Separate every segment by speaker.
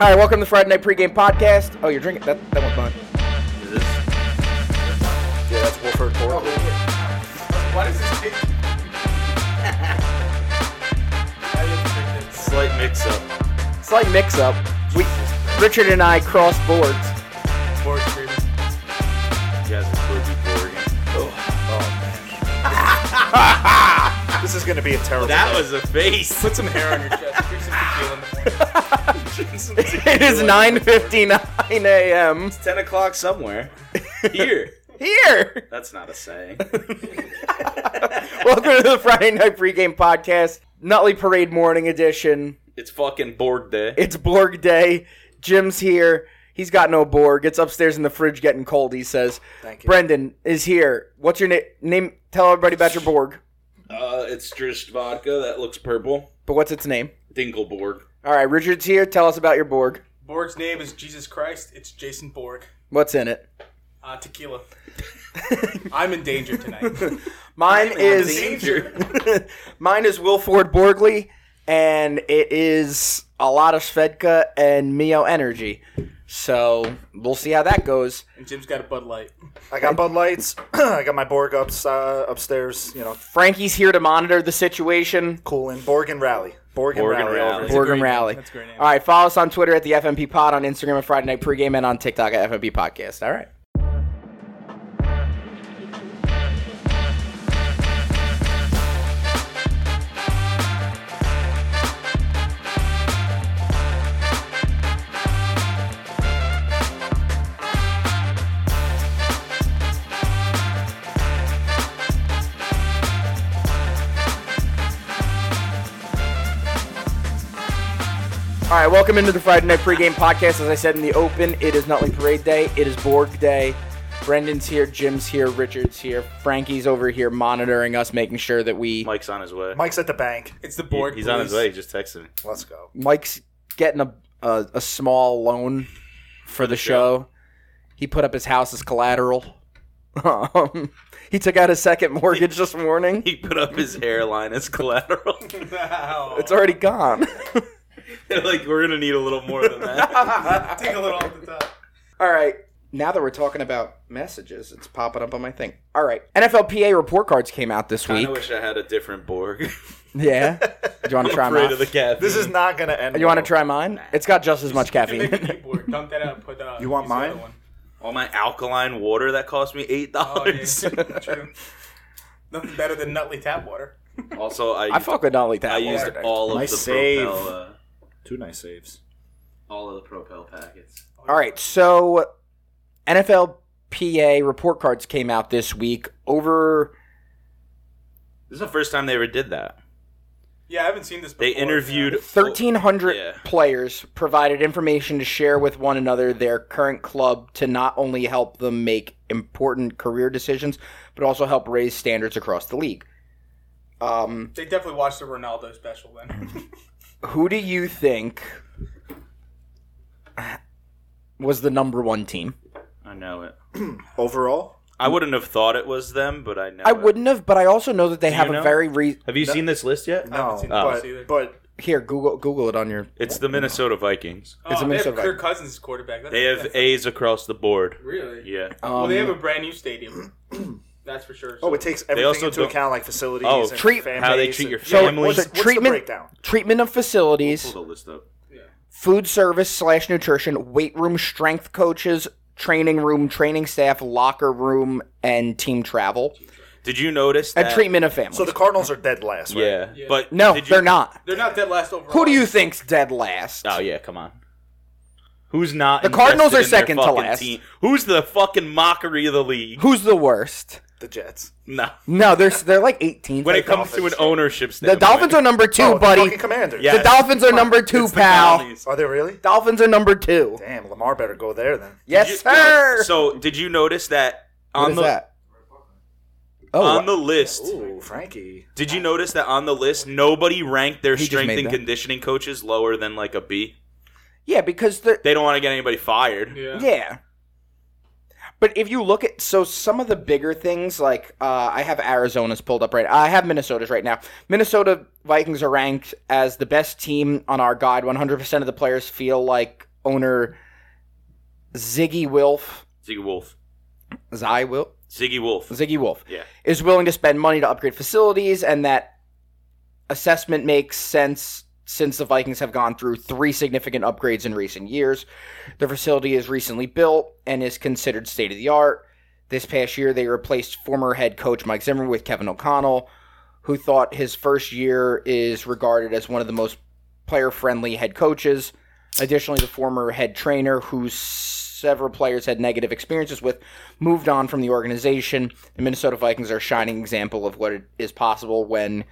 Speaker 1: All right, welcome to the Friday Night Pregame Podcast. Oh, you're drinking that? That one's mine.
Speaker 2: Yeah, that's Wolford Pork.
Speaker 3: Oh. Why does this take?
Speaker 2: Slight mix up.
Speaker 1: Slight mix-up. We, Richard and I crossed boards.
Speaker 3: More screaming.
Speaker 2: Guys, it's Boogie Borgan.
Speaker 3: Oh, This is gonna be a terrible.
Speaker 2: That was a face.
Speaker 3: Put some hair on your chest. Drink some tequila in the morning.
Speaker 1: It is 9:59 a.m.
Speaker 2: Ten o'clock somewhere. Here.
Speaker 1: Here.
Speaker 2: That's not a saying.
Speaker 1: Welcome to the Friday Night Pregame Podcast, Nutley Parade Morning Edition.
Speaker 2: It's fucking board day.
Speaker 1: It's Borg Day. Jim's here. He's got no Borg. It's upstairs in the fridge getting cold. He says.
Speaker 3: Thank you.
Speaker 1: Brendan is here. What's your na- name? Tell everybody about your Borg.
Speaker 2: Uh, it's just vodka that looks purple.
Speaker 1: But what's its name?
Speaker 2: Dingleborg.
Speaker 1: All right, Richard's here. Tell us about your Borg.
Speaker 3: Borg's name is Jesus Christ. It's Jason Borg.
Speaker 1: What's in it?
Speaker 3: Uh, tequila. I'm in danger tonight.
Speaker 1: Mine is
Speaker 2: Danger.
Speaker 1: mine is Wilford Borgley, and it is a lot of Svedka and Mio Energy. So we'll see how that goes.
Speaker 3: And Jim's got a Bud Light.
Speaker 4: I got Bud Lights. I got my Borg ups uh, upstairs. You know,
Speaker 1: Frankie's here to monitor the situation.
Speaker 4: cooling Borg and Rally. Borg and
Speaker 2: Borg and
Speaker 4: Rally.
Speaker 2: Rally.
Speaker 4: over.
Speaker 1: Borg
Speaker 3: great
Speaker 1: and
Speaker 3: name.
Speaker 1: Rally.
Speaker 3: That's a great name.
Speaker 1: All right, follow us on Twitter at the FMP Pod, on Instagram at Friday Night Pregame, and on TikTok at FMP Podcast. All right. All right, welcome into the Friday Night Pregame Podcast. As I said in the open, it is Nutley Parade Day. It is Borg Day. Brendan's here, Jim's here, Richard's here, Frankie's over here monitoring us, making sure that we.
Speaker 2: Mike's on his way.
Speaker 4: Mike's at the bank.
Speaker 3: It's the
Speaker 2: He-
Speaker 3: Borg.
Speaker 2: He's on his
Speaker 3: police.
Speaker 2: way. He just texted me.
Speaker 4: Let's go.
Speaker 1: Mike's getting a a, a small loan for the show. He put up his house as collateral. Um, he took out his second mortgage this morning.
Speaker 2: He put up his hairline as collateral.
Speaker 3: Wow.
Speaker 1: It's already gone.
Speaker 2: They're like, we're gonna need a little more than that.
Speaker 3: Take a little off the top.
Speaker 1: All right. Now that we're talking about messages, it's popping up on my thing. All right. NFLPA report cards came out this
Speaker 2: I
Speaker 1: week.
Speaker 2: kinda wish I had a different Borg.
Speaker 1: Yeah. Do you want to try
Speaker 2: Afraid
Speaker 1: mine?
Speaker 2: of the cat.
Speaker 4: This is not gonna end.
Speaker 1: Mm. You want to try
Speaker 4: well.
Speaker 1: mine? It's got just as much
Speaker 3: You can make
Speaker 1: caffeine.
Speaker 3: a new Borg. Dump that out. Put uh,
Speaker 4: You want
Speaker 3: use the
Speaker 4: mine?
Speaker 3: other one.
Speaker 2: all my alkaline water that cost me eight
Speaker 3: Oh
Speaker 2: dollars.
Speaker 3: yeah. True. Nothing better than Nutley tap water.
Speaker 2: also, I
Speaker 1: I fuck with not like that.
Speaker 2: I used
Speaker 1: water.
Speaker 2: all of
Speaker 4: Nice
Speaker 2: the
Speaker 4: save.
Speaker 2: propel, uh,
Speaker 4: Two nice saves.
Speaker 2: all of the propel packets.
Speaker 1: All right, so NFLPA report cards came out this week. Over
Speaker 2: This is the first time they ever did that.
Speaker 3: Yeah, I haven't seen this. before.
Speaker 2: They interviewed
Speaker 1: thirteen hundred
Speaker 2: Yeah.
Speaker 1: players provided information to share with one another their current club to not only help them make important career decisions, but also help raise standards across the league. Um,
Speaker 3: They definitely watched the Ronaldo special then.
Speaker 1: who do you think was the number one team?
Speaker 2: I know it.
Speaker 4: Overall,
Speaker 2: I wouldn't have thought it was them, but I know.
Speaker 1: I
Speaker 2: it.
Speaker 1: wouldn't have, but I also know that they have
Speaker 2: know?
Speaker 1: a very re-
Speaker 2: Have you seen this list yet? Oh,
Speaker 3: haven't
Speaker 4: no,
Speaker 3: seen the
Speaker 4: but
Speaker 3: list either.
Speaker 4: but
Speaker 1: here. Google Google it on your
Speaker 2: It's the Minnesota Vikings.
Speaker 3: oh, they have
Speaker 1: Minnesota
Speaker 3: Kirk Cousins as quarterback. That's,
Speaker 2: They have
Speaker 3: that's-
Speaker 2: A's across the board.
Speaker 3: really.
Speaker 2: Yeah.
Speaker 3: well, they
Speaker 1: Um,
Speaker 3: have a brand new stadium. That's for sure.
Speaker 4: oh, it takes
Speaker 2: also
Speaker 4: everything into
Speaker 2: don't-
Speaker 4: account, like facilities.
Speaker 2: Oh,
Speaker 4: and
Speaker 1: treat-
Speaker 4: fan
Speaker 2: how they
Speaker 4: base
Speaker 2: treat
Speaker 4: and-
Speaker 2: your
Speaker 4: Yeah,
Speaker 2: family.
Speaker 4: what's-
Speaker 2: What's
Speaker 4: what's the
Speaker 1: treatment-
Speaker 4: breakdown.
Speaker 1: treatment of
Speaker 2: Pull
Speaker 1: facilities,
Speaker 2: the list up.
Speaker 1: food service slash nutrition, weight room, strength coaches, training room, training staff, locker room, and team travel,
Speaker 2: Did you notice
Speaker 1: and
Speaker 2: that?
Speaker 1: treatment of families.
Speaker 4: So the Cardinals are dead last. Right?
Speaker 2: Yeah.
Speaker 3: Yeah.
Speaker 2: But
Speaker 1: no,
Speaker 2: Uh, did you-
Speaker 1: they're not.
Speaker 3: They're not dead last overall.
Speaker 1: Who do you think's dead last?
Speaker 2: Oh yeah, come on. Who's not?
Speaker 1: The Cardinals
Speaker 2: invested
Speaker 1: are
Speaker 2: in their
Speaker 1: second to
Speaker 2: fucking
Speaker 1: last.
Speaker 2: team? Who's the fucking mockery of the league?
Speaker 1: Who's the worst?
Speaker 4: The Jets.
Speaker 2: No.
Speaker 1: No, they're they're like 18th.
Speaker 2: When
Speaker 1: I
Speaker 2: it comes to an
Speaker 4: Dolphins.
Speaker 2: ownership
Speaker 1: The
Speaker 2: standpoint,
Speaker 1: Dolphins are number two,
Speaker 4: Oh, The
Speaker 1: buddy.
Speaker 4: fucking Commanders.
Speaker 2: Yeah.
Speaker 1: The Dolphins are number two,
Speaker 2: It's the
Speaker 1: pal.
Speaker 2: Colonies.
Speaker 4: Are they really?
Speaker 1: Dolphins are number two.
Speaker 4: Damn, Lamar better go there then.
Speaker 1: Yes,
Speaker 2: Did you-
Speaker 1: sir.
Speaker 2: So did you notice that
Speaker 1: What
Speaker 2: on
Speaker 1: is
Speaker 2: the
Speaker 1: that? Oh,
Speaker 2: on the list?
Speaker 4: Ooh, Frankie.
Speaker 2: Did you notice that on the list nobody ranked their
Speaker 1: just
Speaker 2: strength
Speaker 1: made
Speaker 2: and
Speaker 1: that.
Speaker 2: conditioning coaches lower than like a B?
Speaker 1: yeah, because they're
Speaker 2: They don't want to get anybody fired.
Speaker 3: Yeah.
Speaker 1: Yeah. But if you look at so some of the bigger things, like uh, I have Arizona's pulled up right. I have Minnesota's right now. Minnesota Vikings are ranked as the best team on our guide. One hundred percent of the players feel like owner Ziggy Wilf,
Speaker 2: Ziggy Wolf.
Speaker 1: Zy Wilf,
Speaker 2: Ziggy Wolf.
Speaker 1: Ziggy Wolf,
Speaker 2: Yeah.
Speaker 1: is willing to spend money to upgrade facilities, and that assessment makes sense since the Vikings have gone through three significant upgrades in recent years. The facility is recently built and is considered state of the art. This past year, they replaced former head coach Mike Zimmer with Kevin O'Connell, who thought his first year is regarded as one of the most player friendly head coaches. Additionally, the former head trainer, who several players had negative experiences with, moved on from the organization. The Minnesota Vikings are a shining example of what it is possible when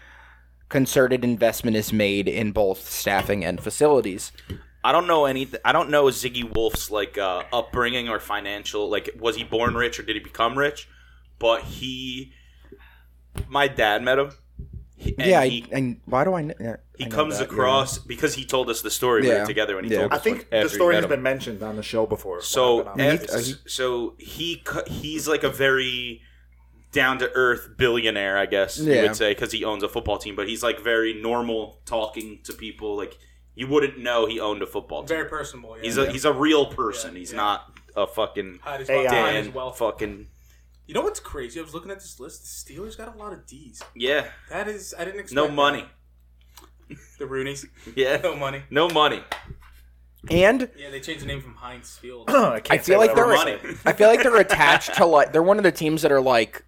Speaker 1: concerted investment is made in both staffing and facilities.
Speaker 2: I don't know any. I don't know Ziggy Wolf's like uh, upbringing or financial. Like, was he born rich or did he become rich? But he, my dad met him. He- and
Speaker 1: yeah,
Speaker 2: he,
Speaker 1: I, and why do I? kn- yeah,
Speaker 2: he
Speaker 1: I know
Speaker 2: comes
Speaker 1: that, yeah.
Speaker 2: across because he told us the story. We
Speaker 1: Yeah.
Speaker 2: were together, and he
Speaker 1: Yeah.
Speaker 2: told
Speaker 4: I
Speaker 2: us.
Speaker 4: think
Speaker 2: when-
Speaker 4: the
Speaker 2: after he
Speaker 4: story
Speaker 2: met
Speaker 4: has
Speaker 2: him.
Speaker 4: been mentioned on the show before. when I've
Speaker 2: So,
Speaker 4: been on.
Speaker 2: and-
Speaker 1: Are you-
Speaker 2: so he cu- he's like a very down to earth billionaire, I guess you
Speaker 1: Yeah.
Speaker 2: would say, because he owns a football team. But he's like very normal, talking to people. Like you wouldn't know he owned a football team.
Speaker 3: Very personable. Yeah.
Speaker 2: He's a he's a real person.
Speaker 3: Yeah,
Speaker 2: he's
Speaker 3: yeah.
Speaker 2: not a fucking
Speaker 3: Hide his
Speaker 4: AI.
Speaker 3: wealth,
Speaker 1: uh,
Speaker 3: hide his
Speaker 2: Dan
Speaker 3: wealth.
Speaker 2: fucking
Speaker 3: You know what's crazy? I was looking at this list. The Steelers got a lot of D's.
Speaker 2: yeah.
Speaker 3: That is, I didn't expect.
Speaker 2: No
Speaker 3: that.
Speaker 2: money.
Speaker 3: The Roonies.
Speaker 2: Yeah.
Speaker 3: No money.
Speaker 2: No money.
Speaker 1: And
Speaker 3: Yeah, they changed the name from Heinz Field.
Speaker 4: I, can't
Speaker 1: I feel
Speaker 4: say
Speaker 1: like
Speaker 4: that
Speaker 1: there
Speaker 4: word.
Speaker 1: are-
Speaker 2: money.
Speaker 1: I feel like they're attached to like they're one of the teams that are like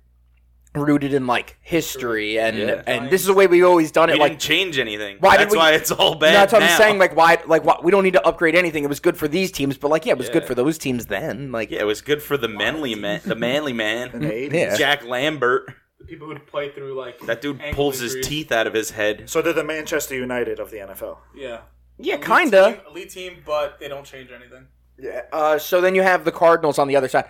Speaker 1: rooted in like history and
Speaker 2: Yeah.
Speaker 1: and this is the way we've always done
Speaker 2: We
Speaker 1: it. Like
Speaker 2: didn't change anything.
Speaker 1: Why did
Speaker 2: That's
Speaker 1: we-
Speaker 2: why it's all bad.
Speaker 1: No, that's what
Speaker 2: now.
Speaker 1: I'm saying. Like why? Like why, we don't need to upgrade anything. It was good for these teams, but like yeah, it was good
Speaker 2: Yeah.
Speaker 1: for those teams then. Like
Speaker 2: yeah, it was good for the manly man, the manly
Speaker 4: In
Speaker 2: man,
Speaker 4: the 80s.
Speaker 1: Yeah.
Speaker 2: Jack Lambert.
Speaker 3: The people who play through like
Speaker 2: That dude
Speaker 3: ankle
Speaker 2: pulls his
Speaker 3: injuries.
Speaker 2: teeth out of his head.
Speaker 4: So they're the Manchester United of the NFL.
Speaker 3: Yeah.
Speaker 1: yeah,
Speaker 3: Elite
Speaker 1: kinda.
Speaker 3: team- Elite team, but they don't change anything.
Speaker 1: Yeah. Uh, so then you have the Cardinals on the other side.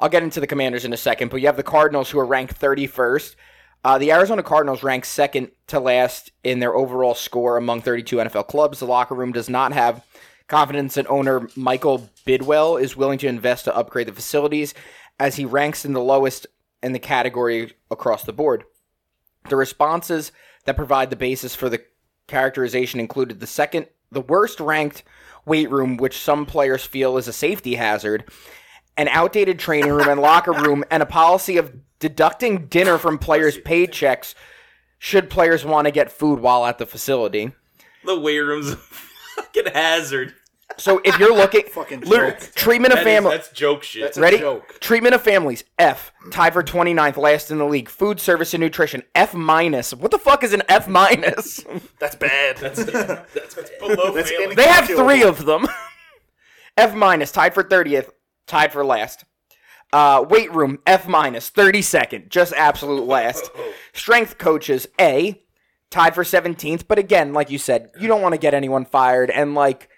Speaker 1: I'll get into the Commanders in a second, but you have the Cardinals who are ranked 31st. Uh, the Arizona Cardinals ranked second to last in their overall score among 32 NFL clubs. The locker room does not have confidence that owner Michael Bidwell is willing to invest to upgrade the facilities, as he ranks in the lowest in the category across the board. The responses that provide the basis for the characterization included the second, the worst ranked weight room, which some players feel is a safety hazard, an outdated training room and locker room, and a policy of deducting dinner from players' paychecks should players want to get food while at the facility.
Speaker 2: The weight room's a fucking hazard.
Speaker 1: So if you're looking,
Speaker 4: Fucking
Speaker 1: Lu-
Speaker 4: joke.
Speaker 1: treatment of
Speaker 2: That is-
Speaker 1: family.
Speaker 2: that's joke shit.
Speaker 4: That's a
Speaker 1: Ready?
Speaker 4: joke.
Speaker 1: Treatment of families, F. Tied for 29th, last in the league. Food, service, and nutrition, F minus. What the fuck is an F minus?
Speaker 4: That's bad. That's,
Speaker 3: It's below
Speaker 4: That's
Speaker 3: failing.
Speaker 4: in-
Speaker 1: They have three of them. F minus, tied for 30th, tied for last. Uh, weight room, F minus, 32nd, just absolute last.
Speaker 4: Oh.
Speaker 1: Strength coaches, A, tied for 17th. But again, like you said, you don't want to get anyone fired. And like,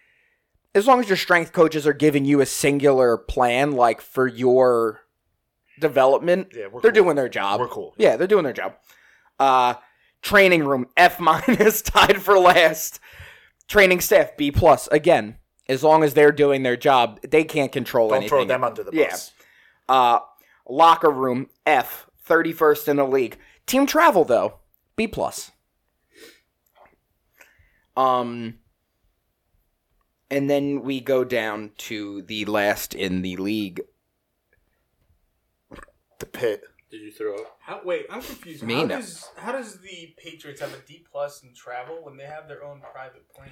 Speaker 1: as long as your strength coaches are giving you a singular plan, like for your development,
Speaker 4: Yeah, we're
Speaker 1: they're
Speaker 4: cool.
Speaker 1: doing their job.
Speaker 4: We're cool.
Speaker 1: Yeah, they're doing their job. Uh, training room F minus tied for last. Training staff B plus again. As long as they're doing their job, they can't control
Speaker 4: Don't
Speaker 1: anything.
Speaker 4: throw them under the
Speaker 1: Yeah.
Speaker 4: bus.
Speaker 1: Uh, locker room F, thirty first in the league. Team travel though B plus. Um, and then we go down to the last in the league.
Speaker 4: The pit.
Speaker 2: Did you throw up?
Speaker 3: How, wait, I'm confused.
Speaker 1: Me
Speaker 3: how,
Speaker 1: neither.
Speaker 3: does, how does the Patriots have a D plus in travel when they have their own private plane?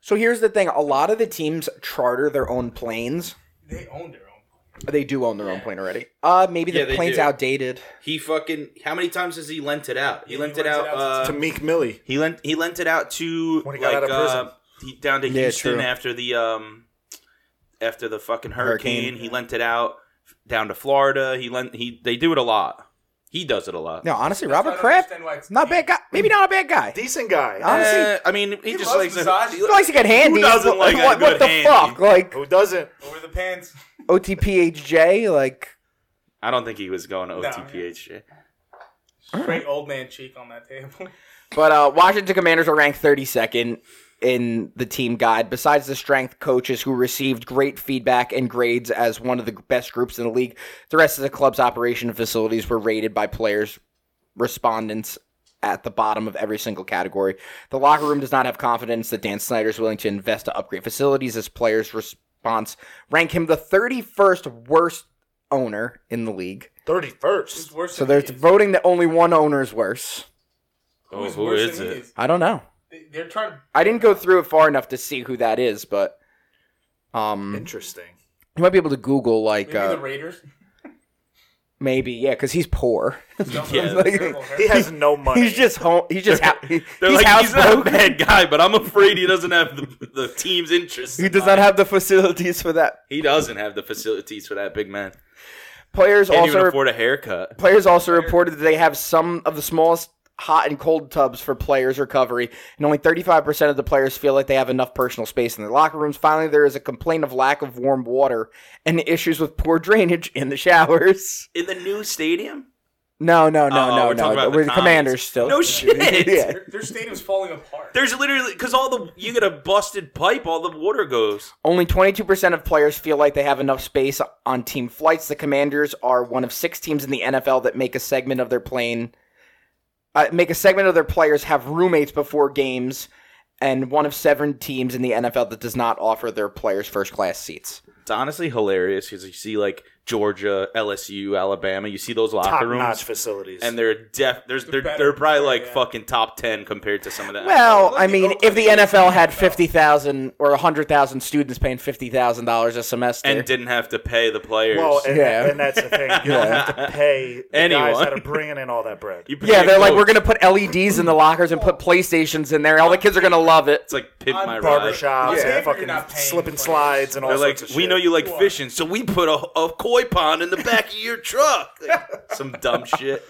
Speaker 1: So here's the thing: a lot of the teams charter their own planes.
Speaker 3: They own their own.
Speaker 1: They do own their own plane already. Uh, maybe
Speaker 2: Yeah,
Speaker 1: the
Speaker 2: they
Speaker 1: plane's
Speaker 2: do.
Speaker 1: outdated.
Speaker 2: He fucking. How many times has he lent it out? He
Speaker 3: Yeah,
Speaker 2: lent
Speaker 3: he
Speaker 2: it
Speaker 3: lends
Speaker 2: out.
Speaker 3: it out
Speaker 2: uh,
Speaker 4: to Meek Millie.
Speaker 2: he lent he lent it out to
Speaker 4: When he got
Speaker 2: like
Speaker 4: out of
Speaker 2: uh, he, down to
Speaker 1: Yeah,
Speaker 2: Houston
Speaker 1: true.
Speaker 2: after the um after the fucking
Speaker 1: Hurricane.
Speaker 2: hurricane. He lent it out down to Florida. He lent he they do it a lot. He does it a lot.
Speaker 1: No, honestly,
Speaker 3: I
Speaker 1: Robert
Speaker 3: don't
Speaker 1: Kraft,
Speaker 3: understand why it's
Speaker 1: not a
Speaker 3: D.
Speaker 1: bad guy. Maybe not a bad guy.
Speaker 4: Decent guy.
Speaker 1: Uh, honestly-
Speaker 2: Eh, I mean, he,
Speaker 3: He
Speaker 2: just
Speaker 3: loves
Speaker 2: likes
Speaker 3: massage.
Speaker 1: He likes to get handy.
Speaker 2: doesn't like a
Speaker 1: what, what
Speaker 2: good
Speaker 1: the
Speaker 2: handy?
Speaker 1: fuck? Like
Speaker 4: Who doesn't?
Speaker 3: Over the pants.
Speaker 1: OTPHJ, like
Speaker 2: I don't think he was going to
Speaker 3: No,
Speaker 2: OTPH.
Speaker 3: Great old man cheek on that table.
Speaker 1: But uh, Washington Commanders are ranked 32nd. in the team guide, besides the strength coaches who received great feedback and grades as one of the best groups in the league, the rest of the club's operation and facilities were rated by players, respondents at the bottom of every single category. The locker room does not have confidence that Dan Snyder is willing to invest to upgrade facilities as players' response rank him the 31st worst owner in the league.
Speaker 4: Thirty
Speaker 3: Who's
Speaker 4: first.
Speaker 3: worse
Speaker 1: So
Speaker 3: than he
Speaker 1: there's
Speaker 3: is?
Speaker 1: voting that only one owner is worse.
Speaker 2: Oh,
Speaker 3: Who's
Speaker 2: who
Speaker 3: worse
Speaker 2: is
Speaker 3: than he
Speaker 2: it?
Speaker 1: I don't know.
Speaker 3: They- They're trying to.
Speaker 1: I didn't go through it far enough to see who that is, but um,
Speaker 4: Interesting.
Speaker 1: you might be able to Google like
Speaker 3: Maybe
Speaker 1: uh,
Speaker 3: the Raiders.
Speaker 1: maybe yeah, because he's poor.
Speaker 2: Yeah.
Speaker 4: He has no money.
Speaker 1: he's just home. He's just out. He,
Speaker 2: They're
Speaker 1: he's
Speaker 2: like, he's not a
Speaker 1: housebroken.
Speaker 2: bad guy, but I'm afraid he doesn't have the, the team's interest.
Speaker 1: He does not have the facilities for that.
Speaker 2: He doesn't have the facilities for that big man.
Speaker 1: Players
Speaker 2: Can't
Speaker 1: also
Speaker 2: even
Speaker 1: re-
Speaker 2: afford a haircut.
Speaker 1: players also reported that they have some of the smallest hot and cold tubs for players recovery and only 35% of the players feel like they have enough personal space in their locker rooms finally there is a complaint of lack of warm water and issues with poor drainage in the showers
Speaker 2: In the new stadium?
Speaker 1: no no no
Speaker 2: Uh-oh,
Speaker 1: no
Speaker 2: we're
Speaker 1: no
Speaker 2: talking about the
Speaker 1: we're the
Speaker 2: Commies.
Speaker 1: commanders still
Speaker 2: No shit.
Speaker 1: yeah
Speaker 3: Their, their stadium's falling apart.
Speaker 2: There's literally because all the you get a busted pipe, all the water goes.
Speaker 1: Only 22% of players feel like they have enough space on team flights. The Commanders are one of six teams in the NFL that make a segment of their plane, uh, make a segment of their players have roommates before games, and one of seven teams in the NFL that does not offer their players first class seats.
Speaker 2: It's honestly hilarious because you see like Georgia, LSU, Alabama. You see those locker
Speaker 4: top
Speaker 2: rooms,
Speaker 4: notch facilities.
Speaker 2: and they're def. There's they're
Speaker 3: better
Speaker 2: they're probably
Speaker 3: than
Speaker 2: like
Speaker 3: that, yeah.
Speaker 2: fucking top ten compared to some of the.
Speaker 1: Well,
Speaker 3: Look
Speaker 1: I
Speaker 3: at
Speaker 1: mean,
Speaker 3: Oakland
Speaker 1: if the
Speaker 3: Raiders
Speaker 1: NFL had
Speaker 3: NFL.
Speaker 1: 50,000 or 100,000 students paying $50,000 a semester,
Speaker 2: and didn't have to pay the players.
Speaker 4: well, and,
Speaker 1: Yeah.
Speaker 4: and that's the thing. You don't have to pay the guys
Speaker 2: Anyone.
Speaker 4: that are bringing in all that bread.
Speaker 2: You pay
Speaker 1: yeah,
Speaker 2: a
Speaker 1: they're like,
Speaker 2: coach.
Speaker 1: we're going to put LEDs in the lockers and put PlayStations in there. All the kids are going to love it.
Speaker 2: It's like pimp
Speaker 3: I'm
Speaker 2: my ride.
Speaker 3: Yeah.
Speaker 4: Barbershops
Speaker 3: You're
Speaker 4: and fucking
Speaker 3: not paying
Speaker 4: slip and
Speaker 3: players.
Speaker 4: slides and all
Speaker 2: They're like,
Speaker 4: sorts of shit.
Speaker 2: we know you like
Speaker 3: You are.
Speaker 2: fishing, so we put a, a koi pond in the back of your truck. Like, some dumb shit.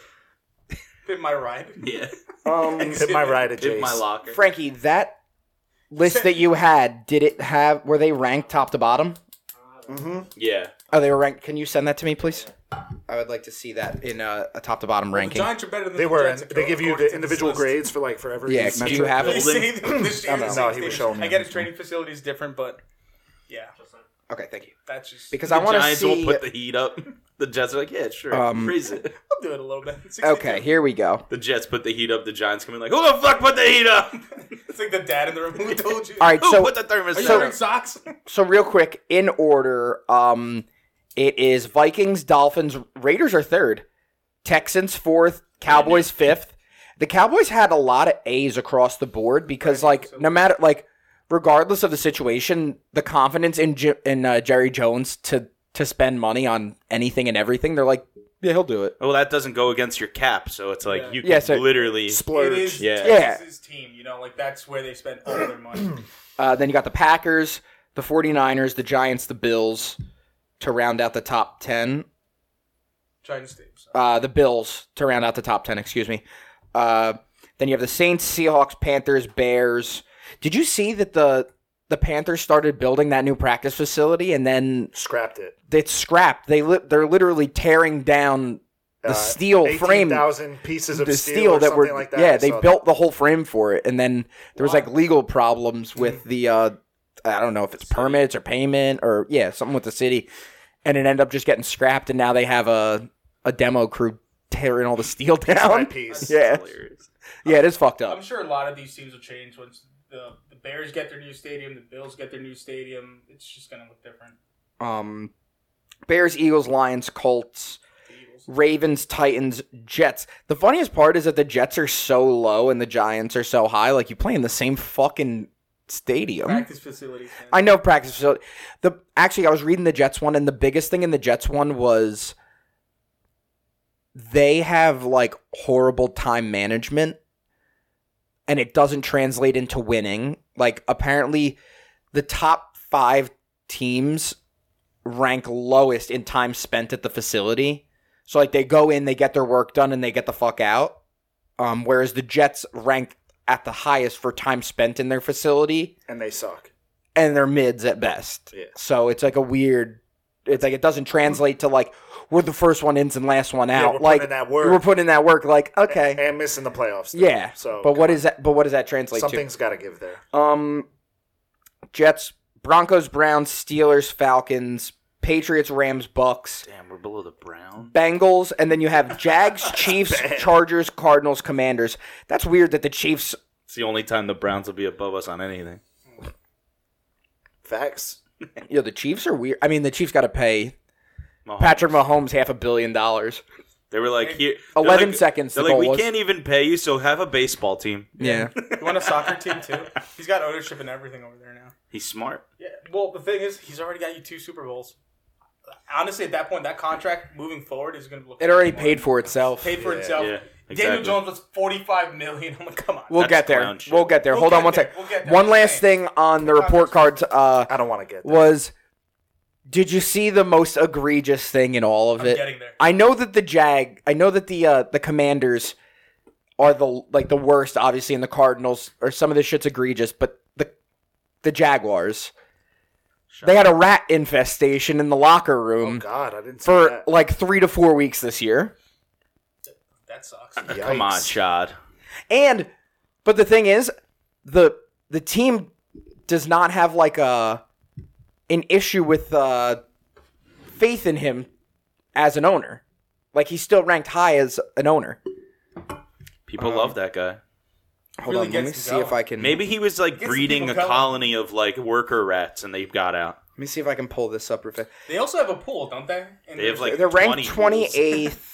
Speaker 3: Fit my ride.
Speaker 2: Yeah,
Speaker 1: Um,
Speaker 4: Hit my ride at
Speaker 2: pimp my
Speaker 4: Jace.
Speaker 2: locker.
Speaker 1: Frankie, that list that you had, did it have? Were they ranked top to bottom?
Speaker 2: yeah,
Speaker 1: Oh, they were ranked. Can you send that to me, please? I would like to see that in a, a top to bottom
Speaker 3: The
Speaker 1: ranking.
Speaker 3: Giants are better than
Speaker 4: They
Speaker 3: the
Speaker 4: were.
Speaker 3: Jets,
Speaker 4: And they give you
Speaker 3: according to
Speaker 4: the
Speaker 3: this
Speaker 4: individual
Speaker 3: list.
Speaker 4: grades for like for every.
Speaker 1: Yeah, do you have
Speaker 3: They
Speaker 1: it?
Speaker 3: say that this year
Speaker 1: no.
Speaker 3: the
Speaker 4: No,
Speaker 3: same
Speaker 4: he was
Speaker 3: thing.
Speaker 4: showing me.
Speaker 3: I got his training facilities different, but yeah,
Speaker 1: Okay, thank you.
Speaker 3: that's just
Speaker 1: Because
Speaker 2: the
Speaker 1: I want to
Speaker 2: Giants won't
Speaker 1: see.
Speaker 2: put the heat up. The Jets are like, yeah, sure,
Speaker 1: Um,
Speaker 2: freeze it.
Speaker 3: I'll do it a little bit. 62.
Speaker 1: Okay, here we go.
Speaker 2: The Jets put the heat up. The Giants come in like, who the fuck put the heat up?
Speaker 3: it's like the dad in the room who told you.
Speaker 1: All right,
Speaker 2: Who
Speaker 1: so
Speaker 2: put the
Speaker 3: Are
Speaker 2: thermostat
Speaker 3: you
Speaker 1: so-
Speaker 3: wearing socks?
Speaker 1: so real quick in order. Um, it is Vikings, Dolphins, Raiders are third, Texans fourth, Cowboys fifth. The Cowboys had a lot of A's across the board because, like, no matter like, regardless of the situation, the confidence in J- in uh, Jerry Jones to to spend money on anything and everything, they're like, yeah, he'll do it.
Speaker 2: Well, that doesn't go against your cap, so it's like
Speaker 3: Yeah.
Speaker 2: you can
Speaker 1: Yeah, so-
Speaker 2: literally.
Speaker 3: It
Speaker 4: Splurge.
Speaker 3: is
Speaker 2: Yeah.
Speaker 3: Texas's team. You know, like that's where they spend all their money.
Speaker 1: Uh, then you got the Packers, the 49ers, the Giants, the Bills to round out the top ten.
Speaker 3: Giants team. So.
Speaker 1: uh, the Bills to round out the top ten. Excuse me. Uh, then you have the Saints, Seahawks, Panthers, Bears. Did you see that the the Panthers started building that new practice facility and then
Speaker 4: Scrapped it.
Speaker 1: it's scrapped? They li- they're literally tearing down the
Speaker 4: Uh,
Speaker 1: steel frame, the
Speaker 4: 18,000 pieces of steel,
Speaker 1: steel
Speaker 4: or
Speaker 1: that were
Speaker 4: something like that.
Speaker 1: yeah.
Speaker 4: I
Speaker 1: They
Speaker 4: saw
Speaker 1: built the whole frame for it, and then there was
Speaker 3: Wow.
Speaker 1: like legal problems
Speaker 4: Hmm.
Speaker 1: with the uh, I don't know if it's permits or payment or yeah something with the city, and it ended up just getting scrapped, and now they have a a demo crew tearing all the steel
Speaker 4: that
Speaker 1: down.
Speaker 4: by piece.
Speaker 1: Yeah,
Speaker 2: hilarious.
Speaker 1: yeah, it is fucked
Speaker 3: I'm
Speaker 1: up.
Speaker 3: sure a lot of these teams will change once the, the Bears get their new stadium, the Bills get their new stadium. It's just gonna look different.
Speaker 1: Um, Bears, Eagles, Lions, Colts,
Speaker 3: The Eagles.
Speaker 1: Ravens, Titans, Jets. The funniest part is that the Jets are so low and the Giants are so high. Like you play in the same fucking stadium.
Speaker 3: Practice facilities. man.
Speaker 1: I know practice facility. The actually, I was reading the Jets one, and the biggest thing in the Jets one was they have like horrible time management, and it doesn't translate into winning. Like apparently, the top five teams rank lowest in time spent at the facility. So like they go in, they get their work done, and they get the fuck out. Um, whereas the Jets rank at the highest for time spent in their facility
Speaker 4: And they suck.
Speaker 1: and they're mids at best.
Speaker 4: Yeah.
Speaker 1: So it's like a weird it's like it doesn't translate to like we're the first one in and last one out.
Speaker 4: we're putting
Speaker 1: like
Speaker 4: in that work.
Speaker 1: we're putting in that work. Like okay,
Speaker 4: and missing the playoffs. though.
Speaker 1: yeah.
Speaker 4: So,
Speaker 1: but what
Speaker 4: come
Speaker 1: is that? But what does that translate to?
Speaker 4: something's got to give there.
Speaker 1: Um, Jets, Broncos, Browns, Steelers, Falcons, Patriots, Rams, Bucks,
Speaker 2: Damn, we're below the Brown.
Speaker 1: Bengals, and then you have Jags, Chiefs, Chargers, Cardinals, Commanders. That's weird that the Chiefs.
Speaker 2: It's the only time the Browns will be above us on anything.
Speaker 4: Facts.
Speaker 1: You know, the Chiefs are weird. I mean, the Chiefs got to pay
Speaker 2: Mahomes.
Speaker 1: Patrick Mahomes half a billion dollars.
Speaker 2: They were like here. they're
Speaker 1: 11
Speaker 2: like-
Speaker 1: seconds,
Speaker 2: They're
Speaker 1: the
Speaker 2: like,
Speaker 1: goal
Speaker 2: we
Speaker 1: was.
Speaker 2: can't even pay you, so have a baseball team.
Speaker 1: Yeah.
Speaker 3: You want a soccer team too? He's got ownership in everything over there now.
Speaker 2: He's smart.
Speaker 3: Yeah. Well, the thing is, he's already got you two Super Bowls. Honestly, at that point, that contract moving forward is going to look.
Speaker 1: It already paid for itself.
Speaker 3: Paid for
Speaker 4: Yeah.
Speaker 3: itself.
Speaker 2: Yeah,
Speaker 3: Daniel
Speaker 2: exactly.
Speaker 3: Jones was forty-five million. I'm like, come on.
Speaker 1: We'll
Speaker 2: That's
Speaker 1: get there.
Speaker 2: clown shit.
Speaker 1: We'll get there.
Speaker 3: We'll
Speaker 1: Hold
Speaker 3: get
Speaker 1: on one
Speaker 3: there.
Speaker 1: second.
Speaker 3: We'll get there.
Speaker 1: one
Speaker 3: I'm
Speaker 1: last
Speaker 3: saying.
Speaker 1: thing on the report cards uh,
Speaker 4: I don't want to get there.
Speaker 1: was did you see the most egregious thing in all of it?
Speaker 3: getting there.
Speaker 1: I know that the Jag, I know that the uh, the Commanders are the like the worst, obviously, and the Cardinals or some of this shit's egregious, but the the Jaguars, they had a rat infestation in the locker
Speaker 4: Oh
Speaker 1: room
Speaker 4: God, I didn't see
Speaker 1: for
Speaker 4: that.
Speaker 1: like three to four weeks this year,
Speaker 3: that sucks.
Speaker 2: Come on,
Speaker 4: Yikes.
Speaker 2: Shad.
Speaker 1: and but the thing is, the the team does not have like a an issue with uh, faith in him as an owner. Like he's still ranked high as an owner.
Speaker 2: People love that guy.
Speaker 1: Hold
Speaker 3: Really
Speaker 1: on, let
Speaker 3: gets
Speaker 1: me
Speaker 3: him
Speaker 1: see
Speaker 3: going.
Speaker 1: if I can.
Speaker 2: Maybe he was like
Speaker 3: Gets the
Speaker 2: breeding
Speaker 3: people
Speaker 2: a
Speaker 3: going.
Speaker 2: colony of like worker rats, and they got out.
Speaker 1: Let me see if I can pull this up real fast.
Speaker 3: They also have a pool, don't they? And
Speaker 2: They have,
Speaker 3: there's-
Speaker 2: like-
Speaker 1: They're ranked
Speaker 2: 20
Speaker 1: twenty
Speaker 2: rules.
Speaker 1: eighth.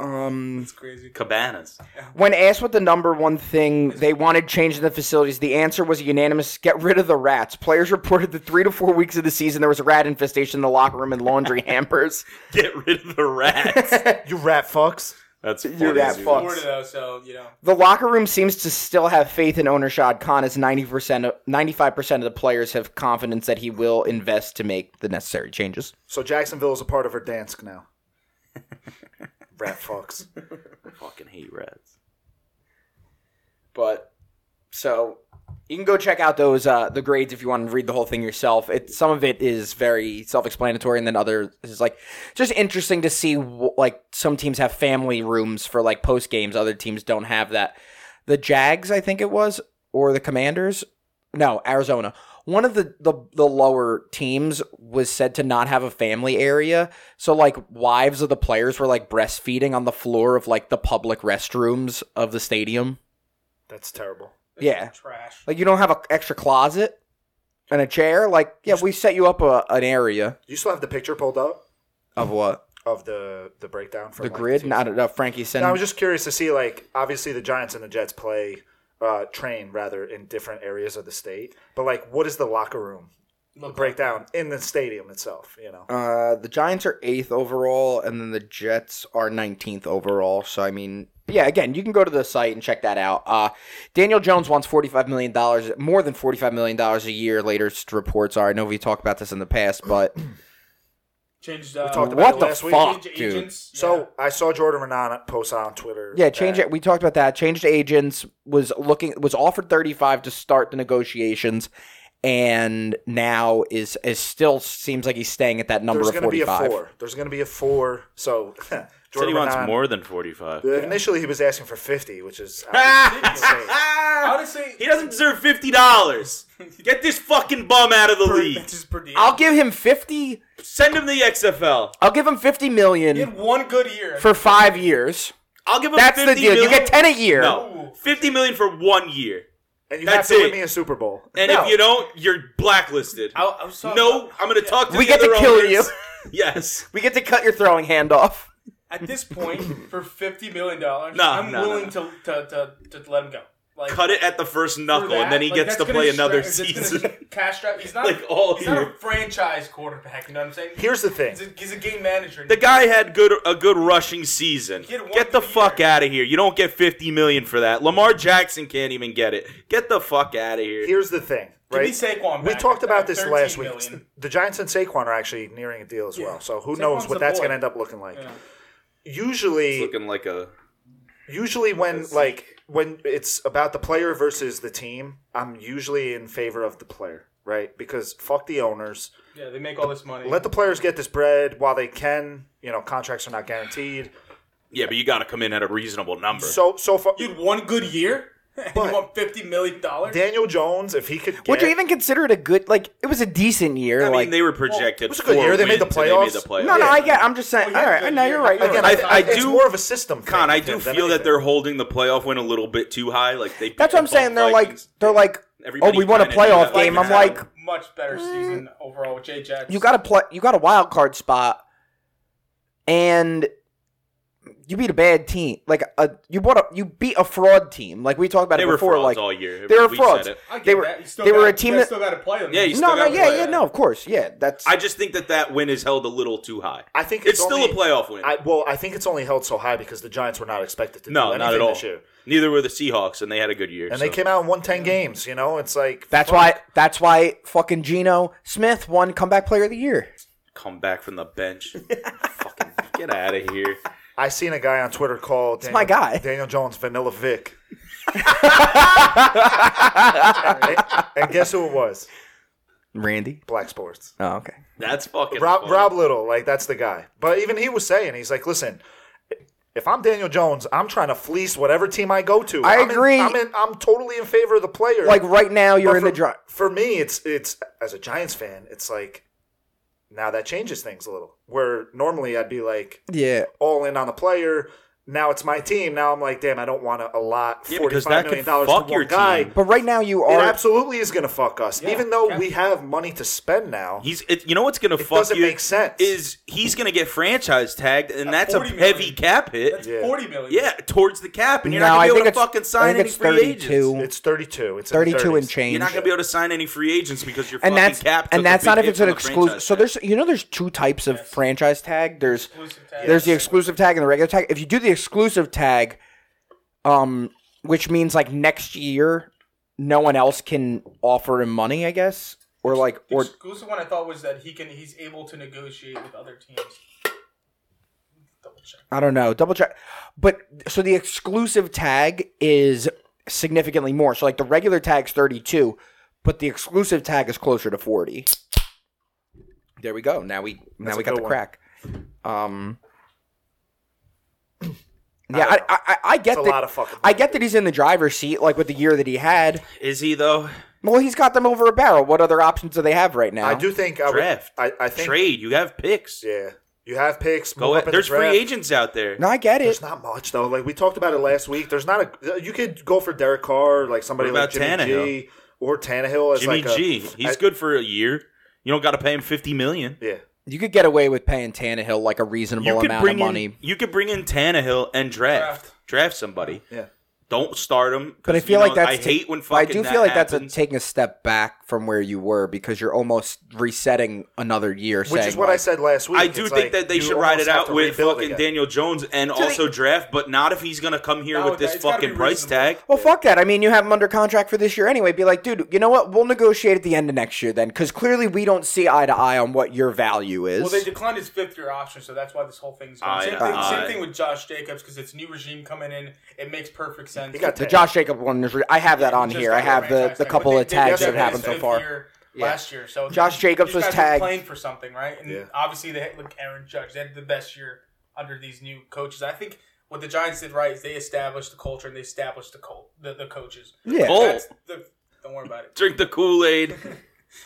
Speaker 1: Um,
Speaker 3: It's crazy.
Speaker 2: Cabanas.
Speaker 1: when asked what the number one thing they wanted changed in the facilities, the answer was unanimous: get rid of the rats. Players reported that three to four weeks of the season there was a rat infestation in the locker room and laundry hampers.
Speaker 2: Get rid of the rats.
Speaker 4: You rat fucks.
Speaker 2: That's funny.
Speaker 1: You rat
Speaker 2: as
Speaker 1: fuck.
Speaker 3: Florida though, so you know.
Speaker 1: The locker room seems to still have faith in owner Shad Khan, as ninety percent, ninety-five percent of the players have confidence that he will invest to make the necessary changes.
Speaker 4: So Jacksonville is a part of Verdansk now. rat fucks.
Speaker 2: Fucking hate rats.
Speaker 1: but so you can go check out those uh, the grades if you want to read the whole thing yourself. It some of it is very self explanatory, and then other is like just interesting to see wh- like some teams have family rooms for like post games, other teams don't have that. The Jags, I think it was, or the Commanders, no Arizona. One of the, the the lower teams was said to not have a family area, so like wives of the players were like breastfeeding on the floor of like the public restrooms of the stadium.
Speaker 4: That's terrible.
Speaker 3: That's
Speaker 1: Yeah.
Speaker 3: Trash.
Speaker 1: Like you don't have an extra closet and a chair. Like yeah, we set you up a, an area
Speaker 4: You still have the picture pulled up
Speaker 1: of what
Speaker 4: of the the breakdown from
Speaker 1: the
Speaker 4: like,
Speaker 1: grid.
Speaker 4: two-
Speaker 1: Not enough. Frankie sent.
Speaker 4: No, I was just curious to see like obviously the Giants and the Jets play uh, train rather in different areas of the state, but like what is the locker room
Speaker 3: Look,
Speaker 4: breakdown in the stadium itself? You know,
Speaker 1: uh, the Giants are eighth overall, and then the Jets are nineteenth overall. So I mean, yeah. Again, you can go to the site and check that out. Uh, Daniel Jones wants forty-five million dollars, more than forty-five million dollars a year. Latest reports are. I know we talked about this in the past, but
Speaker 3: Changed. Uh,
Speaker 4: talked about
Speaker 1: what
Speaker 4: it
Speaker 1: the
Speaker 4: last week.
Speaker 1: fuck,
Speaker 3: change
Speaker 1: dude?
Speaker 3: agents. Yeah.
Speaker 4: so I saw Jordan Renan post on Twitter.
Speaker 1: Yeah, change
Speaker 4: that-
Speaker 1: it. We talked about that. Changed agents was looking was offered thirty five to start the negotiations, and now is is still seems like he's staying at that number
Speaker 4: There's
Speaker 1: of
Speaker 4: going to
Speaker 1: forty
Speaker 4: be a
Speaker 1: five.
Speaker 4: four. There's going to be a four. So
Speaker 2: Said he
Speaker 4: Jordan
Speaker 2: wants
Speaker 4: Renan-
Speaker 2: more than forty-five.
Speaker 4: Uh, Initially, he was asking for fifty, which is
Speaker 3: honestly,
Speaker 2: He doesn't deserve fifty dollars. Get this fucking bum out of the
Speaker 3: per,
Speaker 2: league.
Speaker 3: that's his per diem.
Speaker 1: I'll give him fifty.
Speaker 2: Send him the XFL.
Speaker 1: I'll give him fifty
Speaker 3: He
Speaker 1: million
Speaker 3: had one good year.
Speaker 1: for five years.
Speaker 2: I'll give him.
Speaker 1: That's
Speaker 2: 50
Speaker 1: the deal. You
Speaker 2: million-
Speaker 1: get ten a year.
Speaker 2: No, fifty million for one year.
Speaker 4: and you
Speaker 2: That's
Speaker 4: have to
Speaker 2: it.
Speaker 4: win me a Super Bowl.
Speaker 2: And
Speaker 3: No.
Speaker 2: if you don't, you're blacklisted.
Speaker 3: I, I was talking
Speaker 2: no,
Speaker 3: about-
Speaker 2: I'm gonna
Speaker 3: yeah.
Speaker 2: talk to.
Speaker 1: We
Speaker 2: the
Speaker 1: get to
Speaker 2: other
Speaker 1: kill
Speaker 2: owners.
Speaker 1: you.
Speaker 2: yes.
Speaker 1: We get to cut your throwing hand off.
Speaker 3: At this point, for fifty million dollars,
Speaker 2: No,
Speaker 3: I'm
Speaker 2: no, no,
Speaker 3: willing To, to, to to let him go. Like
Speaker 2: Cut it at the first
Speaker 3: for
Speaker 2: knuckle,
Speaker 3: that,
Speaker 2: and then he
Speaker 3: like,
Speaker 2: gets
Speaker 3: that's
Speaker 2: to
Speaker 3: gonna
Speaker 2: play another
Speaker 3: stra- that's
Speaker 2: season.
Speaker 3: gonna Cash trap. He's not
Speaker 2: Like, all
Speaker 3: He's not a
Speaker 2: year.
Speaker 3: franchise quarterback. You know what I'm saying?
Speaker 4: Here's the thing.
Speaker 3: He's a, he's a game manager.
Speaker 2: The guy had good a good rushing season.
Speaker 3: He had one
Speaker 2: Get the
Speaker 3: good
Speaker 2: fuck
Speaker 3: year.
Speaker 2: out of here. You don't get 50 million for that. Lamar Jackson can't even get it. Get the fuck out of here.
Speaker 4: Here's the thing,
Speaker 3: Give
Speaker 4: right?
Speaker 3: me Saquon
Speaker 4: we
Speaker 3: back.
Speaker 4: talked about
Speaker 3: At
Speaker 4: this
Speaker 3: 13
Speaker 4: last week.
Speaker 3: million.
Speaker 4: The Giants and Saquon are actually nearing a deal as well. So who
Speaker 3: Saquon's
Speaker 4: knows what
Speaker 3: the
Speaker 4: that's
Speaker 3: boy.
Speaker 4: going to end up looking like.
Speaker 3: Yeah.
Speaker 2: He's
Speaker 4: Usually,
Speaker 2: looking like a
Speaker 4: usually when like when it's about the player versus the team, I'm usually in favor of the player, right? Because fuck the owners.
Speaker 3: Yeah, they make all this money.
Speaker 4: Let the players get this bread while they can. You know, contracts are not guaranteed.
Speaker 2: Yeah, but you got to come in at a reasonable number.
Speaker 4: So so far,
Speaker 3: Dude, one good year? And you
Speaker 4: But-
Speaker 3: want fifty million dollars?
Speaker 4: Daniel Jones, if he could, get,
Speaker 1: Would you even consider it a good? Like it was a decent year.
Speaker 2: I mean,
Speaker 1: like
Speaker 2: they were projected.
Speaker 4: Well, it was a
Speaker 2: four
Speaker 4: good year. They made the
Speaker 2: wins and they made
Speaker 4: playoffs.
Speaker 2: the playoffs.
Speaker 1: no, no,
Speaker 4: Yeah.
Speaker 1: I get. I'm just saying.
Speaker 3: yeah,
Speaker 1: all right,
Speaker 3: good
Speaker 1: no, you're
Speaker 3: year.
Speaker 1: right. You're
Speaker 4: Again,
Speaker 1: right.
Speaker 4: I,
Speaker 2: I-
Speaker 4: I,
Speaker 2: I
Speaker 4: it's
Speaker 2: do-
Speaker 4: more of a system. thing,
Speaker 2: Con, I
Speaker 4: think,
Speaker 2: do
Speaker 4: than
Speaker 2: feel that
Speaker 4: anything.
Speaker 2: they're holding the playoff win a little bit too high. Like they. beat
Speaker 1: That's what
Speaker 2: the
Speaker 1: I'm saying. They're like,
Speaker 2: Vikings.
Speaker 1: they're like, oh,
Speaker 2: Everybody
Speaker 1: we won a
Speaker 2: kinda knew
Speaker 1: playoff
Speaker 2: that
Speaker 1: game. I'm like,
Speaker 2: Vikings
Speaker 1: eh.
Speaker 2: had-
Speaker 3: much better season overall with Jay Jackson.
Speaker 1: you got a play, you got a wild card spot, and you beat a bad team. Like a you bought a you beat a fraud team. Like we talked about
Speaker 2: they
Speaker 1: it
Speaker 2: were
Speaker 1: before.
Speaker 2: frauds
Speaker 1: Like
Speaker 2: all year.
Speaker 1: they were
Speaker 2: We said
Speaker 1: frauds.
Speaker 2: it.
Speaker 3: I get
Speaker 1: they were-
Speaker 3: that. You still
Speaker 1: they were
Speaker 3: gotta-
Speaker 1: a team
Speaker 3: you
Speaker 1: that-
Speaker 3: still got to play them.
Speaker 2: Yeah, you
Speaker 1: no,
Speaker 2: still
Speaker 1: no,
Speaker 2: gotta
Speaker 1: yeah,
Speaker 2: play
Speaker 1: yeah,
Speaker 2: it.
Speaker 1: no, of course, yeah. That's
Speaker 2: I just think that that win is held a little too high.
Speaker 4: I think
Speaker 2: It's,
Speaker 4: it's,
Speaker 2: still
Speaker 4: only-
Speaker 2: a playoff win.
Speaker 4: I, well, I think it's only held so high because the Giants were not expected to
Speaker 2: no,
Speaker 4: do
Speaker 2: not at
Speaker 4: anything
Speaker 2: all.
Speaker 4: this year,
Speaker 2: Neither were the Seahawks, and they had a good year.
Speaker 4: and
Speaker 2: so.
Speaker 4: they came out and won ten games. You know, it's like
Speaker 1: that's why that's why fucking Geno Smith won comeback player of the year.
Speaker 2: come back from the bench. Fucking get out of here.
Speaker 4: I seen a guy on Twitter called Daniel,
Speaker 1: my guy.
Speaker 4: Daniel Jones Vanilla Vic. and, and guess who it was?
Speaker 1: Randy.
Speaker 4: Black Sports.
Speaker 1: Oh, okay.
Speaker 2: That's fucking
Speaker 4: Rob
Speaker 2: funny.
Speaker 4: Rob Little, like that's the guy. But even he was saying, he's like, listen, if I'm Daniel Jones, I'm trying to fleece whatever team I go to.
Speaker 1: I
Speaker 4: I'm in-
Speaker 1: agree.
Speaker 4: I'm in, I'm totally in favor of the player.
Speaker 1: Like right now, you're
Speaker 4: But
Speaker 1: in
Speaker 4: for,
Speaker 1: the drive.
Speaker 4: For me, it's it's as a Giants fan, it's like now that changes things a little. Where normally I'd be like
Speaker 1: Yeah.
Speaker 4: all in on the player. Now it's my team. Now I'm like, damn, I don't want to allot
Speaker 2: Yeah,
Speaker 4: forty
Speaker 2: because
Speaker 4: five
Speaker 2: that
Speaker 4: million
Speaker 2: could
Speaker 4: dollars to
Speaker 2: fuck
Speaker 4: one
Speaker 2: your
Speaker 4: guy.
Speaker 2: team.
Speaker 1: But right now, you
Speaker 4: It
Speaker 1: are.
Speaker 4: absolutely is going to fuck us,
Speaker 3: Yeah,
Speaker 4: even though
Speaker 3: yeah.
Speaker 4: we have money to spend now.
Speaker 2: He's it, you know what's gonna
Speaker 4: It
Speaker 2: fuck
Speaker 4: doesn't
Speaker 2: you
Speaker 4: make sense.
Speaker 2: is he's gonna get franchise tagged and
Speaker 3: At
Speaker 2: that's a
Speaker 3: 40 million.
Speaker 2: heavy cap hit.
Speaker 3: That's
Speaker 4: Yeah.
Speaker 3: forty million.
Speaker 2: Yeah, towards the cap, and you're
Speaker 1: No,
Speaker 2: not
Speaker 1: I
Speaker 2: gonna be
Speaker 1: think
Speaker 2: able to
Speaker 1: it's-
Speaker 2: fucking
Speaker 1: I
Speaker 2: sign
Speaker 1: think
Speaker 2: any
Speaker 1: it's
Speaker 2: free agents.
Speaker 1: 32.
Speaker 4: it's 30 two. It's in the
Speaker 1: 32 and
Speaker 4: 30s.
Speaker 1: change.
Speaker 2: You're not gonna be able to sign any free agents because your
Speaker 1: and
Speaker 2: fucking
Speaker 1: that's
Speaker 2: cap.
Speaker 1: and
Speaker 2: took a
Speaker 1: that's
Speaker 2: big
Speaker 1: not if
Speaker 2: hit
Speaker 1: it's an
Speaker 2: from the
Speaker 1: exclusive.
Speaker 2: franchise
Speaker 1: So
Speaker 2: tag.
Speaker 1: there's you know there's two types of franchise tag. There's
Speaker 3: Exclusive tag.
Speaker 1: there's the exclusive tag and the regular tag. If you do the exclusive tag, um, which means like next year, no one else can offer him money, I guess, or like
Speaker 3: The
Speaker 1: or
Speaker 3: exclusive one I thought was that he can he's able to negotiate with other teams. Double check.
Speaker 1: I don't know, double check. But so the exclusive tag is significantly more. So like the regular tag's thirty two, but the exclusive tag is closer to forty. There we go. Now we now
Speaker 4: That's a
Speaker 1: we got
Speaker 4: good
Speaker 1: the
Speaker 4: one.
Speaker 1: crack. Um.
Speaker 4: I
Speaker 1: Yeah, I,
Speaker 4: don't
Speaker 1: I, I, I get
Speaker 4: It's a
Speaker 1: that.
Speaker 4: lot of fucking.
Speaker 1: I get that he's in the driver's seat, like with the year that he had.
Speaker 2: is he though?
Speaker 1: Well, he's got them over a barrel. What other options do they have right now?
Speaker 4: I do think I would,
Speaker 2: Draft.
Speaker 4: I, I think
Speaker 2: Trade. You have picks.
Speaker 4: yeah. You have picks.
Speaker 2: Go
Speaker 4: move
Speaker 2: ahead.
Speaker 4: up in the
Speaker 2: There's
Speaker 4: draft.
Speaker 2: free agents out there.
Speaker 1: No, I get
Speaker 4: There's
Speaker 1: it.
Speaker 4: not much though. Like we talked about it last week. There's not a. You could go for Derek Carr, like somebody
Speaker 2: What
Speaker 4: like Jimmy
Speaker 2: about
Speaker 4: G or Tannehill. As
Speaker 2: Jimmy
Speaker 4: like a-
Speaker 2: G. He's
Speaker 4: I-
Speaker 2: good for a year. You don't got to pay him fifty million.
Speaker 4: Yeah,
Speaker 1: You could get away with paying Tannehill like a reasonable amount
Speaker 2: bring
Speaker 1: of money,
Speaker 2: In, you could bring in Tannehill and draft draft,
Speaker 3: Draft.
Speaker 2: somebody.
Speaker 4: yeah.
Speaker 2: Don't start him.
Speaker 1: but I feel like that's
Speaker 2: I
Speaker 1: ta-
Speaker 2: hate when
Speaker 1: but I
Speaker 2: fucking.
Speaker 1: do
Speaker 2: that
Speaker 1: feel like that's
Speaker 2: happens.
Speaker 1: a, taking a step back from where you were because you're almost resetting another year.
Speaker 4: Which
Speaker 1: saying,
Speaker 4: is what
Speaker 1: like,
Speaker 4: I said last week.
Speaker 2: I do
Speaker 4: It's
Speaker 2: think
Speaker 4: like,
Speaker 2: that they
Speaker 4: you
Speaker 2: should ride
Speaker 4: almost
Speaker 2: it
Speaker 4: have
Speaker 2: out
Speaker 4: to
Speaker 2: with
Speaker 4: rebuild
Speaker 2: fucking
Speaker 4: again.
Speaker 2: Daniel Jones and also draft, but not if he's gonna come here
Speaker 3: No,
Speaker 2: with this
Speaker 3: it's gotta
Speaker 2: fucking
Speaker 3: be
Speaker 2: price
Speaker 3: reasonable.
Speaker 2: tag.
Speaker 1: Well, fuck that. I mean, you have him under contract for this year anyway. Be like, dude, you know what? We'll negotiate at the end of next year then, because clearly we don't see eye to eye on what your value is.
Speaker 3: Well, they declined his fifth year option, so that's why this whole thing's going.
Speaker 2: Aye,
Speaker 3: same, thing,
Speaker 2: aye.
Speaker 3: same thing with Josh Jacobs because it's new regime coming in. It makes perfect sense.
Speaker 4: He got
Speaker 1: the
Speaker 4: tagged.
Speaker 1: Josh Jacob one is. Re- I have that on
Speaker 3: Just
Speaker 1: here.
Speaker 3: got
Speaker 1: I have the,
Speaker 3: franchise
Speaker 1: the
Speaker 3: tag,
Speaker 1: couple
Speaker 3: but
Speaker 1: of
Speaker 3: they-
Speaker 1: tags
Speaker 3: they
Speaker 1: that have
Speaker 3: got
Speaker 1: happened so
Speaker 3: his
Speaker 1: far.
Speaker 3: fifth year Last year, so
Speaker 1: Josh Jacobs
Speaker 3: these
Speaker 1: was
Speaker 3: guys were
Speaker 1: tagged.
Speaker 3: playing for something, right? And
Speaker 4: Yeah.
Speaker 3: obviously, they had, like Aaron Judge, they had the best year under these new coaches. I think what the Giants did right is they established the culture and they established the cult, the, the coaches.
Speaker 1: Yeah.
Speaker 2: Col-
Speaker 3: That's the, don't worry about it.
Speaker 2: Drink the Kool Aid.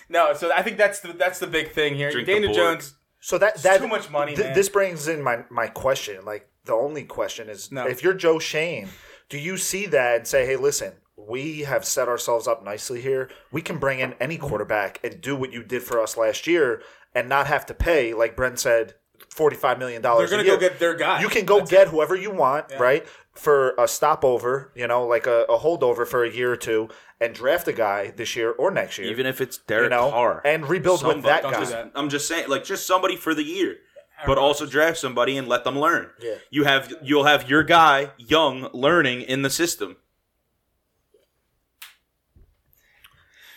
Speaker 3: No, so I think that's the that's the big thing here.
Speaker 2: Drink the
Speaker 3: Daniel
Speaker 2: Borg.
Speaker 3: Jones,
Speaker 4: So that that
Speaker 3: too much money, man.
Speaker 4: This brings in my my question. Like the only question is,
Speaker 3: No.
Speaker 4: if you're Joe Shane, do you see that and say, "Hey, listen, we have set ourselves up nicely here. We can bring in any quarterback and do what you did for us last year, and not have to pay." Like Brent said, forty five million
Speaker 3: they're
Speaker 4: dollars.
Speaker 3: gonna
Speaker 4: a year.
Speaker 3: go get their guy.
Speaker 4: You can go
Speaker 3: That's
Speaker 4: get whoever you want, right? For a stopover, you know, like a, a holdover for a year or two, and draft a guy this year or next year.
Speaker 2: Even if it's
Speaker 4: you
Speaker 2: Derek
Speaker 4: know,
Speaker 2: Carr.
Speaker 4: and rebuild with
Speaker 2: Somebody.
Speaker 4: that
Speaker 2: Don't
Speaker 4: guy.
Speaker 2: do that. I'm just saying, like, just somebody for the year, but also draft somebody and let them learn.
Speaker 4: Yeah.
Speaker 2: You have you'll have your guy young learning in the system.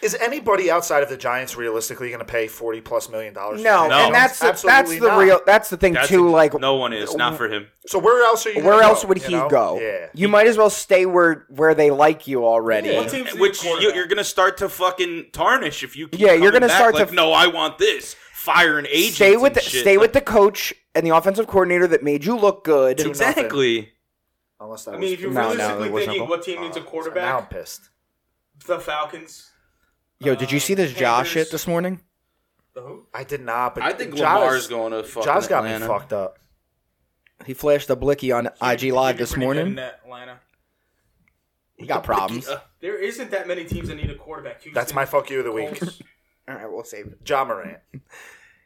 Speaker 4: Is anybody outside of the Giants realistically going to pay forty plus million dollars?
Speaker 5: No,
Speaker 1: No.
Speaker 5: and that's the, that's
Speaker 4: Absolutely
Speaker 5: the
Speaker 4: not.
Speaker 5: real that's the thing
Speaker 1: That's
Speaker 5: too.
Speaker 1: a-
Speaker 5: like
Speaker 1: no one is not for him.
Speaker 4: So where else are you?
Speaker 5: where
Speaker 4: gonna
Speaker 5: else
Speaker 4: go,
Speaker 5: would
Speaker 4: you
Speaker 5: he
Speaker 4: know?
Speaker 5: go?
Speaker 4: Yeah.
Speaker 5: You might as well stay where where they like you already.
Speaker 3: What teams need
Speaker 1: Which
Speaker 3: a
Speaker 1: you,
Speaker 3: quarterback?
Speaker 1: you're going to start to fucking tarnish if you. Keep
Speaker 5: Yeah, you're
Speaker 1: going
Speaker 5: gonna
Speaker 1: to
Speaker 5: start to
Speaker 1: like,
Speaker 5: f-
Speaker 1: No, I want this. Fire an agent.
Speaker 5: Stay with the,
Speaker 1: and shit.
Speaker 5: stay
Speaker 1: Like,
Speaker 5: with the coach and the offensive coordinator that made you look good.
Speaker 4: Two-
Speaker 1: exactly.
Speaker 4: Unless that
Speaker 3: I mean, if you're
Speaker 5: No, no, it
Speaker 3: realistically
Speaker 5: wasn't
Speaker 3: thinking
Speaker 5: a-
Speaker 3: what team needs a
Speaker 4: Now I'm
Speaker 3: quarterback,
Speaker 4: pissed.
Speaker 3: the Falcons.
Speaker 5: Yo, did you see this
Speaker 3: Panthers.
Speaker 5: Josh shit this morning?
Speaker 3: The who?
Speaker 4: I did not. But
Speaker 1: I think
Speaker 4: Josh,
Speaker 1: Lamar's going to fucking
Speaker 4: Josh got
Speaker 1: Atlanta.
Speaker 4: me fucked up.
Speaker 5: He flashed a blicky on IG Live
Speaker 3: They're
Speaker 5: this
Speaker 3: pretty good in
Speaker 5: morning.
Speaker 3: Atlanta.
Speaker 5: He got problems.
Speaker 1: Uh,
Speaker 3: There isn't that many teams that need a quarterback. Houston,
Speaker 4: That's my fuck you of the week.
Speaker 3: Colts.
Speaker 5: All right, we'll save it.
Speaker 4: John Morant.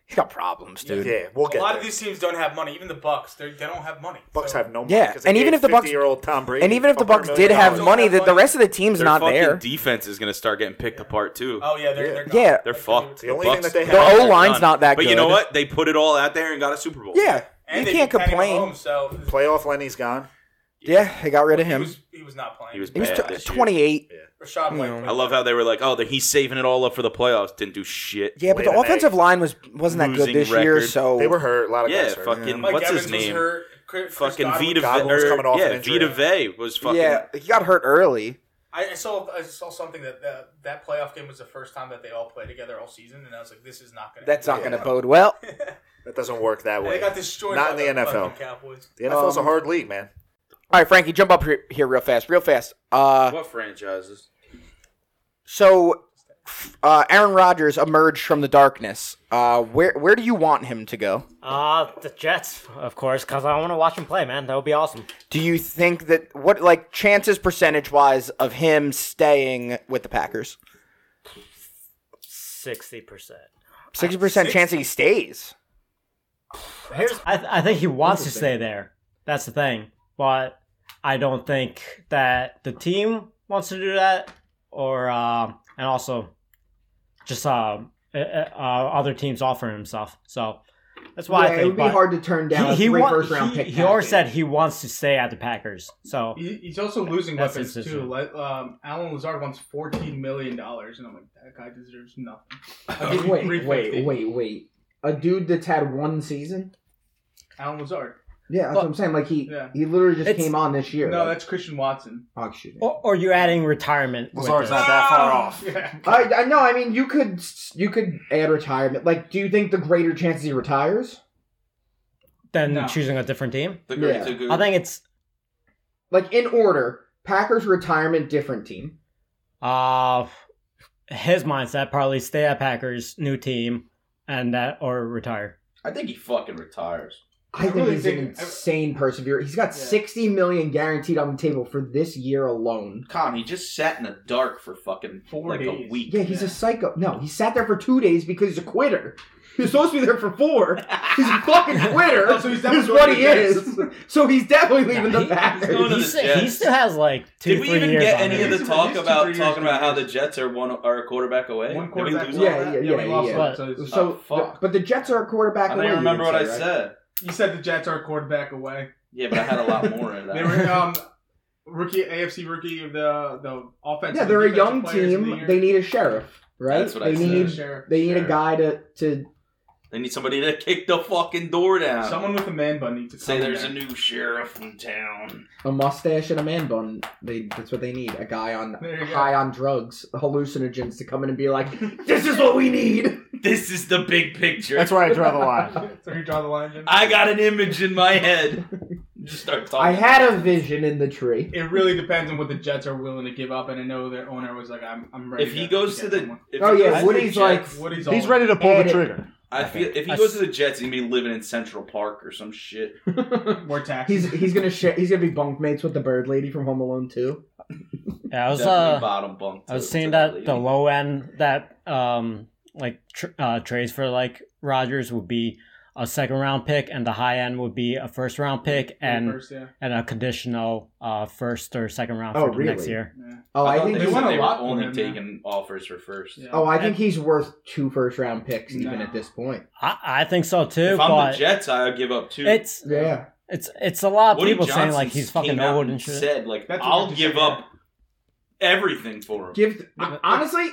Speaker 5: He got problems, dude.
Speaker 4: Yeah, we'll
Speaker 3: A
Speaker 4: get.
Speaker 3: lot of
Speaker 4: there.
Speaker 3: these teams don't have money. Even the Bucks, they they don't have money.
Speaker 4: Bucks
Speaker 3: So-
Speaker 4: have no money.
Speaker 5: Yeah,
Speaker 4: 'cause they
Speaker 5: and even
Speaker 4: gave
Speaker 5: if the Bucks-
Speaker 4: 50-year-old Tom Brady,
Speaker 5: And even if the Bucks
Speaker 4: $400
Speaker 5: did have
Speaker 3: dollars.
Speaker 5: money, that the
Speaker 3: Money.
Speaker 5: rest of the team's
Speaker 1: Their
Speaker 5: not
Speaker 1: fucking
Speaker 5: there.
Speaker 1: defense is going to start getting picked apart too.
Speaker 3: Oh yeah, they're
Speaker 4: Yeah.
Speaker 3: they're gone.
Speaker 5: Yeah.
Speaker 1: They're fucked.
Speaker 4: The only
Speaker 1: Bucks-
Speaker 4: thing that they
Speaker 5: The
Speaker 4: have,
Speaker 5: O line's
Speaker 1: Done.
Speaker 5: not that
Speaker 1: But
Speaker 5: good.
Speaker 1: you know what? They put it all out there and got a Super Bowl.
Speaker 5: Yeah,
Speaker 3: And
Speaker 5: you
Speaker 3: they
Speaker 5: can't
Speaker 3: beat Patty
Speaker 5: complain.
Speaker 3: Mahomes, so
Speaker 4: playoff Lenny's gone.
Speaker 5: Yeah, they got rid of
Speaker 3: he
Speaker 5: him.
Speaker 3: was he was not playing.
Speaker 1: he was
Speaker 5: He was
Speaker 1: bad
Speaker 5: t-
Speaker 1: this year.
Speaker 5: 28.
Speaker 3: Rashad White.
Speaker 1: I love how they were like, "Oh, that he's saving it all up for the playoffs." Didn't do shit.
Speaker 5: Yeah, but
Speaker 4: Wait
Speaker 5: the
Speaker 4: a minute.
Speaker 5: offensive line was wasn't that good
Speaker 1: Losing
Speaker 5: this year,
Speaker 1: record.
Speaker 5: so
Speaker 4: They were hurt. A lot of
Speaker 1: Yeah,
Speaker 4: guys hurt.
Speaker 1: fucking
Speaker 3: Mike
Speaker 1: what's
Speaker 3: Evans
Speaker 1: his
Speaker 3: was
Speaker 1: name?
Speaker 3: hurt. Chris- Chris
Speaker 1: Fucking
Speaker 3: Godwin
Speaker 1: Vita
Speaker 3: was
Speaker 4: Godwin
Speaker 1: Vey.
Speaker 4: was
Speaker 1: or-
Speaker 4: coming off
Speaker 1: yeah,
Speaker 4: an injury.
Speaker 1: Vita Vey was fucking.
Speaker 5: yeah, he got hurt early.
Speaker 3: I I saw I saw something that, that that playoff game was the first time that they all played together all season, and I was like, this is not gonna.
Speaker 5: That's not
Speaker 3: happen.
Speaker 5: going to bode well.
Speaker 4: That doesn't work that
Speaker 3: And
Speaker 4: way.
Speaker 3: They got destroyed.
Speaker 4: Not
Speaker 3: by
Speaker 4: in the
Speaker 3: fucking
Speaker 4: NFL.
Speaker 3: Cowboys.
Speaker 4: the NFL's
Speaker 5: Um,
Speaker 4: a hard league, man.
Speaker 5: All right, Frankie, jump up here, here real fast, real fast. Uh,
Speaker 1: What franchises?
Speaker 5: so uh, Aaron Rodgers emerged from the darkness. Uh, where where do you want him to go?
Speaker 6: Uh, the Jets, of course, because I want to watch him play, man. That would be awesome.
Speaker 5: Do you think that what like chances percentage wise of him staying with the Packers?
Speaker 6: 60%.
Speaker 5: Uh, Sixty percent chance that he stays.
Speaker 6: Here's, I, th- I think he wants to stay there. That's the thing. But I don't think that the team wants to do that, or, uh, and also just uh, uh, uh, other teams offer him stuff. So that's why I think. but
Speaker 5: to turn
Speaker 6: he, he, wa- he, he already said he wants to stay at the Packers. So
Speaker 3: He- He's also losing
Speaker 6: That's
Speaker 3: weapons
Speaker 6: his
Speaker 3: too.
Speaker 6: decision.
Speaker 3: Like, um, Alan Lazard wants fourteen million dollars, and I'm like, that guy deserves nothing.
Speaker 5: Wait,
Speaker 3: 350.
Speaker 5: wait, wait, wait. A dude that's had one season.
Speaker 3: Alan Lazard.
Speaker 5: Yeah, that's what I'm saying. Like he,
Speaker 3: Yeah.
Speaker 5: he literally just
Speaker 6: It's-
Speaker 5: came on this year.
Speaker 3: No,
Speaker 5: like,
Speaker 3: that's Christian Watson.
Speaker 5: oh, shoot.
Speaker 6: or, or you're adding retirement. with
Speaker 4: Lazard's
Speaker 6: it.
Speaker 4: not that far off.
Speaker 3: Yeah.
Speaker 5: I, I know. I mean, you could you could add retirement. Like, do you think the greater chances he retires?
Speaker 6: than
Speaker 3: No.
Speaker 6: choosing a different team.
Speaker 1: The
Speaker 5: Yeah.
Speaker 1: the
Speaker 6: I think it's
Speaker 5: Like in order, Packers retirement, different team.
Speaker 6: uh his mindset probably stay at Packers, new team, and that or retire.
Speaker 2: I think he fucking retires.
Speaker 3: I
Speaker 5: I, think
Speaker 3: really
Speaker 5: he's an
Speaker 3: think- I-
Speaker 5: insane perseverer. He's got
Speaker 3: Yeah.
Speaker 5: sixty million guaranteed on the table for this year alone.
Speaker 2: Con, he just sat in the dark for fucking
Speaker 3: Four
Speaker 2: like
Speaker 3: days.
Speaker 2: a week.
Speaker 5: Yeah, he's a psycho. No, he sat there for two days because he's a quitter. He was supposed to be there for four. He's a fucking quitter.
Speaker 3: Oh, so he's
Speaker 5: is
Speaker 3: definitely
Speaker 5: what
Speaker 3: going
Speaker 5: he
Speaker 3: to the
Speaker 5: is. So he's definitely leaving
Speaker 6: Nah,
Speaker 5: the
Speaker 6: he-
Speaker 5: Packers.
Speaker 2: going to
Speaker 6: He
Speaker 2: the
Speaker 6: still,
Speaker 2: Jets.
Speaker 6: he still has like two,
Speaker 2: Did we
Speaker 6: three
Speaker 2: even
Speaker 6: years
Speaker 2: get
Speaker 6: on
Speaker 2: any of
Speaker 6: him.
Speaker 2: the
Speaker 3: He's
Speaker 2: talk
Speaker 3: reduced to
Speaker 2: about
Speaker 3: three years,
Speaker 2: talking about
Speaker 3: three
Speaker 2: how the
Speaker 3: years.
Speaker 2: Jets are one are a quarterback away?
Speaker 3: One
Speaker 2: Did we
Speaker 3: quarterback.
Speaker 2: lose
Speaker 5: Yeah,
Speaker 2: all that?
Speaker 5: yeah,
Speaker 3: we
Speaker 5: yeah,
Speaker 3: lost
Speaker 5: yeah.
Speaker 3: one, so it's- uh,
Speaker 5: So,
Speaker 2: Oh, fuck.
Speaker 5: but the Jets are a quarterback
Speaker 2: I
Speaker 5: away.
Speaker 2: don't even remember
Speaker 5: you
Speaker 2: what
Speaker 5: would
Speaker 2: I
Speaker 5: say, right?
Speaker 2: said.
Speaker 3: you said the Jets are a quarterback away.
Speaker 2: Yeah, but I had a lot more of that.
Speaker 3: They were um, rookie AFC rookie of the the offense.
Speaker 5: Yeah, they're a young team. they need a sheriff, right?
Speaker 2: That's what
Speaker 5: they
Speaker 2: I said.
Speaker 5: need
Speaker 3: Sure.
Speaker 5: they need a
Speaker 2: Sheriff.
Speaker 5: guy to to
Speaker 2: They need somebody to kick the fucking door down.
Speaker 3: Someone with a man bun needs to
Speaker 2: say
Speaker 3: come in
Speaker 2: there's a
Speaker 3: there.
Speaker 2: new sheriff in town.
Speaker 5: a mustache and a man bun. They that's what they need. A guy on
Speaker 3: There you go.
Speaker 5: high on drugs, hallucinogens to come in and be like, "This is what we need."
Speaker 2: This is the big picture.
Speaker 4: That's where I draw the line.
Speaker 3: That's where you draw the line. Jim.
Speaker 2: I got an image in my head. Just start talking.
Speaker 5: I had a vision in the tree.
Speaker 3: It really depends on what the Jets are willing to give up, and I know their owner was like, "I'm, I'm ready."
Speaker 2: if he goes to the, if
Speaker 5: Oh,
Speaker 2: he
Speaker 5: yeah,
Speaker 2: goes to
Speaker 5: Woody's
Speaker 2: the
Speaker 5: like-
Speaker 2: Jets,
Speaker 3: Woody's
Speaker 4: He's
Speaker 3: all-
Speaker 4: ready to pull
Speaker 5: Add
Speaker 4: the
Speaker 5: it.
Speaker 4: trigger.
Speaker 2: I feel if he
Speaker 6: I
Speaker 2: goes
Speaker 6: s-
Speaker 2: to the Jets, he'd be living in Central Park or some shit.
Speaker 3: More taxes.
Speaker 5: He's he's gonna share, he's gonna be bunkmates with the bird lady from Home Alone too.
Speaker 6: Yeah, I was
Speaker 2: Definitely
Speaker 6: uh,
Speaker 2: bottom bunk.
Speaker 6: I
Speaker 2: to-
Speaker 6: was
Speaker 2: to
Speaker 6: seeing that
Speaker 2: league.
Speaker 6: the low end that um like tr- uh, trades for like Rogers would be a second round pick, and the high end would be a first round pick and
Speaker 3: First, yeah.
Speaker 6: and a conditional uh first or second round
Speaker 5: Oh,
Speaker 6: for the next
Speaker 5: really?
Speaker 6: year.
Speaker 5: Oh, I,
Speaker 2: thought
Speaker 5: think
Speaker 2: they,
Speaker 5: he's-
Speaker 2: said
Speaker 3: won a
Speaker 2: they were
Speaker 3: lot for
Speaker 2: only
Speaker 3: him,
Speaker 2: taking offers for first.
Speaker 3: Yeah.
Speaker 5: oh I think he's worth two first round picks even
Speaker 3: No.
Speaker 5: at this point.
Speaker 6: I I think so too,
Speaker 2: If I'm
Speaker 6: but
Speaker 2: the Jets, I'd give up two.
Speaker 6: it's
Speaker 5: Yeah,
Speaker 6: It's it's a lot of
Speaker 2: Woody
Speaker 6: people saying
Speaker 2: Johnson
Speaker 6: like he's fucking
Speaker 2: came out
Speaker 6: old and shit.
Speaker 2: Said like
Speaker 3: That's what
Speaker 2: I'll
Speaker 3: they
Speaker 2: give
Speaker 3: said,
Speaker 2: up everything for him.
Speaker 5: give honestly.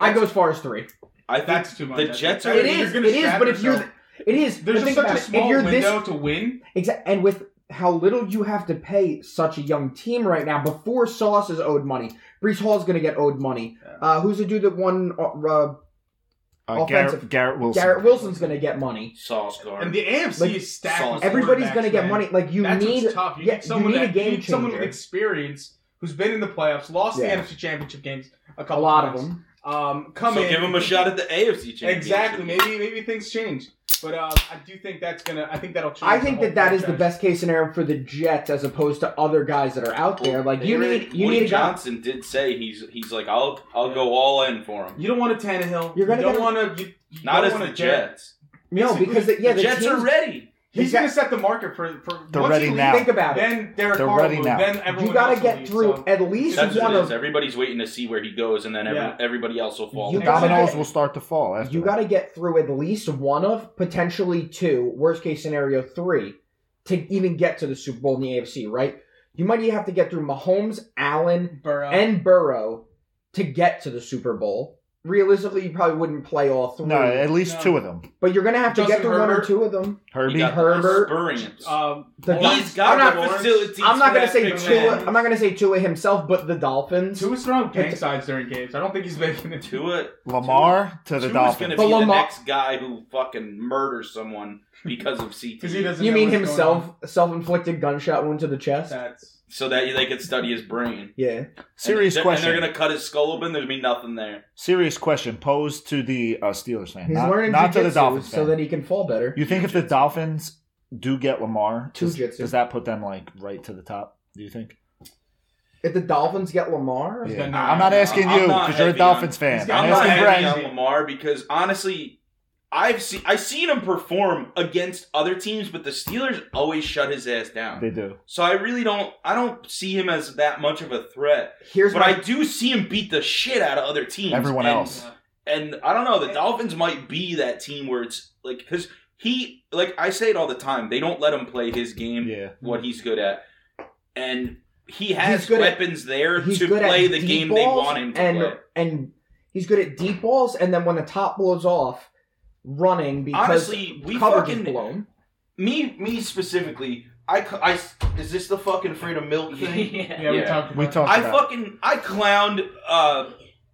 Speaker 5: I go as far as three.
Speaker 2: I think
Speaker 3: That's too much.
Speaker 2: The
Speaker 3: I think.
Speaker 2: Jets
Speaker 3: I
Speaker 2: are-
Speaker 5: It
Speaker 3: think
Speaker 5: is.
Speaker 3: gonna
Speaker 5: It is.
Speaker 3: stab
Speaker 5: But if you're,
Speaker 3: yourself.
Speaker 5: it is.
Speaker 3: there's
Speaker 5: but
Speaker 3: just
Speaker 5: think
Speaker 3: such
Speaker 5: about
Speaker 3: a
Speaker 5: it.
Speaker 3: small
Speaker 5: if you're this
Speaker 3: window to win.
Speaker 5: Exa- and with how little you have to pay such a young team right now, before Sauce is owed money, Brees Hall's going to get owed money. Uh, who's the dude that won? Uh, uh,
Speaker 4: Uh,
Speaker 5: Offensive.
Speaker 4: Garrett, Garrett Wilson.
Speaker 5: Garrett Wilson's going to get money.
Speaker 2: Sauce
Speaker 3: And
Speaker 2: guard.
Speaker 3: the AFC
Speaker 5: Like,
Speaker 3: is stacked.
Speaker 2: Sauce.
Speaker 3: with
Speaker 5: Everybody's
Speaker 3: quarterbacks,
Speaker 5: going to get
Speaker 3: man.
Speaker 5: money. Like you
Speaker 3: That's
Speaker 5: need,
Speaker 3: what's tough. You
Speaker 5: yeah,
Speaker 3: need someone
Speaker 5: you need
Speaker 3: that
Speaker 5: a game
Speaker 3: you need someone with
Speaker 5: changer.
Speaker 3: experience who's been in the playoffs, lost
Speaker 5: Yeah.
Speaker 3: the NFC Championship games a
Speaker 5: a
Speaker 3: couple,
Speaker 5: lot of
Speaker 3: times.
Speaker 5: them.
Speaker 3: Um, come
Speaker 2: so
Speaker 3: in,
Speaker 2: give him a shot at the AFC championship.
Speaker 3: Exactly. Maybe maybe things change, but uh, I do think that's gonna. I think that'll change.
Speaker 5: I think
Speaker 3: the
Speaker 5: that that is the
Speaker 3: best.
Speaker 5: best case scenario for the Jets as opposed to other guys that are out there. Like you
Speaker 2: Woody-
Speaker 5: need, you
Speaker 2: Woody
Speaker 5: need a guy.
Speaker 2: Johnson did say he's he's like I'll I'll go all in for him.
Speaker 3: You don't want a Tannehill.
Speaker 5: You're gonna
Speaker 3: you don't
Speaker 5: get-
Speaker 3: want to. You, you
Speaker 2: Not
Speaker 3: don't
Speaker 2: as
Speaker 3: want
Speaker 2: the
Speaker 3: a Jet.
Speaker 2: Jets.
Speaker 5: No, because the, yeah, the,
Speaker 2: the Jets
Speaker 5: teams,
Speaker 2: are ready.
Speaker 3: He's
Speaker 5: Exact-
Speaker 3: gonna set the market for for.
Speaker 4: They're
Speaker 3: once
Speaker 4: ready
Speaker 3: you leave,
Speaker 4: now.
Speaker 5: Think about it.
Speaker 3: Then Derek
Speaker 4: They're
Speaker 3: Carr
Speaker 4: ready
Speaker 3: will,
Speaker 4: now.
Speaker 3: Then everyone
Speaker 5: You got
Speaker 3: else
Speaker 5: to
Speaker 3: will
Speaker 5: get
Speaker 3: leave,
Speaker 5: through
Speaker 3: so-
Speaker 5: at least
Speaker 2: That's
Speaker 3: just
Speaker 2: what
Speaker 5: one
Speaker 2: it
Speaker 5: of
Speaker 2: is. Everybody's waiting to see where he goes, and then every,
Speaker 3: Yeah.
Speaker 2: everybody else will fall.
Speaker 5: You
Speaker 4: The
Speaker 2: in.
Speaker 5: got-
Speaker 4: dominoes
Speaker 5: Exactly.
Speaker 4: will start to fall. After
Speaker 5: You
Speaker 4: that.
Speaker 5: got to get through at least one of, potentially two, worst case scenario three, to even get to the Super Bowl in the AFC, right? You might even have to get through Mahomes, Allen,
Speaker 3: Burrow.
Speaker 5: and Burrow to get to the Super Bowl. Realistically, you probably wouldn't play all three,
Speaker 4: no, at least
Speaker 3: No.
Speaker 4: two of them.
Speaker 5: but you're going to have to
Speaker 3: Justin
Speaker 5: get to one or
Speaker 3: Herbert.
Speaker 5: two of them.
Speaker 2: You
Speaker 4: Herbie.
Speaker 2: got the
Speaker 5: Herbert.
Speaker 2: spurring it.
Speaker 3: um,
Speaker 5: The
Speaker 3: Lawrence-
Speaker 5: Dolphins-
Speaker 2: he's got
Speaker 5: I'm not-
Speaker 2: the
Speaker 3: Lawrence.
Speaker 2: facilities.
Speaker 5: I'm not
Speaker 2: for
Speaker 5: going to
Speaker 2: that
Speaker 5: say
Speaker 2: big
Speaker 5: Tua.
Speaker 2: man.
Speaker 5: I'm not going to say Tua himself, but the Dolphins.
Speaker 3: Tua's throwing gang signs during games. I don't think he's making it.
Speaker 2: Tua.
Speaker 4: Lamar to the
Speaker 2: Tua's
Speaker 4: Dolphins.
Speaker 2: gonna
Speaker 5: But
Speaker 2: be the
Speaker 5: Lamar-
Speaker 2: next guy who fucking murders someone because of CT.
Speaker 3: Because he doesn't.
Speaker 5: You
Speaker 3: know
Speaker 5: mean
Speaker 3: what's going
Speaker 5: himself?
Speaker 3: on.
Speaker 5: Self-inflicted gunshot wound to the chest.
Speaker 3: That's
Speaker 2: so that they could study his brain.
Speaker 5: Yeah.
Speaker 4: Serious
Speaker 2: and, they're-
Speaker 4: question.
Speaker 2: And they're gonna cut his skull open. There's gonna be nothing there.
Speaker 4: Serious question posed to the uh, Steelers fan.
Speaker 5: He's
Speaker 4: not
Speaker 5: learning
Speaker 4: not to the
Speaker 5: jujitsu
Speaker 4: Dolphins
Speaker 5: so
Speaker 4: fan.
Speaker 5: that he can fall better.
Speaker 4: you think if the Dolphins do get Lamar, does,
Speaker 5: Jujitsu.
Speaker 4: does that put them like right to the top? Do you think?
Speaker 5: If the Dolphins get Lamar,
Speaker 4: Yeah.
Speaker 3: got no-
Speaker 4: I'm not asking
Speaker 2: I'm
Speaker 4: you
Speaker 2: not
Speaker 4: because you're a
Speaker 2: heavy on-
Speaker 4: Dolphins fan.
Speaker 3: got-
Speaker 4: I'm
Speaker 2: I'm not
Speaker 4: asking
Speaker 3: heavy
Speaker 4: Brent.
Speaker 2: happy on Lamar because honestly, I've seen I've seen him perform against other teams, but the Steelers always shut his ass down.
Speaker 4: They do.
Speaker 2: So I really don't I don't see him as that much of a threat.
Speaker 5: here's
Speaker 2: But
Speaker 5: my
Speaker 2: I do see him beat the shit out of other teams.
Speaker 4: Everyone
Speaker 2: And-
Speaker 4: else.
Speaker 2: And I don't know, the Dolphins might be that team where it's like cuz he like I say it all the time, they don't let him play his game
Speaker 4: Yeah.
Speaker 2: what he's good at. And he has
Speaker 5: He's good at-
Speaker 2: weapons there
Speaker 5: he's
Speaker 2: to
Speaker 5: good
Speaker 2: play
Speaker 5: at
Speaker 2: the
Speaker 5: deep
Speaker 2: game they
Speaker 5: balls
Speaker 2: want him to
Speaker 5: and,
Speaker 2: play.
Speaker 5: And he's good at deep balls, and then when the top blows off, running because
Speaker 2: Honestly, we
Speaker 5: coverage is
Speaker 2: fucking
Speaker 5: blown.
Speaker 2: me me specifically I, c- I s- is this the fucking freedom milk thing?
Speaker 3: yeah. We
Speaker 2: Yeah.
Speaker 3: talked.
Speaker 4: We
Speaker 3: about
Speaker 4: talked
Speaker 2: I
Speaker 4: about
Speaker 2: fucking I clowned uh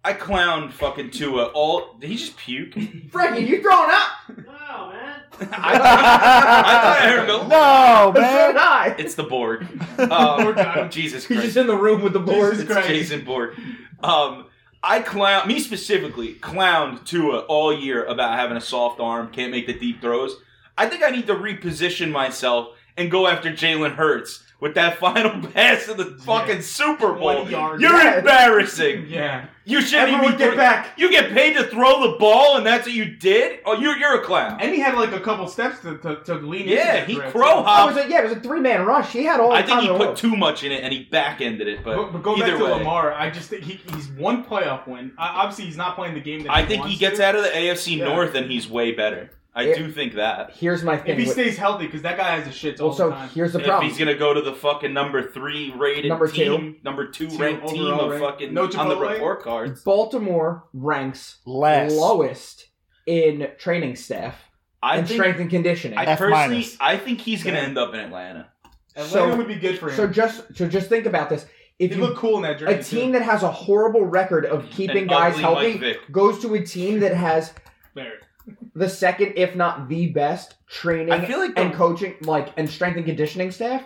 Speaker 2: I clowned fucking Tua all did he just puke?
Speaker 5: Frankie, you throwing up?
Speaker 6: No, man.
Speaker 2: I, thought I heard milk.
Speaker 4: No,
Speaker 5: so
Speaker 4: man.
Speaker 5: did I.
Speaker 2: It's the Borg.
Speaker 3: We're
Speaker 2: Um,
Speaker 3: done.
Speaker 2: Jesus
Speaker 5: He's just
Speaker 2: Christ.
Speaker 5: in the room with the board.
Speaker 3: Jesus
Speaker 2: It's
Speaker 3: Christ.
Speaker 2: Jason Borg. Um, I clown me specifically clowned Tua all year about having a soft arm, can't make the deep throws. I think I need to reposition myself and go after Jalen Hurts with that final pass of the fucking Super Bowl.
Speaker 3: 20 yards.
Speaker 2: You're
Speaker 5: Yeah.
Speaker 2: embarrassing.
Speaker 3: Yeah.
Speaker 2: You shouldn't
Speaker 3: Everyone
Speaker 2: even
Speaker 3: get back.
Speaker 2: You get paid to throw the ball, and that's what you did. Oh, you're you're a clown.
Speaker 3: And he had like a couple steps to, to, to lean into.
Speaker 2: yeah,
Speaker 3: the
Speaker 2: he
Speaker 3: threat.
Speaker 2: crow
Speaker 5: Oh, it
Speaker 2: hopped.
Speaker 5: was a, yeah, it was a three-man rush. He had all.
Speaker 2: Uh, I
Speaker 5: the
Speaker 2: think
Speaker 5: time
Speaker 2: he
Speaker 5: in the
Speaker 2: put
Speaker 5: world.
Speaker 2: too much in it, and he back ended it. But,
Speaker 3: But, but going
Speaker 2: either
Speaker 3: back to
Speaker 2: way,
Speaker 3: Lamar, I just think he, he's one playoff win. I, obviously, he's not playing the game that
Speaker 2: I think he
Speaker 3: wants
Speaker 2: gets
Speaker 3: to.
Speaker 2: out of the AFC
Speaker 3: Yeah.
Speaker 2: North, and he's way better. I
Speaker 5: Yeah.
Speaker 2: do think that.
Speaker 5: Here's my thing.
Speaker 3: If he
Speaker 5: with-
Speaker 3: stays healthy, because that guy has the shits all
Speaker 5: also,
Speaker 3: the time.
Speaker 5: here's the
Speaker 2: if
Speaker 5: problem.
Speaker 2: he's gonna go to the fucking number three rated
Speaker 5: Number
Speaker 2: team, number two,
Speaker 3: Two
Speaker 2: ranked team
Speaker 3: overall
Speaker 2: of
Speaker 3: ranked.
Speaker 2: fucking
Speaker 3: No
Speaker 2: on the
Speaker 3: Chipotle?
Speaker 2: report cards,
Speaker 5: Baltimore ranks
Speaker 4: Last.
Speaker 5: lowest in training staff
Speaker 2: I
Speaker 5: and
Speaker 2: think.
Speaker 5: strength and conditioning.
Speaker 2: I
Speaker 4: F
Speaker 2: personally,
Speaker 4: minus.
Speaker 2: I think he's gonna end up in Atlanta.
Speaker 3: Atlanta
Speaker 5: so-
Speaker 3: would be good for him.
Speaker 5: so just so just think about this. If
Speaker 3: he
Speaker 5: you
Speaker 3: looked cool in that jersey.
Speaker 5: a team that has a horrible record of keeping
Speaker 2: An
Speaker 5: guys
Speaker 2: ugly Mike
Speaker 5: healthy
Speaker 2: Vick.
Speaker 5: goes to a team that has
Speaker 3: too. There.
Speaker 5: the second, if not the best, training
Speaker 2: I feel like the-
Speaker 5: and coaching, like and strength and conditioning staff.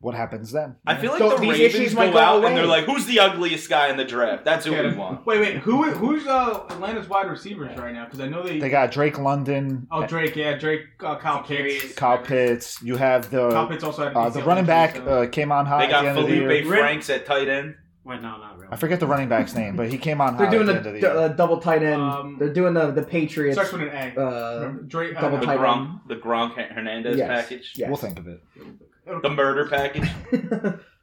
Speaker 4: What happens then?
Speaker 2: I feel like
Speaker 5: So
Speaker 2: the
Speaker 5: these
Speaker 2: Ravens
Speaker 5: issues
Speaker 2: go
Speaker 5: might go
Speaker 2: out
Speaker 5: away.
Speaker 2: and they're like, "Who's the ugliest guy in the draft?" That's who
Speaker 3: Get
Speaker 2: we
Speaker 3: him.
Speaker 2: want.
Speaker 3: Wait, wait. Who who's uh, Atlanta's wide receivers right now? Because I know they.
Speaker 4: They got Drake London,
Speaker 3: oh, Drake. Yeah, Drake. Uh, Kyle Pitts.
Speaker 4: Kyle Pitts. You have the
Speaker 3: Kyle Pitts also had
Speaker 4: uh, the running back
Speaker 3: So.
Speaker 4: uh, came on
Speaker 5: Ah,
Speaker 4: high.
Speaker 2: They
Speaker 4: at
Speaker 2: got
Speaker 4: the end Of the year.
Speaker 2: Felipe
Speaker 6: year.
Speaker 2: Franks at tight end.
Speaker 6: Wait, no, not really.
Speaker 4: I forget the running back's name, but he came on
Speaker 5: They're
Speaker 4: high
Speaker 5: doing
Speaker 4: at the end of
Speaker 5: the
Speaker 4: the
Speaker 5: d-
Speaker 4: year.
Speaker 5: uh, double tight end.
Speaker 3: Um,
Speaker 5: They're doing the the Patriots.
Speaker 3: starts with an A.
Speaker 5: Uh,
Speaker 3: Drake. uh,
Speaker 5: double
Speaker 3: no,
Speaker 2: The
Speaker 5: tight
Speaker 2: Gronk, the Gronk Hernandez
Speaker 5: Yes.
Speaker 2: package,
Speaker 5: yes.
Speaker 4: We'll think of it.
Speaker 3: uh,
Speaker 2: the murder package.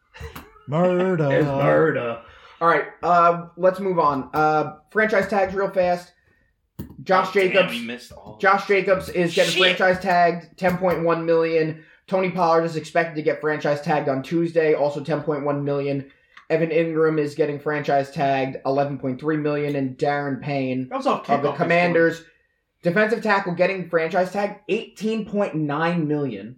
Speaker 4: Murder.
Speaker 5: All right, uh, let's move on. Uh, franchise tags real fast. Josh
Speaker 2: Oh, damn,
Speaker 5: Jacobs.
Speaker 2: we missed all.
Speaker 5: Josh Jacobs is getting
Speaker 2: Shit.
Speaker 5: franchise tagged, 10.1 million. Tony Pollard is expected to get franchise tagged on Tuesday, also 10.1 million. Evan Ingram is getting franchise tagged 11.3 million, and Darren Payne
Speaker 3: That was off
Speaker 5: of the
Speaker 3: kickoff.
Speaker 5: Commanders, defensive tackle getting franchise tag 18.9 million.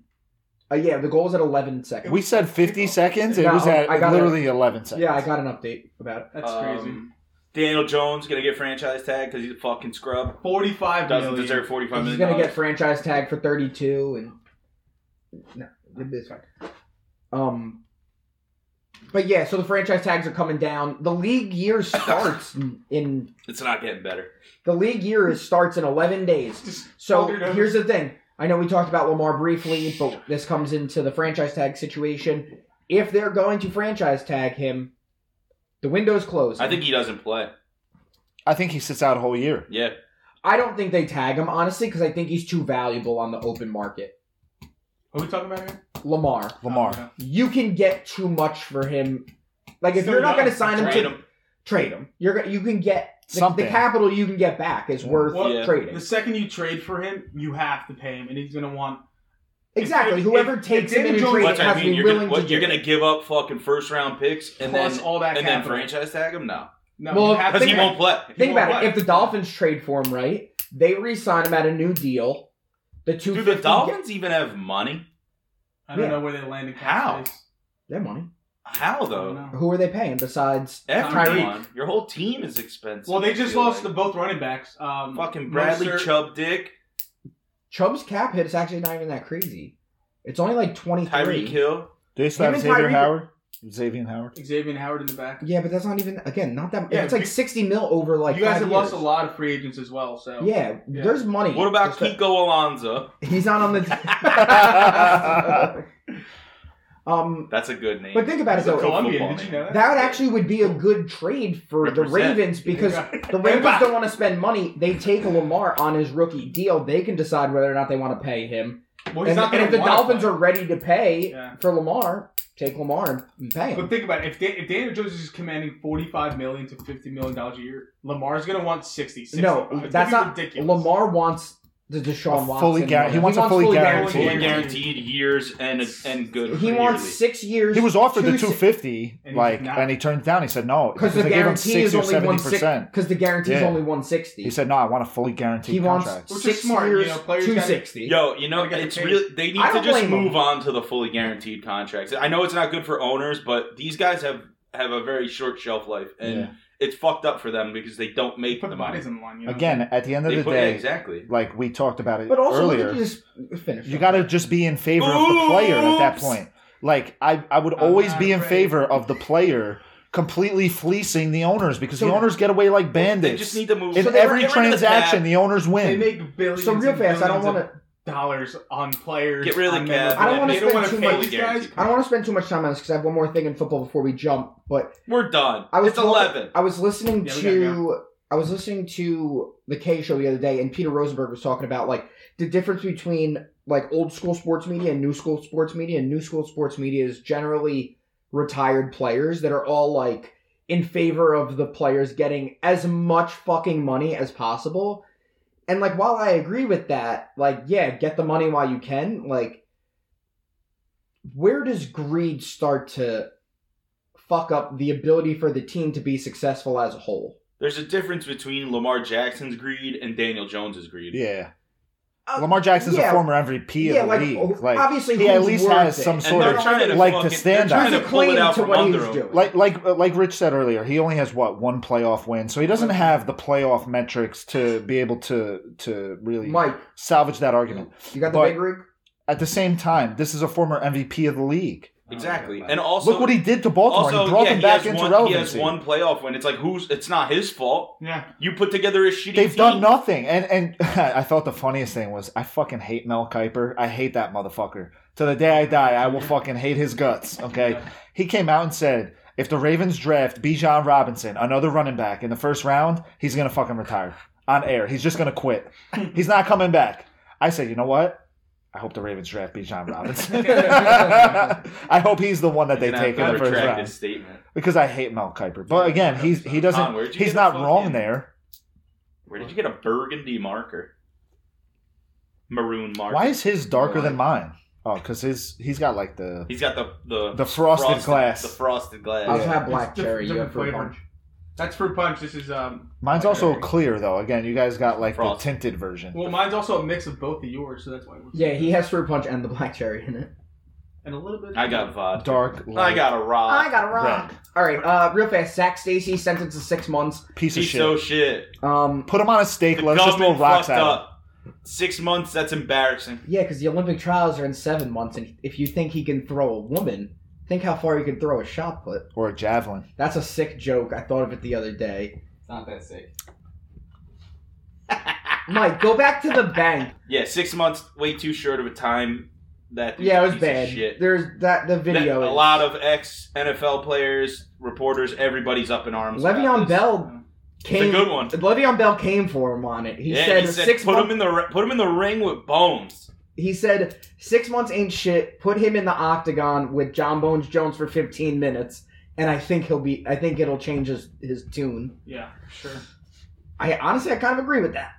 Speaker 5: Uh, yeah, the goal was at 11 seconds.
Speaker 4: We said 50 seconds. It
Speaker 5: No,
Speaker 4: was at
Speaker 5: I got it.
Speaker 4: literally 11 seconds.
Speaker 5: yeah, I got an update about it.
Speaker 3: That's crazy.
Speaker 2: Um, Daniel Jones gonna get franchise tag because he's a fucking scrub.
Speaker 3: Forty-five
Speaker 2: Doesn't
Speaker 3: million.
Speaker 2: deserve forty five
Speaker 5: He's
Speaker 2: million.
Speaker 5: gonna
Speaker 2: dollars.
Speaker 5: get franchise tag for 32, and no, it's fine. Um, but yeah, so the franchise tags are coming down. The league year starts in- in
Speaker 2: It's not getting better.
Speaker 5: The league year is, starts in 11 days. So
Speaker 3: hold your nose.
Speaker 5: here's the thing. I know we talked about Lamar briefly, but this comes into the franchise tag situation. If they're going to franchise tag him, the window's closed.
Speaker 2: I think he doesn't play.
Speaker 4: I think he sits out a whole year.
Speaker 2: Yeah,
Speaker 5: I don't think they tag him honestly because I think he's too valuable on the open market.
Speaker 3: Who are we talking about here?
Speaker 5: Lamar,
Speaker 4: Lamar.
Speaker 3: Oh,
Speaker 5: you can get too much for him. Like if
Speaker 3: Still
Speaker 5: you're not
Speaker 3: young.
Speaker 5: going to sign him
Speaker 2: Trade
Speaker 5: to
Speaker 2: him.
Speaker 5: trade him, you're go- you can get the, the
Speaker 4: Something.
Speaker 5: capital you can get back is worth
Speaker 3: Well,
Speaker 2: Yeah.
Speaker 3: no.
Speaker 5: trading.
Speaker 3: The second you trade for him, you have to pay him, and he's gonna want.
Speaker 5: exactly.
Speaker 3: if-
Speaker 5: Whoever
Speaker 3: if- if
Speaker 5: takes him in a
Speaker 3: Daniel Jones-
Speaker 5: trade
Speaker 2: What's
Speaker 5: has
Speaker 2: I
Speaker 5: to
Speaker 2: mean?
Speaker 5: be
Speaker 2: You're
Speaker 5: willing
Speaker 2: gonna,
Speaker 5: to
Speaker 2: what,
Speaker 5: do
Speaker 2: you're
Speaker 5: it.
Speaker 2: gonna give up fucking first round picks and
Speaker 3: plus
Speaker 2: then
Speaker 3: all that
Speaker 2: and then
Speaker 3: capital.
Speaker 2: franchise tag him? No,
Speaker 3: No,
Speaker 5: Well,
Speaker 3: you have
Speaker 2: because
Speaker 3: to
Speaker 2: he
Speaker 3: pay.
Speaker 2: won't play.
Speaker 5: Think
Speaker 3: Well,
Speaker 5: about
Speaker 3: what?
Speaker 5: it. If the Dolphins trade for him, right? They re-sign him at a new deal. The two
Speaker 2: Do the Dolphins even have money?
Speaker 3: I don't
Speaker 5: Yeah.
Speaker 3: know where they landed.
Speaker 2: How?
Speaker 5: Their money.
Speaker 2: How
Speaker 3: I don't
Speaker 2: though?
Speaker 3: know.
Speaker 5: Who are they paying besides?
Speaker 2: Everyone, your whole team is expensive.
Speaker 3: Well, they
Speaker 2: I
Speaker 3: just
Speaker 2: feel
Speaker 3: lost
Speaker 2: like.
Speaker 3: the both running backs. Um,
Speaker 2: fucking Bradley
Speaker 3: Mostert-
Speaker 2: Chubb, Dick,
Speaker 5: Chubb's cap hit is actually not even that crazy. It's only like twenty
Speaker 2: Tyreek
Speaker 5: three.
Speaker 2: Hill.
Speaker 4: Do they still
Speaker 5: Him
Speaker 4: have
Speaker 5: and
Speaker 4: Xavier
Speaker 5: Tyreek-
Speaker 4: Howard? Xavier Howard.
Speaker 3: Xavier Howard in the back.
Speaker 5: Yeah, but that's not even again not that.
Speaker 3: Yeah,
Speaker 5: it's like
Speaker 3: you-
Speaker 5: sixty mil over like.
Speaker 3: you guys
Speaker 5: five
Speaker 3: have
Speaker 5: years.
Speaker 3: lost a lot of free agents as well. So
Speaker 5: Yeah,
Speaker 3: Yeah.
Speaker 5: there's money.
Speaker 2: What about
Speaker 5: Just that-
Speaker 2: Kiko Alonso?
Speaker 5: He's not on the. um,
Speaker 2: That's a good name.
Speaker 5: but think about it
Speaker 2: That's a
Speaker 5: though.
Speaker 2: cool
Speaker 3: Colombian,
Speaker 2: football
Speaker 3: did you
Speaker 2: name.
Speaker 3: know that?
Speaker 5: That would actually would be a good trade for the
Speaker 2: Represent.
Speaker 5: Ravens because the Ravens don't want to spend money. They take Lamar on his rookie deal. They can decide whether or not they want to pay him.
Speaker 3: Well, he's
Speaker 5: And,
Speaker 3: not
Speaker 5: and
Speaker 3: gonna
Speaker 5: if the
Speaker 3: wanna
Speaker 5: Dolphins
Speaker 3: play.
Speaker 5: are ready to pay
Speaker 3: Yeah.
Speaker 5: for Lamar, take Lamar and pay him.
Speaker 3: But think about it. If, da- if Daniel Jones is commanding forty-five million to fifty million dollars a year, Lamar's gonna want 60, 65.
Speaker 5: no,
Speaker 3: It's
Speaker 5: that's
Speaker 3: gonna be
Speaker 5: not
Speaker 3: ridiculous.
Speaker 5: Lamar wants the
Speaker 4: A
Speaker 5: Deshaun Watson.
Speaker 4: fully guar-
Speaker 5: money.
Speaker 4: he wants a fully guaranteed.
Speaker 2: Fully guaranteed years and and good.
Speaker 5: He
Speaker 2: for
Speaker 5: wants
Speaker 2: yearly.
Speaker 5: six years.
Speaker 4: He was offered the
Speaker 5: two si-
Speaker 4: 250,
Speaker 3: And he
Speaker 4: like,
Speaker 3: did not.
Speaker 4: and he turned it down. He said no
Speaker 5: because the
Speaker 4: they gave him
Speaker 5: guarantee is
Speaker 4: sixty or
Speaker 5: only
Speaker 4: seventy
Speaker 5: one sixty.
Speaker 4: percent.
Speaker 5: Because the guarantee is
Speaker 4: Yeah.
Speaker 5: only one sixty.
Speaker 4: He said no, I want a fully guaranteed
Speaker 5: he wants
Speaker 4: contract.
Speaker 3: Which is
Speaker 5: six
Speaker 3: smart, you
Speaker 5: years,
Speaker 3: know, players
Speaker 5: two
Speaker 3: gotta-
Speaker 5: sixty.
Speaker 2: Yo, you know
Speaker 3: Gotta get
Speaker 2: it's
Speaker 3: paid.
Speaker 2: really they need
Speaker 5: I
Speaker 2: to
Speaker 5: don't
Speaker 2: just
Speaker 5: blame 'em.
Speaker 2: move on to the fully guaranteed contracts. I know it's not good for owners, but these guys have have a very short shelf life, and
Speaker 4: Yeah.
Speaker 2: it's fucked up for them because they don't make
Speaker 3: Put
Speaker 2: the
Speaker 3: the
Speaker 2: money.
Speaker 3: bodies on the line. You know?
Speaker 4: Again, at the end of
Speaker 2: They
Speaker 4: the
Speaker 2: put,
Speaker 4: day,
Speaker 2: exactly.
Speaker 4: like we talked about it
Speaker 5: But also, look
Speaker 4: earlier,
Speaker 5: at this finish.
Speaker 4: you got to just be in favor of the player at that
Speaker 2: Oops.
Speaker 4: point. Like I, I would
Speaker 3: I'm
Speaker 4: always
Speaker 3: not
Speaker 4: be in
Speaker 3: afraid.
Speaker 4: favor of the player completely fleecing the owners because the
Speaker 5: So-
Speaker 4: owners get away like
Speaker 2: They
Speaker 4: bandits.
Speaker 2: just need to move.
Speaker 4: in
Speaker 2: So they
Speaker 4: every
Speaker 2: get rid of the cap.
Speaker 4: transaction, the, owners
Speaker 3: they
Speaker 4: win.
Speaker 3: make billions.
Speaker 5: So real
Speaker 3: and
Speaker 5: fast, I don't
Speaker 3: billions
Speaker 5: want
Speaker 3: of
Speaker 5: to.
Speaker 3: dollars on players.
Speaker 2: Get rid of the
Speaker 3: on
Speaker 2: cap.
Speaker 3: members.
Speaker 5: I don't wanna
Speaker 3: They don't
Speaker 5: spend
Speaker 3: wanna
Speaker 5: too
Speaker 3: pay
Speaker 5: much-
Speaker 3: these guys.
Speaker 5: I don't want to spend too much time on this because I have one more thing in football before we jump. But
Speaker 2: We're done.
Speaker 5: I was
Speaker 2: it's
Speaker 5: talking-
Speaker 2: eleven.
Speaker 5: I was listening
Speaker 3: Yeah, we gotta
Speaker 5: to I was listening to the K show the other day, and Peter Rosenberg was talking about like the difference between like old school sports media and new school sports media. And new school sports media is generally retired players that are all like in favor of the players getting as much fucking money as possible. And like while I agree with that, like yeah, get the money while you can, like where does greed start to fuck up the ability for the team to be successful as a whole.
Speaker 2: There's a difference between Lamar Jackson's greed and Daniel Jones's greed.
Speaker 4: Yeah,
Speaker 5: Uh,
Speaker 4: Lamar Jackson's
Speaker 5: yeah.
Speaker 4: a former MVP of
Speaker 5: yeah,
Speaker 4: the
Speaker 5: like,
Speaker 2: oh,
Speaker 4: league.
Speaker 5: o-
Speaker 4: Like
Speaker 5: obviously,
Speaker 4: he at
Speaker 5: who's
Speaker 4: least
Speaker 5: worth
Speaker 4: has
Speaker 5: it?
Speaker 4: some
Speaker 5: And
Speaker 2: And
Speaker 4: sort
Speaker 2: they're
Speaker 4: of
Speaker 2: trying to
Speaker 4: like
Speaker 2: fucking,
Speaker 4: to
Speaker 2: they're
Speaker 4: stand
Speaker 2: trying
Speaker 4: out.
Speaker 2: to
Speaker 5: There's a
Speaker 2: pull it
Speaker 5: claim
Speaker 2: out
Speaker 5: to
Speaker 2: from
Speaker 5: what he's
Speaker 2: under him.
Speaker 5: doing.
Speaker 4: like like like Rich said earlier, he only has what one playoff win, so he doesn't have the playoff metrics to be able to to really
Speaker 5: Mike,
Speaker 4: salvage that argument.
Speaker 5: you got the
Speaker 4: But-
Speaker 5: big rig.
Speaker 4: At the same time, this is a former MVP of the league.
Speaker 2: Exactly. And also,
Speaker 4: Oh, Look what he did to Baltimore.
Speaker 2: also,
Speaker 4: he brought
Speaker 2: yeah,
Speaker 4: them back
Speaker 2: he has
Speaker 4: into
Speaker 2: one,
Speaker 4: relevancy.
Speaker 2: He has one playoff win. It's like who's? It's not his fault.
Speaker 3: Yeah.
Speaker 2: You put together a shitty.
Speaker 4: They've
Speaker 2: team.
Speaker 4: done nothing. And and I thought the funniest thing was I fucking hate Mel Kiper. I hate that motherfucker. To the day I die, I will fucking hate his guts. Okay. He came out and said if the Ravens draft Bijan Robinson, another running back, in the first round, he's gonna fucking retire. On air. He's just gonna quit. He's not coming back. I said, you know what? I hope the Ravens draft Bijan Robinson. I hope he's the one that they
Speaker 2: He's
Speaker 4: take
Speaker 2: gonna have to
Speaker 4: in the first
Speaker 2: retract
Speaker 4: round
Speaker 2: his statement.
Speaker 4: because I hate Mel Kiper. But again, he's he doesn't.
Speaker 2: Tom, where'd you
Speaker 4: he's
Speaker 2: get a
Speaker 4: not
Speaker 2: fucking-
Speaker 4: wrong there.
Speaker 2: Where did you get a burgundy marker? Maroon marker.
Speaker 4: Why is his darker than mine? Oh, because his he's got like the
Speaker 2: He's got the the,
Speaker 4: the frosted, glass.
Speaker 2: The frosted glass.
Speaker 5: I also have
Speaker 3: It's
Speaker 5: black
Speaker 3: diff-
Speaker 5: cherry. You
Speaker 3: different
Speaker 5: have fruit
Speaker 3: flavor.
Speaker 5: punch.
Speaker 3: That's fruit punch. This is um.
Speaker 4: Mine's also clear though. Again, you guys got like
Speaker 2: Frost.
Speaker 4: the tinted version.
Speaker 3: Well, mine's also a mix of both of yours, so that's why. We're
Speaker 5: Yeah, he has fruit punch and the black cherry in it.
Speaker 3: and a little bit.
Speaker 2: I got vodka.
Speaker 4: Dark.
Speaker 2: I
Speaker 4: light,
Speaker 2: got a rock.
Speaker 5: got a
Speaker 4: rock.
Speaker 5: All right, uh, real fast. Zach Stacy sentenced to six months.
Speaker 4: piece of
Speaker 2: Piece
Speaker 4: shit.
Speaker 2: of shit.
Speaker 5: Um,
Speaker 4: Put him on a stake.
Speaker 2: The
Speaker 4: Let's just throw
Speaker 2: government
Speaker 4: rocks
Speaker 2: fucked
Speaker 4: at him.
Speaker 2: up. Six months. That's embarrassing.
Speaker 5: yeah, because the Olympic trials are in seven months, and if you think he can throw a woman, think how far he could throw a shot put.
Speaker 4: or a javelin.
Speaker 5: That's a sick joke. I thought of it the other day.
Speaker 7: It's not that sick.
Speaker 5: Mike, go back to the bank.
Speaker 2: Yeah, six months. Way too short of a time. That dude's
Speaker 5: Yeah,
Speaker 2: a
Speaker 5: it was
Speaker 2: piece of
Speaker 5: bad.
Speaker 2: Shit.
Speaker 5: There's that the
Speaker 2: That-
Speaker 5: video.
Speaker 2: a
Speaker 5: is-
Speaker 2: lot of ex NFL players, reporters, everybody's up in arms. about
Speaker 5: Le'Veon
Speaker 2: this.
Speaker 5: Bell
Speaker 2: It's a
Speaker 5: came.
Speaker 2: good one.
Speaker 5: Le'Veon Bell came for him on it. He
Speaker 2: yeah,
Speaker 5: said
Speaker 2: he said,
Speaker 5: six
Speaker 2: put
Speaker 5: months.
Speaker 2: him in the ri- put him in the ring with bones.
Speaker 5: he said six months ain't shit. Put him in the octagon with John Bones Jones for 15 minutes, and I think he'll be. I think it'll change his his tune.
Speaker 3: Yeah, sure.
Speaker 5: I honestly, I kind of agree with that.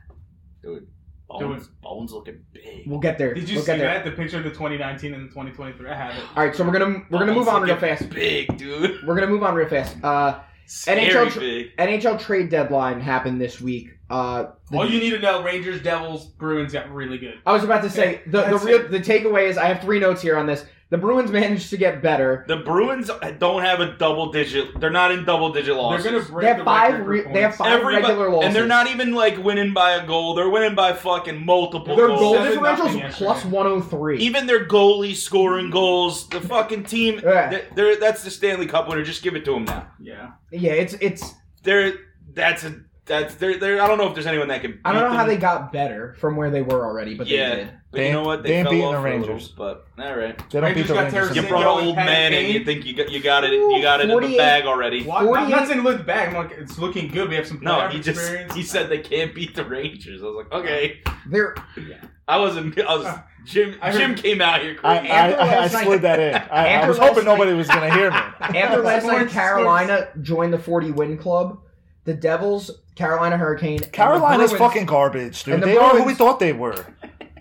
Speaker 2: Bones, bones looking big.
Speaker 5: We'll get there.
Speaker 3: Did you
Speaker 5: we'll
Speaker 3: see
Speaker 5: get there.
Speaker 3: that? The picture of the 2019 and the 2023. I have it.
Speaker 5: All right, so we're gonna we're gonna
Speaker 2: Bones
Speaker 5: move on real
Speaker 2: looking
Speaker 5: fast.
Speaker 2: Big dude.
Speaker 5: We're gonna move on real fast. Uh,
Speaker 2: Scary
Speaker 5: tr-
Speaker 2: big.
Speaker 5: NHL trade deadline happened this week. Uh,
Speaker 3: All you need to know: Rangers, Devils, Bruins got really good.
Speaker 5: I was about to say the the
Speaker 3: That's
Speaker 5: real
Speaker 3: it.
Speaker 5: the takeaway is I have three notes here on this. The Bruins managed to get better.
Speaker 2: The Bruins don't have a double digit. They're not in double digit losses.
Speaker 3: They're gonna break
Speaker 5: They have
Speaker 3: the
Speaker 5: five.
Speaker 3: record for
Speaker 5: Re- they have
Speaker 3: points.
Speaker 5: five
Speaker 2: Everybo-
Speaker 5: regular losses,
Speaker 2: and they're not even like winning by a goal. They're winning by fucking multiple
Speaker 5: Their
Speaker 2: goals.
Speaker 5: goal
Speaker 3: Seven
Speaker 5: differential's
Speaker 3: nothing yesterday.
Speaker 5: plus 103.
Speaker 2: Even their goalie scoring goals. The fucking team.
Speaker 5: Yeah.
Speaker 2: they- They're, that's the Stanley Cup winner. Just give it to them now.
Speaker 3: Yeah.
Speaker 5: yeah, it's it's.
Speaker 2: They're that's a that's they're, they're I don't know if there's anyone that can.
Speaker 5: I don't
Speaker 2: beat
Speaker 5: know how they
Speaker 2: them,
Speaker 5: got better from where they were already, but
Speaker 2: Yeah.
Speaker 5: they did.
Speaker 2: But you know what?
Speaker 4: They
Speaker 2: They,
Speaker 4: ain't
Speaker 2: fell
Speaker 4: beating
Speaker 2: off
Speaker 4: the
Speaker 2: for a little,
Speaker 4: Rangers.
Speaker 2: but all right.
Speaker 4: They don't
Speaker 3: Rangers
Speaker 4: beat the
Speaker 3: got
Speaker 4: Rangers.
Speaker 3: Terrence
Speaker 2: You
Speaker 4: in
Speaker 3: They
Speaker 4: the-
Speaker 3: go
Speaker 2: brought
Speaker 3: and
Speaker 2: old
Speaker 3: Pat
Speaker 2: man in.
Speaker 3: Kane.
Speaker 2: You think you got you got it? You
Speaker 5: Ooh,
Speaker 2: got it in the
Speaker 5: 48.
Speaker 2: bag already?
Speaker 3: Why? Not,
Speaker 5: 48
Speaker 3: not saying look back. I'm like, it's looking good. We have some
Speaker 2: No,
Speaker 3: playoff
Speaker 2: he just
Speaker 3: experience.
Speaker 2: he said they can't beat the Rangers. I was like, okay.
Speaker 5: They're
Speaker 2: I wasn't. I was Jim.
Speaker 3: I heard-
Speaker 2: Jim came out here
Speaker 4: I,
Speaker 2: crazy.
Speaker 4: I,
Speaker 5: After
Speaker 4: I, I
Speaker 5: last night-
Speaker 4: slid that in. I, I
Speaker 5: After
Speaker 4: was hoping
Speaker 5: last night-
Speaker 4: nobody was going to hear me.
Speaker 5: after last night.
Speaker 3: Sports,
Speaker 5: Carolina joined the 40 win club. The Devils, Carolina Hurricane, and the
Speaker 4: Carolina's
Speaker 5: Bruins-
Speaker 4: fucking garbage, dude.
Speaker 5: and the
Speaker 4: they are who we
Speaker 5: Bruins-
Speaker 4: thought they were.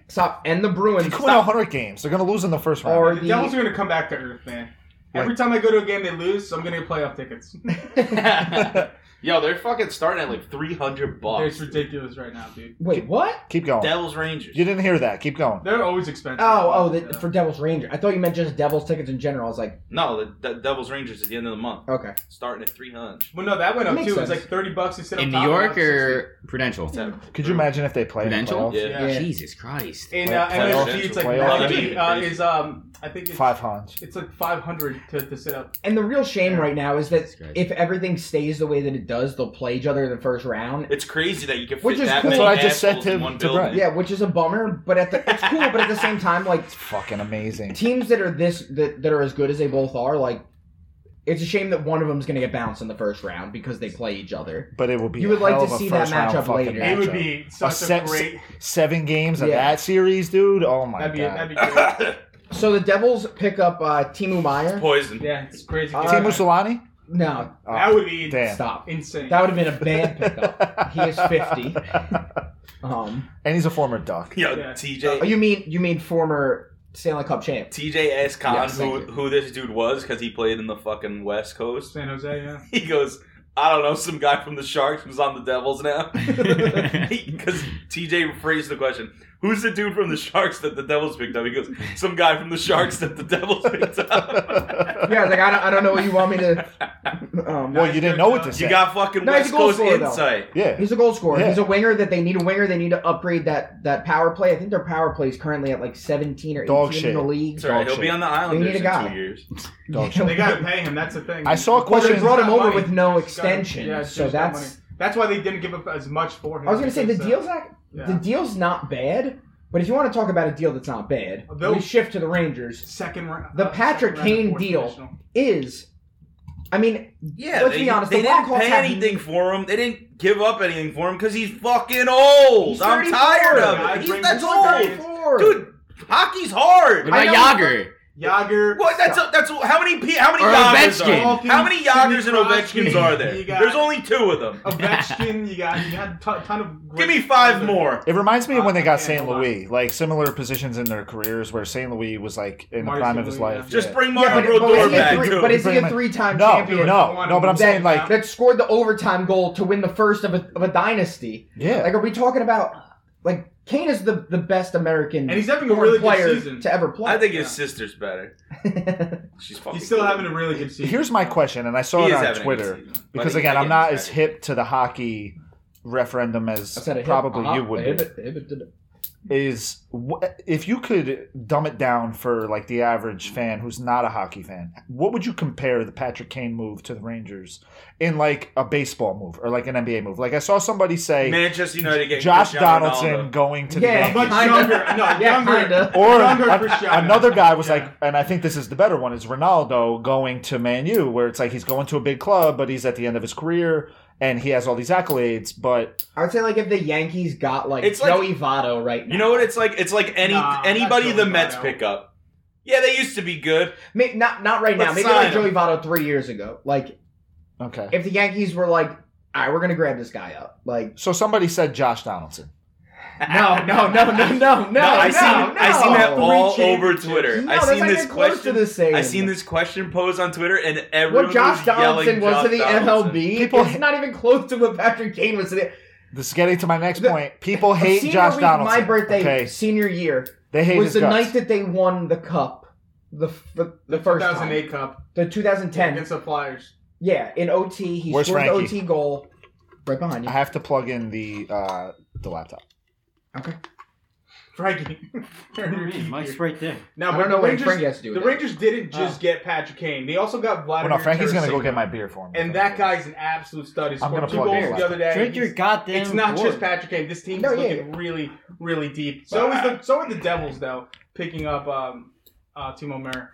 Speaker 5: stop and the
Speaker 4: They
Speaker 5: Bruins
Speaker 4: could win 100 games. They're going to lose in the first round.
Speaker 5: are
Speaker 3: The Devils
Speaker 5: the
Speaker 3: are gonna come back to earth, man. Every time I go to a game they lose, so I'm gonna get playoff tickets.
Speaker 2: Yo, they're fucking starting at like three hundred
Speaker 3: it's
Speaker 2: bucks.
Speaker 3: ridiculous right now, dude.
Speaker 5: wait what?
Speaker 4: Keep going.
Speaker 2: Devils Rangers.
Speaker 4: you didn't hear that. Keep going.
Speaker 3: They're always expensive.
Speaker 5: Oh, oh, the,
Speaker 3: Yeah.
Speaker 5: for Devils Ranger. I thought you meant just Devils tickets in general. I was like,
Speaker 2: No, the, the Devils Rangers at the end of the month,
Speaker 5: okay.
Speaker 2: starting at three hundred.
Speaker 3: Well, no, that went up
Speaker 5: Makes
Speaker 3: too. It was
Speaker 5: sense.
Speaker 3: like thirty bucks instead of
Speaker 7: In New
Speaker 3: top, now
Speaker 7: York
Speaker 3: it's 60.
Speaker 7: or
Speaker 4: Oh.
Speaker 7: Prudential?
Speaker 4: Could you imagine if they played in the
Speaker 7: Prudential?
Speaker 4: playoffs?
Speaker 2: Yeah.
Speaker 3: Yeah.
Speaker 7: Yeah. Jesus Christ.
Speaker 3: In uh,
Speaker 2: Playoff-
Speaker 3: MSG, it's like
Speaker 4: playoff
Speaker 3: ninety
Speaker 2: team.
Speaker 3: uh, is um, I think it's
Speaker 4: Five Hans.
Speaker 3: It's like five hundred to, to sit up.
Speaker 5: And the real shame right now is that
Speaker 7: Jesus Christ.
Speaker 5: if everything stays the way that it does, they'll play each other in the first round.
Speaker 2: It's crazy that you can fit
Speaker 5: Which is
Speaker 2: that
Speaker 5: cool.
Speaker 2: many
Speaker 5: That's
Speaker 4: what I just said
Speaker 2: assholes in
Speaker 4: to-
Speaker 2: one
Speaker 4: to
Speaker 2: building.
Speaker 4: Brett.
Speaker 5: Yeah, which is a bummer, but at the, it's cool. But at the same time, like
Speaker 4: It's fucking amazing.
Speaker 5: teams that are this that, that are as good as they both are, like it's a shame that one of them's going to get bounced in the first round because they play each other.
Speaker 4: But it will be
Speaker 5: You
Speaker 4: a
Speaker 5: would like
Speaker 4: hell of
Speaker 5: to
Speaker 4: a
Speaker 5: see that
Speaker 4: first round
Speaker 5: matchup
Speaker 4: fucking
Speaker 5: later.
Speaker 4: matchup.
Speaker 3: It would be
Speaker 4: a
Speaker 3: such a,
Speaker 4: set-
Speaker 3: great.
Speaker 4: seven games of
Speaker 5: Yeah.
Speaker 4: that series, dude. Oh my
Speaker 3: That'd be
Speaker 4: god.
Speaker 3: that'd be great.
Speaker 5: So the Devils pick up uh, Timu Meyer.
Speaker 2: Poison.
Speaker 3: Yeah, it's crazy.
Speaker 5: Uh,
Speaker 4: Team Mussolini?
Speaker 5: No,
Speaker 4: Oh,
Speaker 3: that would be
Speaker 4: damn.
Speaker 5: stop.
Speaker 3: insane.
Speaker 5: That would have been a bad pickup. He is 50. Um,
Speaker 4: and he's a former Duck.
Speaker 2: Yo,
Speaker 3: Yeah.
Speaker 2: TJ.
Speaker 5: oh, you mean you mean former Stanley Cup champ?
Speaker 2: TJ asked Khan
Speaker 5: Yes,
Speaker 2: who,
Speaker 5: thank you.
Speaker 2: who this dude was because he played in the fucking West Coast.
Speaker 3: San Jose, yeah.
Speaker 2: He goes, I don't know, some guy from the Sharks who's on the Devils now. Because TJ phrased the question, who's the dude from the Sharks that the Devils picked up? He goes, some guy from the Sharks that the Devils picked up.
Speaker 5: Yeah, I was like I don't, I don't know what you want me to. Um,
Speaker 4: Well, you didn't know what to say.
Speaker 2: you got fucking
Speaker 5: No, he's
Speaker 2: West
Speaker 5: a goal
Speaker 2: Coast
Speaker 5: scorer, though.
Speaker 2: insight.
Speaker 4: yeah.
Speaker 5: He's a goal scorer.
Speaker 4: Yeah.
Speaker 5: He's a winger that they need a winger. They need to upgrade that that power play. I think their power play is currently at like 17 or 18
Speaker 4: Dog
Speaker 5: in the
Speaker 4: shit.
Speaker 5: league.
Speaker 2: It's all right.
Speaker 4: Dog
Speaker 2: He'll be
Speaker 4: shit.
Speaker 2: on the
Speaker 5: They
Speaker 2: Islanders
Speaker 5: need a
Speaker 2: in
Speaker 5: guy.
Speaker 2: two years.
Speaker 4: Dog
Speaker 5: Yeah,
Speaker 4: shit.
Speaker 3: They gotta pay him. That's the thing.
Speaker 4: I saw a
Speaker 5: Well, they
Speaker 4: question.
Speaker 5: brought him
Speaker 3: He's got
Speaker 5: over
Speaker 3: money.
Speaker 5: with no
Speaker 3: He's got-
Speaker 5: extension,
Speaker 3: yeah,
Speaker 5: so
Speaker 3: he's got
Speaker 5: that's-
Speaker 3: money. that's why they didn't give up as much for him.
Speaker 5: I was gonna say the
Speaker 3: because, uh,
Speaker 5: deal's not the
Speaker 3: yeah.
Speaker 5: deal's not bad, but if you want to talk about a deal that's not bad,
Speaker 3: Bill-
Speaker 5: we shift to the Rangers.
Speaker 3: second round.
Speaker 5: The Patrick Kane deal. Is, I mean,
Speaker 2: Yeah,
Speaker 5: Let's
Speaker 2: they,
Speaker 5: be honest,
Speaker 2: They
Speaker 5: the
Speaker 2: didn't
Speaker 5: Blackhawks
Speaker 2: pay
Speaker 5: have-
Speaker 2: anything for him. They didn't give up anything for him because he's fucking old.
Speaker 5: He's
Speaker 2: I'm
Speaker 5: 34.
Speaker 2: tired of
Speaker 3: Yeah, I
Speaker 2: it.
Speaker 3: bring
Speaker 2: He's, that's
Speaker 3: this
Speaker 2: old,
Speaker 3: up.
Speaker 5: four.
Speaker 2: dude. Hockey's hard.
Speaker 7: What about Yager?
Speaker 3: Yager.
Speaker 2: Well, that's a, that's a- how many P, how many
Speaker 7: Or
Speaker 2: Yagers
Speaker 7: Ovechkin.
Speaker 2: are? How many Yagers and Ovechkins are there?
Speaker 3: You got-
Speaker 2: There's only two of them.
Speaker 3: Ovechkin, you got you had a ton of.
Speaker 2: Give
Speaker 3: great-
Speaker 2: me five more.
Speaker 4: It reminds me of when they got
Speaker 3: Yeah,
Speaker 4: St.
Speaker 3: hold on.
Speaker 4: Louis, like similar positions in their careers where St. Louis was like in the
Speaker 3: Marty
Speaker 4: prime
Speaker 3: St.
Speaker 4: of his
Speaker 3: Louis,
Speaker 4: life.
Speaker 3: yeah.
Speaker 2: Just
Speaker 4: Yeah.
Speaker 2: bring
Speaker 5: Yeah,
Speaker 2: Mario
Speaker 5: but, but
Speaker 2: Brodeur
Speaker 5: is he
Speaker 3: Brodeur
Speaker 5: a
Speaker 2: back
Speaker 5: three,
Speaker 2: too.
Speaker 5: but is he
Speaker 4: Bring
Speaker 5: a
Speaker 4: him-
Speaker 5: three-time
Speaker 4: No,
Speaker 5: champion?
Speaker 4: no, no. But I'm
Speaker 3: That-
Speaker 4: saying like,
Speaker 5: that scored the overtime goal to win the first of a, of a dynasty.
Speaker 4: yeah,
Speaker 5: Like, are we talking about like Kane is the, the best American
Speaker 3: And he's having a
Speaker 5: born
Speaker 3: really good
Speaker 5: player
Speaker 3: season.
Speaker 5: to ever play?
Speaker 2: I think his sister's better. She's fucking.
Speaker 3: He's still
Speaker 2: good.
Speaker 3: having a really good season.
Speaker 4: Here's my question, and I
Speaker 2: He
Speaker 4: saw it
Speaker 2: is
Speaker 4: on
Speaker 2: having a good
Speaker 4: Twitter
Speaker 2: season, but
Speaker 4: because
Speaker 2: he-
Speaker 4: again, I'm
Speaker 2: again,
Speaker 4: not
Speaker 2: he's
Speaker 4: as
Speaker 2: not-
Speaker 4: hip to the hockey referendum as
Speaker 5: I said it hit-
Speaker 4: probably
Speaker 5: uh-huh,
Speaker 4: you would
Speaker 5: it
Speaker 4: be.
Speaker 5: hit- it hit- did it.
Speaker 4: Is wh- if you could dumb it down for like the average fan who's not a hockey fan, what would you compare the Patrick Kane move to the Rangers in like a baseball move or like an NBA move? Like I saw somebody say
Speaker 2: Manchester United getting
Speaker 4: Josh
Speaker 2: Cristiano
Speaker 4: Donaldson
Speaker 2: Ronaldo.
Speaker 4: going to
Speaker 5: Yeah,
Speaker 4: the
Speaker 3: Much
Speaker 4: Yankees.
Speaker 5: Kinda.
Speaker 3: younger. No,
Speaker 5: Yeah,
Speaker 3: younger.
Speaker 5: kinda.
Speaker 4: Or
Speaker 3: Younger
Speaker 4: an-
Speaker 3: Cristiano.
Speaker 4: another guy was
Speaker 3: Yeah.
Speaker 4: like, and I think this is the better one is Ronaldo going to Man U, where it's like he's going to a big club, but he's at the end of his career and he has all these accolades, but
Speaker 5: I would say like if the Yankees got like
Speaker 2: It's like-
Speaker 5: Joey Votto right now.
Speaker 2: You know what it's like? It's like any
Speaker 3: Nah,
Speaker 2: anybody
Speaker 3: that's
Speaker 2: the
Speaker 3: Joey
Speaker 2: Mets
Speaker 3: Votto.
Speaker 2: pick up. Yeah, they used to be good.
Speaker 5: May- not not right now.
Speaker 2: Let's
Speaker 5: Maybe like
Speaker 2: sign
Speaker 5: Joey
Speaker 2: him.
Speaker 5: Votto three years ago. Like
Speaker 4: okay.
Speaker 5: if the Yankees were like, all right, we're gonna grab this guy up. Like
Speaker 4: So somebody said Josh Donaldson.
Speaker 5: no, no, no, no, no, no. no
Speaker 2: I seen
Speaker 5: no.
Speaker 2: I seen that
Speaker 3: Three
Speaker 2: all over
Speaker 3: championships.
Speaker 2: Twitter.
Speaker 5: No,
Speaker 2: I
Speaker 5: that's
Speaker 2: seen
Speaker 5: not
Speaker 2: this
Speaker 5: even close
Speaker 2: question.
Speaker 5: to the same.
Speaker 2: I seen this question posed on Twitter, and everyone
Speaker 5: What Josh
Speaker 2: was yelling
Speaker 5: Donaldson was
Speaker 2: Josh
Speaker 5: to the
Speaker 2: Donaldson.
Speaker 5: MLB,
Speaker 4: People-
Speaker 5: it's not even close to what Patrick Kane was to the
Speaker 4: This is getting to my next
Speaker 5: The-
Speaker 4: point. People hate
Speaker 5: Senior
Speaker 4: Josh
Speaker 5: week,
Speaker 4: Donaldson.
Speaker 5: My birthday,
Speaker 4: Okay.
Speaker 5: senior year,
Speaker 4: They hate
Speaker 5: was
Speaker 4: his
Speaker 5: the
Speaker 4: guts.
Speaker 5: night that they won the cup, the the, the first time,
Speaker 3: 2008 Cup
Speaker 5: the 2010.
Speaker 3: against the Flyers.
Speaker 5: Yeah, in OT, he
Speaker 4: Where's
Speaker 5: scored the
Speaker 4: Frankie?
Speaker 5: OT goal right behind
Speaker 4: I
Speaker 5: you.
Speaker 4: have to plug in the uh the laptop.
Speaker 3: Frankie.
Speaker 6: Mike's right there.
Speaker 3: Now,
Speaker 5: I
Speaker 3: but
Speaker 5: don't know
Speaker 3: the
Speaker 5: what
Speaker 3: Rangers-
Speaker 5: Frankie has to do
Speaker 3: The
Speaker 5: with Oh. it.
Speaker 3: Rangers didn't just get Patrick Kane. They also got
Speaker 4: Well,
Speaker 3: Vladimir.
Speaker 4: Oh, no, Frankie's gonna go
Speaker 3: Tarasenko.
Speaker 4: get my beer for me.
Speaker 3: And that guy's an absolute stud. He
Speaker 4: I'm
Speaker 3: scored
Speaker 4: gonna
Speaker 3: two
Speaker 4: plug
Speaker 3: goals
Speaker 4: his
Speaker 3: the other day.
Speaker 6: Drink your
Speaker 3: He's-
Speaker 6: goddamn.
Speaker 3: it's not
Speaker 6: water.
Speaker 3: just Patrick Kane. This team's
Speaker 5: No, yeah,
Speaker 3: looking really, really deep. So is the so are the Devils though, picking up um, uh, Timo Murray.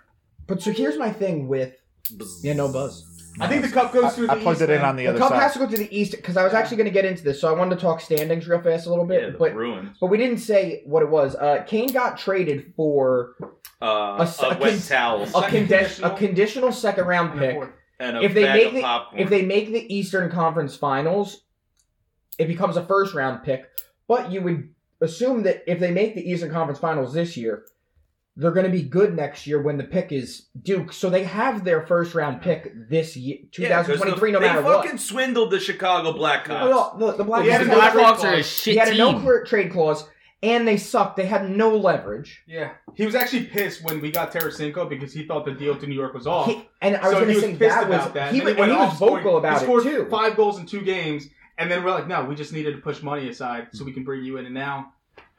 Speaker 5: But so here's my thing with yeah, no buzz.
Speaker 3: I think the cup goes through.
Speaker 4: I,
Speaker 3: the
Speaker 4: I plugged
Speaker 3: East,
Speaker 4: it in
Speaker 3: man.
Speaker 4: on the,
Speaker 5: The
Speaker 4: other
Speaker 5: cup
Speaker 4: side.
Speaker 5: has to go to the east because I was actually going to get into this, so I wanted to talk standings real fast a little bit,
Speaker 2: Yeah, the
Speaker 5: but
Speaker 2: Bruins.
Speaker 5: but we didn't say what it was. Uh, Kane got traded for
Speaker 2: Uh,
Speaker 5: A
Speaker 2: a,
Speaker 5: s- a
Speaker 2: wet
Speaker 5: con-
Speaker 2: towel
Speaker 5: a,
Speaker 3: Second
Speaker 5: condition, a
Speaker 3: conditional.
Speaker 5: conditional second round
Speaker 3: And the
Speaker 5: pick.
Speaker 3: fourth.
Speaker 2: and a
Speaker 5: if they
Speaker 2: bag
Speaker 5: make
Speaker 2: of
Speaker 5: the-
Speaker 2: popcorn.
Speaker 5: If they make the Eastern Conference Finals, it becomes a first round pick. But you would assume that if they make the Eastern Conference Finals this year, they're going to be good next year when the pick is Duke. So they have their first round pick this year,
Speaker 2: Yeah, 'cause
Speaker 5: 2023,
Speaker 2: the,
Speaker 5: no matter
Speaker 2: they
Speaker 5: what.
Speaker 2: fucking swindled the Chicago Blackhawks.
Speaker 5: No, no, the, the Blackhawks
Speaker 3: He had
Speaker 7: The
Speaker 3: a no trade
Speaker 7: Blackhawks are a
Speaker 3: clause.
Speaker 7: shit
Speaker 5: He had a
Speaker 7: team.
Speaker 5: no clear trade clause, and they sucked. They had no leverage.
Speaker 3: Yeah, he was actually pissed when we got Tarasenko because he thought the deal to New York was off.
Speaker 5: He- and I was
Speaker 3: Oh. so
Speaker 5: going
Speaker 3: he
Speaker 5: to
Speaker 3: was
Speaker 5: say
Speaker 3: pissed
Speaker 5: that was
Speaker 3: about that.
Speaker 5: he
Speaker 3: And
Speaker 5: was,
Speaker 3: then went
Speaker 5: and he was
Speaker 3: off scoring-
Speaker 5: vocal about
Speaker 3: he scored
Speaker 5: it too.
Speaker 3: Five goals in two games, and then we're like, no, we just needed to push money aside so we can bring you in. And now,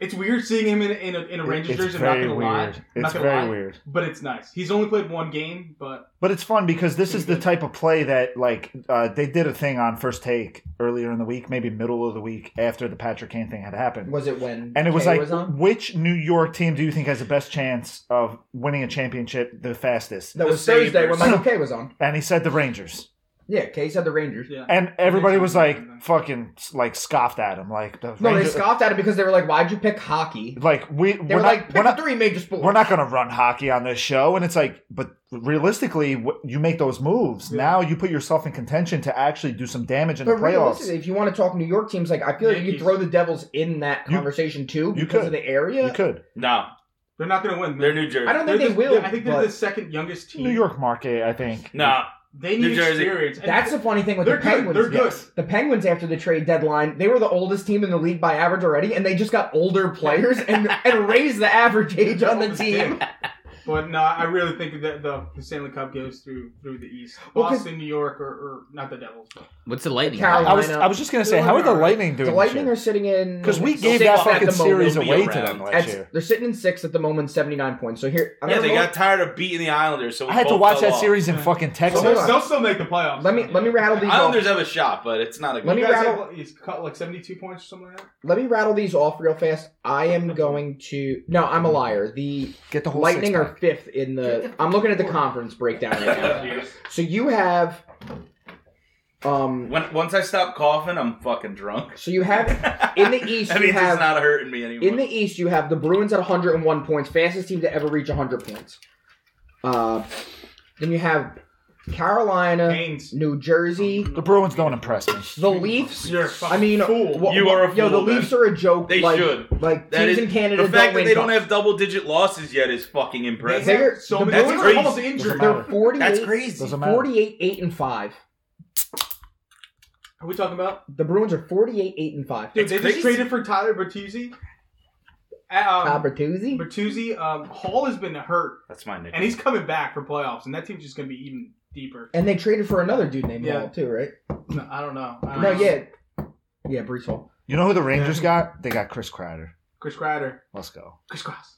Speaker 3: it's weird seeing him in, in a, in a Rangers
Speaker 4: it's
Speaker 3: jersey. I'm not
Speaker 4: very
Speaker 3: gonna lie,
Speaker 4: weird.
Speaker 3: I'm not
Speaker 4: It's
Speaker 3: gonna
Speaker 4: very
Speaker 3: lie.
Speaker 4: weird.
Speaker 3: but it's nice. He's only played one game, but
Speaker 4: But it's fun because this is the
Speaker 3: Mhm.
Speaker 4: type of play that, like, uh, they did a thing on first take earlier in the week, maybe middle of the week after the Patrick Kane thing had happened.
Speaker 5: Was it when
Speaker 4: and it was
Speaker 5: Kay
Speaker 4: like,
Speaker 5: on?
Speaker 4: which New York team do you think has the best chance of winning a championship the fastest?
Speaker 5: that
Speaker 2: the
Speaker 5: was Thursday
Speaker 2: Sabres.
Speaker 5: when Michael K was on.
Speaker 4: And he said the Rangers.
Speaker 5: Yeah, Kay said the Rangers.
Speaker 3: yeah.
Speaker 4: And everybody
Speaker 3: Rangers
Speaker 4: was
Speaker 3: are
Speaker 4: like,
Speaker 3: better.
Speaker 4: fucking, like, scoffed at him. Like, the
Speaker 5: No, they
Speaker 4: Rangers-
Speaker 5: scoffed at it because they were like, "Why'd you pick hockey?"
Speaker 4: Like, we,
Speaker 5: They
Speaker 4: we're
Speaker 5: were like,
Speaker 4: not,
Speaker 5: "Pick
Speaker 4: we're
Speaker 5: the
Speaker 4: not,
Speaker 5: three major sports."
Speaker 4: we're not going to run hockey on this show. And it's like, but realistically, wh- you make those moves.
Speaker 3: Yeah.
Speaker 4: Now you put yourself in contention to actually do some damage in
Speaker 5: But
Speaker 4: the playoffs.
Speaker 5: realistically, if you want to talk New York teams, like I feel like you could
Speaker 3: Yankees.
Speaker 5: throw the Devils in that
Speaker 4: You-
Speaker 5: conversation too
Speaker 4: you
Speaker 5: because
Speaker 4: could.
Speaker 5: of the area.
Speaker 4: You could.
Speaker 2: no,
Speaker 3: they're not going to win.
Speaker 2: they're New Jersey.
Speaker 5: I don't think
Speaker 3: They're
Speaker 5: they
Speaker 3: the-
Speaker 5: will.
Speaker 3: I think
Speaker 5: but
Speaker 3: they're the second youngest team.
Speaker 4: New York market, I think.
Speaker 2: no,
Speaker 3: They
Speaker 2: New
Speaker 3: need
Speaker 2: Jersey.
Speaker 3: experience. And
Speaker 5: That's the funny thing with
Speaker 3: they're
Speaker 5: the
Speaker 3: good.
Speaker 5: Penguins.
Speaker 3: They're good.
Speaker 5: The Penguins after the trade deadline, they were the oldest team in the league by average already, and they just got older players and, and raised the average age on the team.
Speaker 3: But no, I really think that the, the Stanley Cup goes through through the East.
Speaker 5: Well, 'cause-
Speaker 3: Boston, New York, or, or not the Devils. But
Speaker 7: What's the lightning?
Speaker 5: Carolina-
Speaker 4: I was I was just gonna say, how are the Lightning doing?
Speaker 5: The Lightning are sitting in
Speaker 4: because we
Speaker 5: sixth
Speaker 4: gave that
Speaker 5: at the
Speaker 4: fucking
Speaker 5: moment.
Speaker 4: series
Speaker 2: They'll be
Speaker 4: away to
Speaker 2: around.
Speaker 4: them last
Speaker 5: At,
Speaker 4: year.
Speaker 5: they're sitting in sixth at the moment, seventy nine points. So here, I'm
Speaker 2: yeah,
Speaker 5: gonna
Speaker 2: they
Speaker 5: roll-
Speaker 2: got tired of beating the Islanders, so we
Speaker 4: I had to
Speaker 2: both
Speaker 4: watch
Speaker 2: fell
Speaker 4: that
Speaker 2: off.
Speaker 4: series in fucking
Speaker 3: So
Speaker 4: Texas.
Speaker 5: hold
Speaker 3: they'll,
Speaker 5: on.
Speaker 3: they'll still make the playoffs.
Speaker 5: Let me let me rattle these off.
Speaker 2: Islanders have a shot, but it's not a good.
Speaker 5: Let
Speaker 3: You
Speaker 5: me
Speaker 3: guys
Speaker 5: rattle-
Speaker 3: have, what, he's cut like seventy-two points or something like that.
Speaker 5: Let me rattle these off real fast. I am going to. No, I'm a liar. The
Speaker 4: Get the whole
Speaker 5: Lightning
Speaker 4: six
Speaker 5: are fifth in the. I'm looking at the conference breakdown right now. So you have, um,
Speaker 2: When, once I stop coughing, I'm fucking drunk.
Speaker 5: so you have in the East
Speaker 2: that
Speaker 5: you
Speaker 2: means
Speaker 5: have
Speaker 2: it's not hurting me anymore.
Speaker 5: in the East you have the Bruins at 101 points, fastest team to ever reach 100 points. Uh, then you have Carolina,
Speaker 3: Haynes.
Speaker 5: New Jersey,
Speaker 4: The Bruins don't impress me.
Speaker 5: the Leafs.
Speaker 3: You're a fucking
Speaker 5: I mean,
Speaker 3: fool.
Speaker 5: wha-
Speaker 2: You are a
Speaker 5: Yo, the
Speaker 2: fool, man.
Speaker 5: Leafs are a joke.
Speaker 2: They
Speaker 5: like,
Speaker 2: should.
Speaker 5: Like
Speaker 2: That
Speaker 5: teams
Speaker 2: is-
Speaker 5: in Canada.
Speaker 2: the fact
Speaker 5: win
Speaker 2: that they don't
Speaker 5: cups.
Speaker 2: have double digit losses yet is fucking
Speaker 3: They
Speaker 2: impressive.
Speaker 5: They're-
Speaker 3: have so
Speaker 5: the
Speaker 3: many. That's
Speaker 5: Bruins are
Speaker 3: almost
Speaker 5: crazy.
Speaker 3: injured.
Speaker 4: Doesn't
Speaker 5: They're
Speaker 4: matter.
Speaker 5: 48,
Speaker 2: That's crazy.
Speaker 4: Doesn't matter.
Speaker 5: 48, 8, and 5.
Speaker 3: Are we talking about?
Speaker 5: The Bruins are 48, 8, and 5.
Speaker 3: Dude,
Speaker 2: It's
Speaker 3: they
Speaker 2: crazy.
Speaker 3: just traded for Tyler Bertuzzi. Uh,
Speaker 5: Uh,
Speaker 3: Um,
Speaker 5: Bertuzzi?
Speaker 3: Bertuzzi, um, Hall has been hurt,
Speaker 2: That's my nickname.
Speaker 3: and he's coming back for playoffs, and that team's just gonna be even deeper.
Speaker 5: And they traded for another dude named
Speaker 3: Yeah.
Speaker 5: Wall, too, right?
Speaker 3: No, I don't know. I don't
Speaker 5: No,
Speaker 3: know.
Speaker 5: yeah. Yeah, Brees Hall.
Speaker 4: You know who the Rangers got? They got Chris Kreider.
Speaker 3: Chris Kreider,
Speaker 4: Let's go.
Speaker 3: Chris Cross.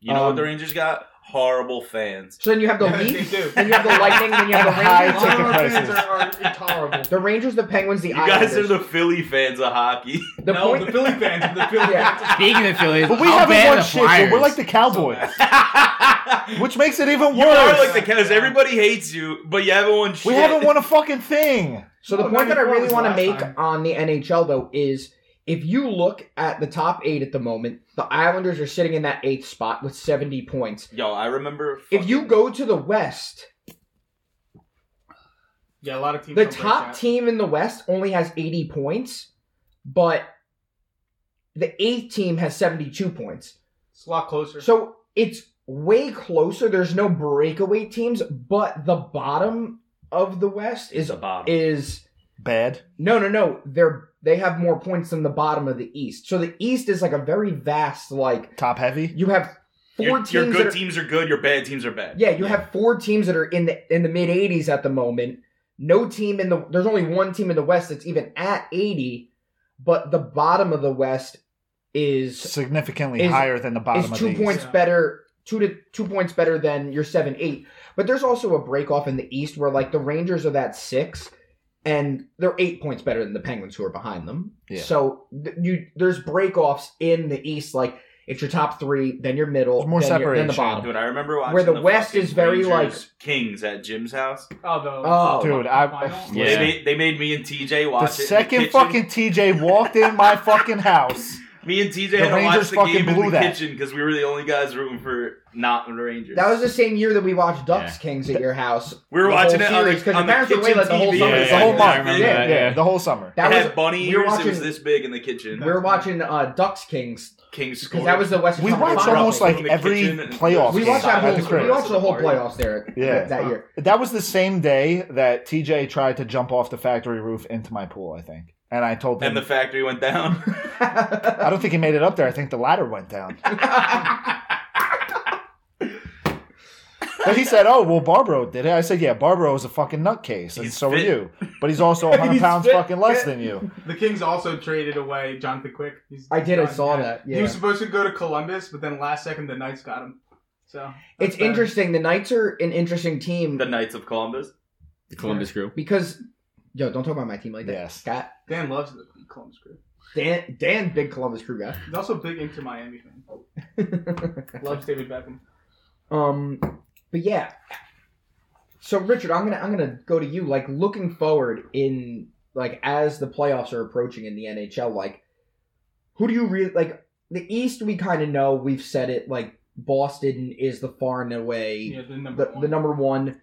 Speaker 2: you know
Speaker 5: um,
Speaker 2: what the Rangers got? Horrible fans.
Speaker 5: So then you have the
Speaker 3: Yeah,
Speaker 5: Leafs,
Speaker 3: they do.
Speaker 5: then you have the Lightning, then you have the
Speaker 4: High
Speaker 5: Rangers.
Speaker 4: ticket
Speaker 3: All of our
Speaker 4: prices.
Speaker 3: fans are, are intolerable.
Speaker 5: The Rangers, the Penguins, the
Speaker 2: You
Speaker 5: Islanders.
Speaker 2: guys are the Philly fans of hockey.
Speaker 5: The
Speaker 3: no,
Speaker 5: point-
Speaker 3: the Philly fans. The Philly
Speaker 5: Yeah.
Speaker 3: fans.
Speaker 7: Speaking of Phillies,
Speaker 4: But we
Speaker 7: how
Speaker 4: haven't
Speaker 7: bad are
Speaker 4: won
Speaker 7: the
Speaker 4: shit. but We're
Speaker 7: Flyers?
Speaker 4: like the Cowboys,
Speaker 2: you
Speaker 4: which makes it even
Speaker 2: are
Speaker 4: worse.
Speaker 2: like the Cavs. Everybody hates you, but you haven't won shit.
Speaker 4: we haven't won a fucking thing.
Speaker 5: So the
Speaker 3: Oh,
Speaker 5: point that I
Speaker 3: 94
Speaker 5: really
Speaker 3: was
Speaker 5: want to
Speaker 3: last
Speaker 5: make
Speaker 3: time.
Speaker 5: on the NHL though is if you look at the top eight at the moment, the Islanders are sitting in that eighth spot with seventy points.
Speaker 2: Yo, I remember.
Speaker 5: If you
Speaker 2: fucking-
Speaker 5: go to the West,
Speaker 3: Yeah, a lot of teams.
Speaker 5: the
Speaker 3: don't break
Speaker 5: top
Speaker 3: that.
Speaker 5: team in the West only has eighty points, but the eighth team has seventy-two points.
Speaker 3: It's a lot closer.
Speaker 5: So it's way closer. There's no breakaway teams, but the bottom of the West is
Speaker 2: bottom.
Speaker 5: is
Speaker 4: Bad.
Speaker 5: No, no, no. They're they have more points than the bottom of the East. So the East is like a very vast like
Speaker 4: Top heavy.
Speaker 5: you have 4
Speaker 2: Your,
Speaker 5: teams
Speaker 2: your
Speaker 5: that
Speaker 2: good
Speaker 5: are,
Speaker 2: teams are good. Your bad teams are bad.
Speaker 5: Yeah, you have four teams that are in the in the mid 80s at the moment. No team in the there's only one team in the West that's even at 80, but the bottom of the West is
Speaker 4: Significantly
Speaker 5: Is-
Speaker 4: higher than the bottom
Speaker 5: is
Speaker 4: of
Speaker 5: 2
Speaker 4: the
Speaker 5: points
Speaker 4: points.
Speaker 3: Yeah.
Speaker 5: better 2 to 2 points better than your 7-8. But there's also a break off in the East where like the Rangers are that 6 and they're eight points better than the Penguins, who are behind them.
Speaker 4: Yeah.
Speaker 5: So th- you there's breakoffs in the East, like it's your top three, then your middle,
Speaker 4: There's more
Speaker 5: then, your, then the
Speaker 4: separation.
Speaker 5: bottom.
Speaker 2: Dude, I remember watching
Speaker 5: Where the West
Speaker 2: fucking
Speaker 5: is very,
Speaker 2: Rangers Kings at Jim's house.
Speaker 3: oh, though.
Speaker 5: Oh,
Speaker 4: Dude,
Speaker 3: Why
Speaker 4: I.
Speaker 3: not?
Speaker 7: Yeah.
Speaker 2: They made they made me and TJ
Speaker 4: The
Speaker 2: watch it. in
Speaker 4: second
Speaker 2: kitchen.
Speaker 4: fucking TJ walked in my fucking house.
Speaker 2: me and TJ
Speaker 4: the
Speaker 2: had to watch
Speaker 4: Rangers
Speaker 2: the
Speaker 4: fucking
Speaker 2: game
Speaker 4: blew
Speaker 2: in the
Speaker 4: that.
Speaker 2: kitchen because we were the only guys rooting for not the Rangers.
Speaker 5: that was the same year that we watched Ducks Kings at your house.
Speaker 2: we were
Speaker 5: the
Speaker 2: watching
Speaker 5: whole
Speaker 2: it on the,
Speaker 5: series, 'cause
Speaker 2: on
Speaker 5: your parents
Speaker 2: the
Speaker 5: were away,
Speaker 2: kitchen
Speaker 5: like, the whole
Speaker 2: TV.
Speaker 5: summer.
Speaker 7: Yeah,
Speaker 4: The whole
Speaker 7: yeah,
Speaker 4: month.
Speaker 7: I remember
Speaker 4: yeah,
Speaker 7: that,
Speaker 4: yeah,
Speaker 7: yeah.
Speaker 4: the whole summer.
Speaker 5: That
Speaker 2: it
Speaker 5: was
Speaker 2: had bunny
Speaker 5: we were
Speaker 2: ears. it was
Speaker 5: watching-
Speaker 2: this big in the kitchen.
Speaker 5: we were watching uh, Ducks Kings
Speaker 2: Kings
Speaker 5: because
Speaker 2: scored.
Speaker 5: that was the Western
Speaker 4: We
Speaker 5: Conference
Speaker 4: watched
Speaker 5: Finals.
Speaker 4: almost like
Speaker 2: From the
Speaker 4: every
Speaker 2: kitchen and-
Speaker 4: playoff.
Speaker 5: we
Speaker 4: game
Speaker 5: watched that
Speaker 4: at
Speaker 5: whole
Speaker 4: the crib.
Speaker 5: we watched the whole
Speaker 2: Party.
Speaker 5: playoffs there
Speaker 4: Yeah.
Speaker 5: that year.
Speaker 4: That was the same day that TJ tried to jump off the factory roof into my pool, I think. And I told him,
Speaker 2: and the factory went down.
Speaker 4: I don't think he made it up there. I think the ladder went down. but he said, Oh, well, Barbaro did it. I said, Yeah, Barbaro is a fucking nutcase. And
Speaker 2: He's
Speaker 4: so
Speaker 2: fit.
Speaker 4: are you. But he's also 100
Speaker 3: He's
Speaker 4: pounds
Speaker 3: fit.
Speaker 4: fucking less than you.
Speaker 3: The Kings also traded away Jonathan Quick. He's
Speaker 5: I did. I
Speaker 3: gone.
Speaker 5: saw that.
Speaker 3: He
Speaker 5: Yeah.
Speaker 3: was supposed to go to Columbus, but then last second the Knights got him. So
Speaker 5: It's
Speaker 3: that's better.
Speaker 5: interesting. The Knights are an interesting team
Speaker 2: the Knights of Columbus.
Speaker 7: the Columbus Group.
Speaker 5: because, yo, don't talk about my team like that.
Speaker 4: Yes.
Speaker 5: Scott,
Speaker 3: Dan loves the Columbus crew.
Speaker 5: Dan, Dan, big Columbus Crew guy.
Speaker 3: He's also big into Miami fan. Loves David Beckham.
Speaker 5: um, but yeah. So Richard, I'm gonna I'm gonna go to you. Like looking forward in like as the playoffs are approaching in the NHL, like who do you really like? The East, we kind of know. We've said it. Like Boston is the far and away.
Speaker 3: Yeah, the number
Speaker 5: the,
Speaker 3: one.
Speaker 5: the number one.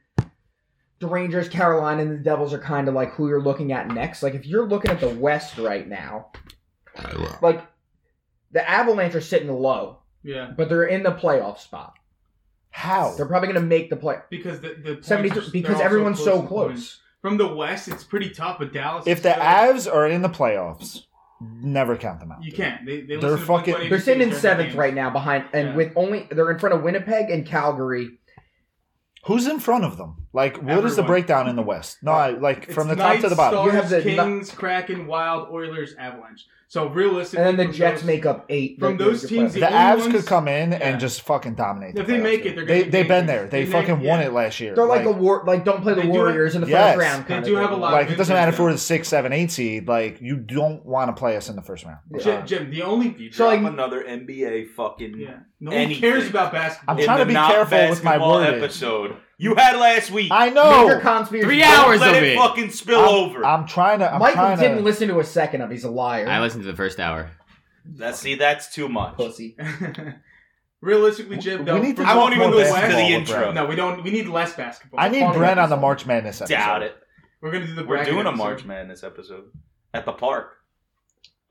Speaker 5: The Rangers, Carolina, and the Devils are kind of like who you're looking at next. Like if you're looking at the West right now, like the Avalanche are sitting low,
Speaker 3: yeah,
Speaker 5: but they're in the playoff spot.
Speaker 4: How?
Speaker 5: They're probably going to make the play
Speaker 3: because the, the points
Speaker 5: seventy
Speaker 3: are-
Speaker 5: three
Speaker 3: they're
Speaker 5: because
Speaker 3: all
Speaker 5: everyone's so
Speaker 3: in points.
Speaker 5: close.
Speaker 3: From the West, it's pretty tough, but Dallas.
Speaker 4: If
Speaker 3: is
Speaker 4: the
Speaker 3: still-
Speaker 4: Avs are in the playoffs, never count them out.
Speaker 3: you can't. They, they
Speaker 4: They're
Speaker 3: listen to
Speaker 4: fucking-
Speaker 3: Blink-182
Speaker 5: They're sitting in
Speaker 3: during
Speaker 5: seventh
Speaker 3: games.
Speaker 5: right now, behind and
Speaker 3: Yeah.
Speaker 5: with only they're in front of Winnipeg and Calgary.
Speaker 4: Who's in front of them? Like, what is the
Speaker 3: Everyone.
Speaker 4: breakdown in the West? No, I, like
Speaker 3: It's
Speaker 4: from the top to the
Speaker 3: Knights,
Speaker 4: bottom.
Speaker 3: Stars,
Speaker 5: You have the-
Speaker 3: Kings, Kraken, Wild, Oilers, Avalanche. So realistically,
Speaker 5: And then the
Speaker 3: from
Speaker 5: Jets
Speaker 3: those-
Speaker 5: make up eight
Speaker 3: from
Speaker 5: that
Speaker 3: those
Speaker 5: make
Speaker 3: teams-
Speaker 4: The,
Speaker 3: The only
Speaker 4: Avs
Speaker 3: ones-
Speaker 4: could come in
Speaker 3: Yeah.
Speaker 4: and just fucking dominate. the
Speaker 3: If they
Speaker 4: playoffs,
Speaker 3: make it,
Speaker 4: dude.
Speaker 3: they're gonna
Speaker 4: they
Speaker 3: be
Speaker 4: they've been
Speaker 3: dangerous.
Speaker 4: there. They,
Speaker 3: They
Speaker 4: fucking
Speaker 3: make-
Speaker 4: won
Speaker 3: yeah.
Speaker 4: it last year.
Speaker 5: They're like, a war, like don't play the
Speaker 3: They do have-
Speaker 5: Warriors in the
Speaker 4: Yes.
Speaker 5: first round.
Speaker 3: They
Speaker 5: kinda
Speaker 3: do have
Speaker 5: thing.
Speaker 3: a lot
Speaker 4: like it doesn't matter if
Speaker 3: Yeah.
Speaker 4: we're the six, seven, eight seed. Like you don't want to play us in the first round.
Speaker 5: uh,
Speaker 4: Uh,
Speaker 3: Jim, Jim, the only
Speaker 2: If you
Speaker 5: So,
Speaker 2: drop
Speaker 5: like-
Speaker 2: another NBA fucking
Speaker 3: yeah, no one
Speaker 2: Anything.
Speaker 3: cares about basketball.
Speaker 4: I'm
Speaker 2: in
Speaker 4: trying to
Speaker 2: the
Speaker 4: be
Speaker 2: not
Speaker 4: careful with my
Speaker 2: basketball
Speaker 4: wording.
Speaker 2: episode you had last week.
Speaker 4: I
Speaker 5: Major
Speaker 4: know.
Speaker 5: conspiracy.
Speaker 7: Three
Speaker 5: theory.
Speaker 2: Don't
Speaker 7: hours
Speaker 2: let it
Speaker 7: of it.
Speaker 2: fucking spill over.
Speaker 4: I'm trying to. I'm
Speaker 5: Michael
Speaker 4: trying
Speaker 5: didn't
Speaker 4: to.
Speaker 5: listen to a second of. He's a liar.
Speaker 7: I listened to the first hour.
Speaker 2: That see, that's too much.
Speaker 5: pussy.
Speaker 3: um, Realistically, Jim, though,
Speaker 4: we need to
Speaker 3: from
Speaker 4: talk
Speaker 2: I won't even
Speaker 4: more
Speaker 2: listen to the
Speaker 4: basketball with
Speaker 2: intro.
Speaker 4: Brent.
Speaker 3: No, we don't. We need less basketball.
Speaker 4: I need
Speaker 3: Far
Speaker 4: Brent
Speaker 3: more
Speaker 4: on the
Speaker 3: basketball.
Speaker 4: March Madness episode.
Speaker 2: Doubt it.
Speaker 3: We're gonna do the.
Speaker 2: We're
Speaker 3: bracket
Speaker 2: doing a
Speaker 3: episode.
Speaker 2: March Madness episode at the park.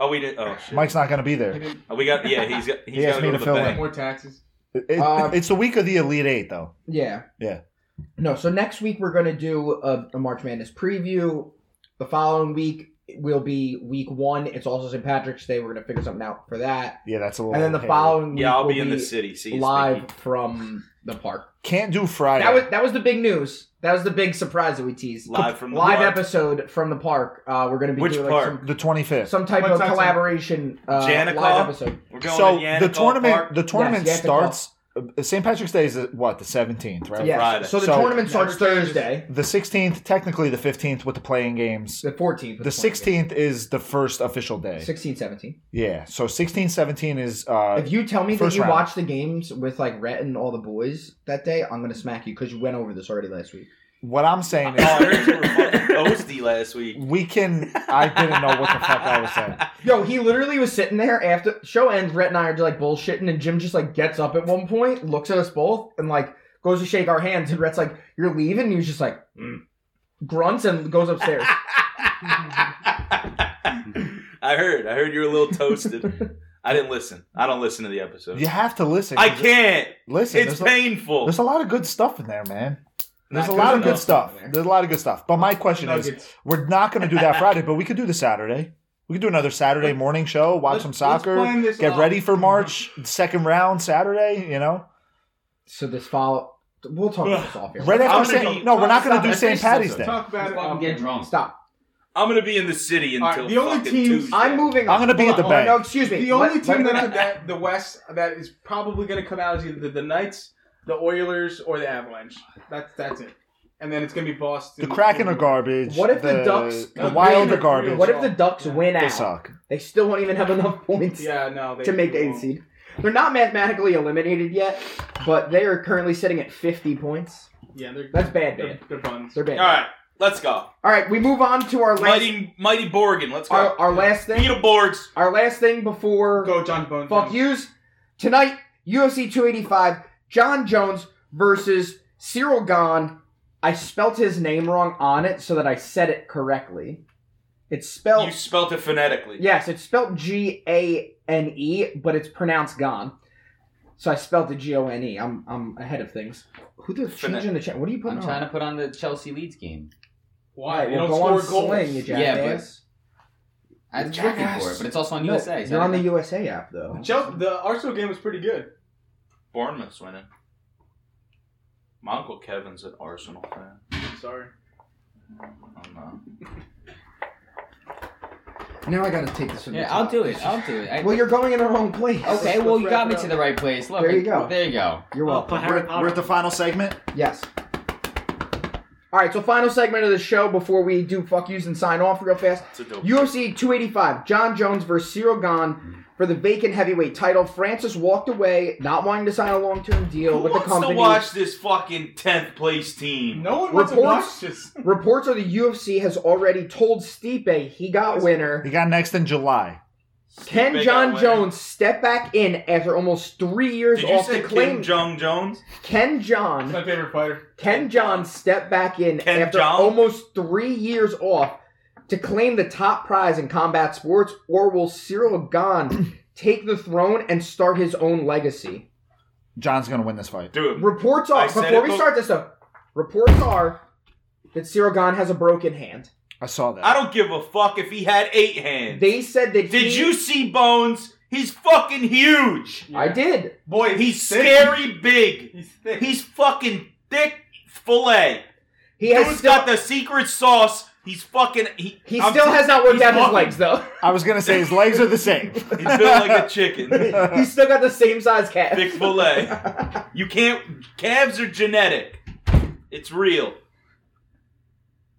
Speaker 2: Oh, we did. Oh shit.
Speaker 4: Mike's not going to be there.
Speaker 3: Maybe
Speaker 2: Oh, we got. Yeah, he's got.
Speaker 4: He
Speaker 2: He's
Speaker 4: asked
Speaker 2: got to go to
Speaker 4: me to
Speaker 2: the
Speaker 4: fill
Speaker 2: bank.
Speaker 4: in.
Speaker 3: More taxes.
Speaker 4: It- it-
Speaker 3: um,
Speaker 5: Uh,
Speaker 4: it's the week of the Elite Eight, though.
Speaker 5: Yeah.
Speaker 4: Yeah.
Speaker 5: No, so next week we're going to do a, a March Madness preview. The following week will be week one. It's also St. Patrick's Day. We're going to figure something out for that.
Speaker 4: Yeah, that's a little.
Speaker 5: And then the
Speaker 4: hairy.
Speaker 5: following week
Speaker 2: Yeah, I'll
Speaker 5: will
Speaker 2: be in the city. See you,
Speaker 5: live
Speaker 2: Sticky.
Speaker 5: from the park.
Speaker 4: Can't do Friday.
Speaker 5: That was that was the big news. That was the big surprise that we teased.
Speaker 2: Live from the
Speaker 5: Live
Speaker 2: park.
Speaker 5: episode from the park. Uh, we're going to be
Speaker 2: Which
Speaker 5: doing
Speaker 2: park?
Speaker 5: Like
Speaker 4: the 25th.
Speaker 5: some, some type
Speaker 3: What
Speaker 5: of
Speaker 3: time's it?
Speaker 5: collaboration uh,
Speaker 2: Janica?
Speaker 5: live episode.
Speaker 2: We're going
Speaker 4: so
Speaker 2: to
Speaker 4: the
Speaker 2: Yannick
Speaker 4: tournament,
Speaker 2: Park.
Speaker 4: the tournament
Speaker 5: Yes, you have to
Speaker 4: starts. uh, St. Patrick's Day is uh, what the 17th, right?
Speaker 5: Yes.
Speaker 2: Friday.
Speaker 5: So the
Speaker 4: So-
Speaker 5: tournament starts
Speaker 3: Never changes.
Speaker 5: Thursday,
Speaker 4: The 16th, technically the 15th, with the playing games.
Speaker 5: the 14th.
Speaker 4: The 16th is the first official day.
Speaker 5: 16, 17.
Speaker 4: Yeah. So 16, 17 is. Uh,
Speaker 5: If you tell me that
Speaker 4: First
Speaker 5: you
Speaker 4: round.
Speaker 5: watched the games with like Rhett and all the boys that day, I'm gonna smack you because you went over this already last week.
Speaker 4: what I'm saying
Speaker 2: Oh, I heard
Speaker 4: is,
Speaker 2: you were fucking toasty last week.
Speaker 4: we can. I didn't know what the fuck I was saying.
Speaker 5: Yo, he literally was sitting there after show ends. Rhett and I are just like bullshitting, and Jim just like gets up at one point, looks at us both, and like goes to shake our hands, and Rhett's like, "You're leaving," and he was just like, "Mm." grunts and goes upstairs.
Speaker 2: I heard. I heard you were a little toasted. I didn't listen. I don't listen to the episode.
Speaker 4: You have to listen.
Speaker 2: I can't.
Speaker 4: listen.
Speaker 2: It's
Speaker 4: there's a-
Speaker 2: painful.
Speaker 4: There's a lot of good stuff in there, man. There's a
Speaker 3: Not
Speaker 4: lot of
Speaker 3: enough.
Speaker 4: good stuff. There's a lot of good stuff. But my question is,
Speaker 3: Nuggets.
Speaker 4: we're not going to do that Friday, but we could do the Saturday. We could do another Saturday morning show, watch
Speaker 3: Let's-
Speaker 4: some
Speaker 3: let's
Speaker 4: soccer,
Speaker 3: plan this
Speaker 4: get
Speaker 3: up.
Speaker 4: ready for March second round Saturday. You know,
Speaker 5: So this follow, we'll talk about this off here.
Speaker 4: right
Speaker 2: I'm
Speaker 4: after
Speaker 2: gonna
Speaker 4: St.
Speaker 2: be-
Speaker 4: No, we're not going
Speaker 2: Stop
Speaker 4: to do
Speaker 2: it.
Speaker 4: St. Patty's Day. I'm
Speaker 3: Talk about it.
Speaker 7: I'm getting drunk.
Speaker 5: Stop.
Speaker 2: I'm gonna be in the city until
Speaker 3: All right, the only
Speaker 2: fucking
Speaker 3: teams-
Speaker 2: Tuesday.
Speaker 5: I'm moving.
Speaker 4: going to be at the
Speaker 5: Hold on, Oh, No,
Speaker 4: bank.
Speaker 5: excuse me.
Speaker 3: The
Speaker 5: Let-
Speaker 3: only
Speaker 5: let
Speaker 3: team
Speaker 5: me-
Speaker 3: that, that the West that is probably going to come out is either the, the Knights, the Oilers, or the Avalanche. That's that's it. And then it's going to be Boston.
Speaker 4: The Kraken are garbage.
Speaker 5: What if the Ducks-
Speaker 4: The Wild
Speaker 3: Green
Speaker 4: are
Speaker 3: or
Speaker 4: garbage.
Speaker 3: green?
Speaker 5: What if the Ducks
Speaker 3: Yeah.
Speaker 5: win
Speaker 4: They
Speaker 5: out?
Speaker 4: suck.
Speaker 5: They still won't even have enough points
Speaker 3: Yeah, no. They,
Speaker 5: to make the
Speaker 3: they
Speaker 5: eighth
Speaker 3: won't.
Speaker 5: seed. They're not mathematically eliminated yet, but they are currently sitting at 50 points.
Speaker 3: Yeah, they're,
Speaker 5: That's bad,
Speaker 3: they're,
Speaker 5: man.
Speaker 3: they're buns.
Speaker 5: They're bad.
Speaker 2: All right, let's go.
Speaker 5: All right, we move on to our last,
Speaker 2: Mighty, mighty Borgen. Let's
Speaker 5: our,
Speaker 2: go.
Speaker 5: our last
Speaker 2: Beat
Speaker 5: thing,
Speaker 2: a Borgs.
Speaker 5: our last thing before
Speaker 3: Go, John Bones.
Speaker 5: fuck yous. Tonight, UFC 285, John Jones versus Cyril Gahn. I spelt his name wrong on it so that I said it correctly. It's spelled
Speaker 2: You spelt it phonetically.
Speaker 5: Yes, it's spelled G A N E, but it's pronounced gone. So I spelled it G O N E. I'm I'm ahead of things. Who the
Speaker 2: Finesse.
Speaker 5: change in the chat? What are you putting
Speaker 7: I'm trying
Speaker 5: on?
Speaker 7: to put on the Chelsea Leeds game.
Speaker 3: Why?
Speaker 5: Alright,
Speaker 3: They
Speaker 5: well,
Speaker 3: don't
Speaker 5: go
Speaker 3: score
Speaker 5: on
Speaker 3: goals.
Speaker 5: Sling, you
Speaker 7: Yeah, but-
Speaker 5: jackass.
Speaker 7: I was looking for it, but it's also on
Speaker 5: No,
Speaker 7: USA. so
Speaker 5: you're
Speaker 7: I
Speaker 5: on the
Speaker 7: don't know.
Speaker 5: USA app though.
Speaker 3: Chelsea, the Arsenal game was pretty good.
Speaker 2: Bournemouth's winning. My uncle Kevin's an Arsenal fan.
Speaker 3: Sorry.
Speaker 2: I don't know.
Speaker 5: Now I gotta take this from the
Speaker 7: Yeah,
Speaker 5: top.
Speaker 7: I'll do it. I'll do it. I-
Speaker 5: Well, you're going in the wrong place.
Speaker 7: okay,
Speaker 3: let's-
Speaker 7: well,
Speaker 3: let's
Speaker 7: you
Speaker 3: wrap
Speaker 7: got me
Speaker 3: it
Speaker 7: to
Speaker 3: up.
Speaker 7: the right place. Look,
Speaker 5: There you
Speaker 7: I-
Speaker 5: go.
Speaker 7: There you go.
Speaker 5: You're welcome.
Speaker 4: We're, we're at the final segment.
Speaker 5: Yes. All right, so final segment of the show before we do fuck yous and sign off real fast.
Speaker 2: It's a dope.
Speaker 5: UFC 285, John Jones versus Cyril Gahn for the vacant heavyweight title. Francis walked away, not wanting to sign a long term deal
Speaker 2: Who
Speaker 5: with the
Speaker 2: wants
Speaker 5: company.
Speaker 2: to watch this fucking tenth place team?
Speaker 3: No one wants to
Speaker 5: Reports-
Speaker 3: watch this.
Speaker 5: Reports are the UFC has already told Stipe he got winner.
Speaker 4: We got next in July.
Speaker 5: Can
Speaker 2: Big
Speaker 5: John
Speaker 2: outlier.
Speaker 5: Jones step back in after almost three years
Speaker 2: Did you
Speaker 5: off the
Speaker 2: say
Speaker 5: claim?
Speaker 2: Kim Jong Jones?
Speaker 5: Can
Speaker 3: That's
Speaker 5: John
Speaker 3: my favorite fighter.
Speaker 5: Can John step back in
Speaker 2: Ken
Speaker 5: after
Speaker 2: John?
Speaker 5: almost three years off to claim the top prize in combat sports, or will Cyril Gahn take the throne and start his own legacy?
Speaker 4: John's going to win this fight.
Speaker 2: Dude,
Speaker 5: Reports are
Speaker 2: I said
Speaker 5: before
Speaker 2: it
Speaker 5: we
Speaker 2: bef-
Speaker 5: start this though. Reports are that Cyril Gahn has a broken hand.
Speaker 4: I saw that.
Speaker 2: I don't give a fuck if he had eight hands.
Speaker 5: They said that.
Speaker 2: Did
Speaker 5: he-
Speaker 2: you see Bones? He's fucking huge.
Speaker 5: I did.
Speaker 3: Boy,
Speaker 2: He's
Speaker 3: thick.
Speaker 2: scary big.
Speaker 3: He's thick.
Speaker 2: He's fucking thick fillet.
Speaker 5: He
Speaker 2: Dude's
Speaker 5: has still,
Speaker 2: got the secret sauce. He's fucking. He,
Speaker 5: he
Speaker 2: I'm
Speaker 5: still
Speaker 2: t-
Speaker 5: has not worked
Speaker 2: he's
Speaker 5: out his
Speaker 2: fucking-
Speaker 5: legs though.
Speaker 4: I was going to say his legs are the same.
Speaker 2: He's built like a chicken.
Speaker 5: He's still got the same size calf.
Speaker 2: Thick fillet. You can't. Calves are genetic. It's real.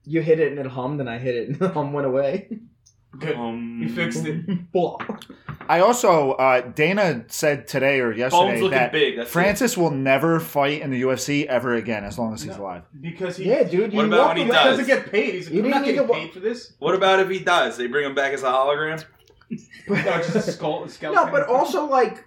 Speaker 5: You hit it and it hummed, and I hit it and the hum went away.
Speaker 3: good.
Speaker 2: Um,
Speaker 3: you fixed it.
Speaker 5: Blah.
Speaker 4: I also uh, Dana said today or
Speaker 2: Bones
Speaker 4: yesterday
Speaker 2: looking
Speaker 4: that
Speaker 2: big. That's
Speaker 4: Francis will never fight in the UFC ever again as long as he's
Speaker 3: No.
Speaker 4: alive.
Speaker 3: Because he
Speaker 5: Yeah, dude. You
Speaker 2: What about
Speaker 5: walked
Speaker 2: when he
Speaker 5: away.
Speaker 2: does?
Speaker 3: doesn't get paid. He's like,
Speaker 5: You
Speaker 3: I'm not
Speaker 5: didn't
Speaker 3: getting
Speaker 5: even-
Speaker 3: paid for this.
Speaker 2: What about if he dies? They bring him back as a hologram?
Speaker 3: No, just a skull, a skeleton.
Speaker 5: No, but also like,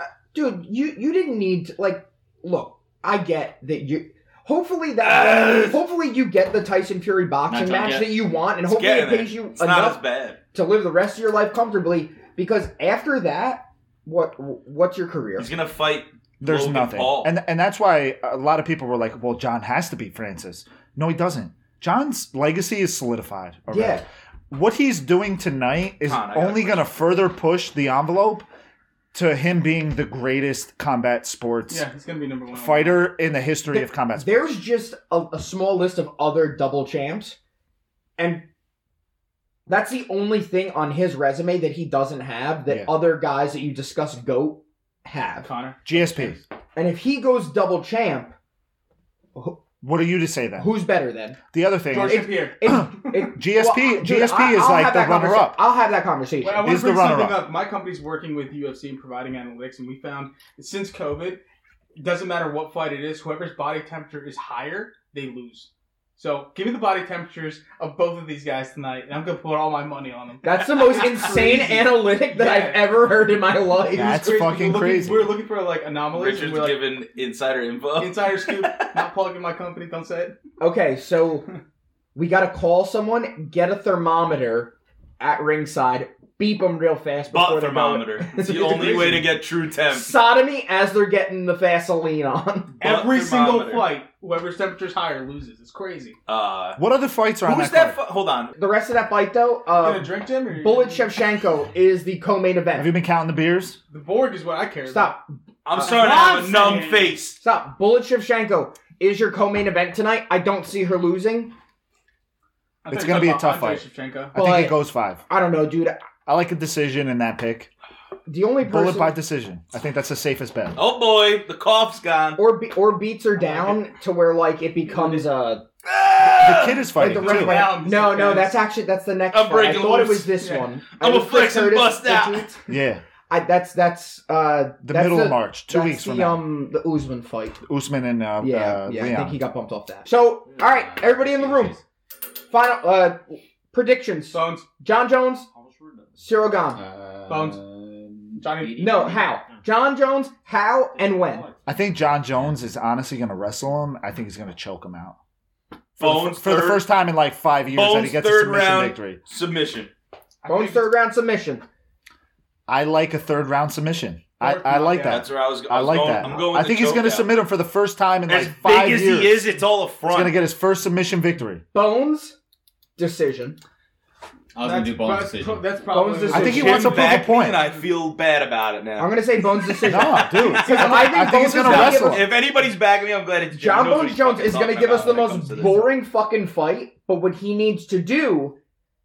Speaker 5: uh, dude, you you didn't need to, like look. I get that you. Hopefully that. hopefully you get the Tyson Fury boxing
Speaker 2: Not done
Speaker 5: match
Speaker 2: yet.
Speaker 5: that you want, and hopefully it
Speaker 2: getting
Speaker 5: pays you
Speaker 2: It's not as
Speaker 5: enough
Speaker 2: bad.
Speaker 5: to live the rest of your life comfortably. Because after that, what what's your career?
Speaker 2: He's gonna fight.
Speaker 4: There's
Speaker 2: Logan
Speaker 4: nothing.
Speaker 2: Paul.
Speaker 4: And and that's why a lot of people were like, well, John has to beat Francis. No, he doesn't. John's legacy is solidified. Already.
Speaker 5: Yeah.
Speaker 4: What he's doing tonight is
Speaker 2: Con, I got a
Speaker 4: only going to further push the envelope to him being the greatest combat sports
Speaker 3: Yeah, he's gonna be number one.
Speaker 4: fighter in the history of combat sports.
Speaker 5: There's just a, a small list of other double champs, and that's the only thing on his resume that he doesn't have that
Speaker 4: Yeah.
Speaker 5: other guys that you discuss goat have.
Speaker 3: Connor.
Speaker 4: GSP.
Speaker 5: And if he goes double champ,
Speaker 4: What are you to say then?
Speaker 5: who's better then?
Speaker 4: The other thing
Speaker 3: George
Speaker 4: is
Speaker 3: St. Pierre.
Speaker 5: It- it-
Speaker 4: GSP
Speaker 5: well, uh, dude,
Speaker 4: GSP
Speaker 5: I-
Speaker 4: is
Speaker 5: I'll
Speaker 4: like
Speaker 5: have
Speaker 4: the
Speaker 5: that conversa-
Speaker 4: runner up.
Speaker 5: I'll have that conversation.
Speaker 3: But I want
Speaker 4: He's
Speaker 3: to
Speaker 4: the
Speaker 3: bring something
Speaker 4: runner-up.
Speaker 3: up. My company's working with UFC and providing analytics, and we found that since COVID, it doesn't matter what fight it is, whoever's body temperature is higher, they lose. So give me the body temperatures of both of these guys tonight, and I'm gonna put all my money on them.
Speaker 5: That's the most insane
Speaker 3: Crazy.
Speaker 5: analytic that I've
Speaker 3: Yeah.
Speaker 5: ever heard in my life.
Speaker 4: Yeah. That's fucking
Speaker 3: we were looking,
Speaker 4: crazy.
Speaker 3: We were looking for like
Speaker 4: Oh,
Speaker 3: anomalies,
Speaker 2: Richard's
Speaker 3: and we're like
Speaker 2: given insider info.
Speaker 3: insider scoop. not plugging my company. Don't say it.
Speaker 5: Okay, so we got to call someone, get a thermometer at ringside, beep them real fast before
Speaker 2: Butt
Speaker 5: they go-
Speaker 2: thermometer. It's the only way to get true temp.
Speaker 5: sodomy as they're getting the Vaseline on.
Speaker 2: Butt
Speaker 3: Every single
Speaker 2: thermometer.
Speaker 3: fight, whoever's temperature's higher loses. It's crazy.
Speaker 2: Uh,
Speaker 4: What other fights are on
Speaker 2: who's
Speaker 4: that
Speaker 2: that?
Speaker 4: card?
Speaker 2: Fu- hold on.
Speaker 5: The rest of that fight, though,
Speaker 3: You gonna
Speaker 5: uh,
Speaker 3: drink, Jim? Or
Speaker 5: Bullet Shevchenko is the co-main
Speaker 4: Have you
Speaker 5: event.
Speaker 4: been counting the beers?
Speaker 3: The Borg is what I care about.
Speaker 5: Stop,
Speaker 2: I'm
Speaker 5: Uh,
Speaker 2: starting to have a
Speaker 3: I'm
Speaker 2: numb
Speaker 3: saying-
Speaker 2: face.
Speaker 5: stop. Bullet Shevchenko is your co-main event tonight. I don't see her losing.
Speaker 3: I thought
Speaker 4: It's
Speaker 3: you
Speaker 4: gonna
Speaker 3: were
Speaker 4: be a
Speaker 3: talking
Speaker 4: tough
Speaker 3: about Andre Shevchenko.
Speaker 4: I think
Speaker 5: But-
Speaker 4: it goes five.
Speaker 5: I don't know, dude.
Speaker 4: I like a decision in that pick.
Speaker 5: The only
Speaker 4: Bullet
Speaker 5: person
Speaker 4: by decision. I think that's the safest bet.
Speaker 2: Oh boy, the cough's gone.
Speaker 5: or be- or beats
Speaker 2: Oh
Speaker 5: her down to where like it becomes uh
Speaker 2: Ah!
Speaker 4: The kid is
Speaker 5: like
Speaker 4: fighting
Speaker 5: the rest
Speaker 4: too.
Speaker 5: way.
Speaker 3: Now I'm
Speaker 5: No,
Speaker 3: just
Speaker 5: no,
Speaker 3: gonna-
Speaker 5: that's actually that's the next.
Speaker 2: I'm
Speaker 5: one. I
Speaker 2: breaking
Speaker 5: thought
Speaker 2: loose.
Speaker 5: it was this
Speaker 3: Yeah.
Speaker 5: one.
Speaker 2: I'm
Speaker 5: I
Speaker 2: a
Speaker 5: was
Speaker 2: flex and
Speaker 5: Curtis,
Speaker 2: bust
Speaker 5: the
Speaker 2: out.
Speaker 5: Jeets.
Speaker 4: Yeah,
Speaker 5: I that's that's uh
Speaker 4: the
Speaker 5: that's
Speaker 4: middle of March, two
Speaker 5: that's
Speaker 4: weeks
Speaker 5: the,
Speaker 4: from now.
Speaker 5: Um, the Usman fight.
Speaker 4: Usman and uh,
Speaker 5: Yeah,
Speaker 4: uh,
Speaker 5: yeah. I
Speaker 4: Leon.
Speaker 5: think he got bumped off that. So, all right, everybody in the room. Final uh predictions.
Speaker 3: Bones.
Speaker 5: John Jones, Cyril Gahn.
Speaker 7: Uh, Bones.
Speaker 3: Um, Johnny-
Speaker 5: No, how? John Jones, how and when?
Speaker 4: I think John Jones is honestly going to wrestle him. I think he's going to choke him out for, the,
Speaker 2: Bones
Speaker 4: fir- for the
Speaker 2: third-
Speaker 4: first time in like five years that he
Speaker 2: Bones
Speaker 4: gets a
Speaker 2: third
Speaker 4: submission
Speaker 2: round.
Speaker 4: victory.
Speaker 2: Submission.
Speaker 3: I think
Speaker 5: Bones
Speaker 3: it's-
Speaker 5: third round submission.
Speaker 4: I like a third round submission. I,
Speaker 3: Fourth
Speaker 4: I like
Speaker 3: knockout.
Speaker 4: that.
Speaker 2: That's where I was.
Speaker 4: I
Speaker 2: was
Speaker 4: like
Speaker 2: going,
Speaker 4: that.
Speaker 2: I'm going.
Speaker 4: I
Speaker 2: with
Speaker 4: think
Speaker 2: the
Speaker 4: he's going to
Speaker 2: choke out.
Speaker 4: submit him for the first time in
Speaker 2: As
Speaker 4: like five
Speaker 2: big as
Speaker 4: years.
Speaker 2: he is, it's all a
Speaker 4: he's
Speaker 2: front.
Speaker 4: going to get his first submission victory.
Speaker 5: Bones decision.
Speaker 7: I was gonna do bones
Speaker 3: that's-
Speaker 7: decision.
Speaker 3: That's probably.
Speaker 5: Bones
Speaker 4: I think he
Speaker 5: decision.
Speaker 4: wants to prove a
Speaker 2: back
Speaker 4: point.
Speaker 2: and I feel bad about it
Speaker 5: I'm
Speaker 2: now.
Speaker 5: gonna say Bones
Speaker 4: No,
Speaker 5: decision.
Speaker 4: dude. I think,
Speaker 5: I think
Speaker 4: I think he's
Speaker 5: Bones is
Speaker 4: going to
Speaker 5: gonna give
Speaker 4: wrestle.
Speaker 5: us-
Speaker 4: him.
Speaker 2: If anybody's backing me, I'm glad it's Jim.
Speaker 5: John
Speaker 2: He knows what
Speaker 5: Bones
Speaker 2: he's
Speaker 5: Jones
Speaker 2: fucking
Speaker 5: is going
Speaker 2: talking
Speaker 5: to give us
Speaker 2: about
Speaker 5: the
Speaker 2: when it comes
Speaker 5: most
Speaker 2: to this.
Speaker 5: boring fucking fight, but what he needs to do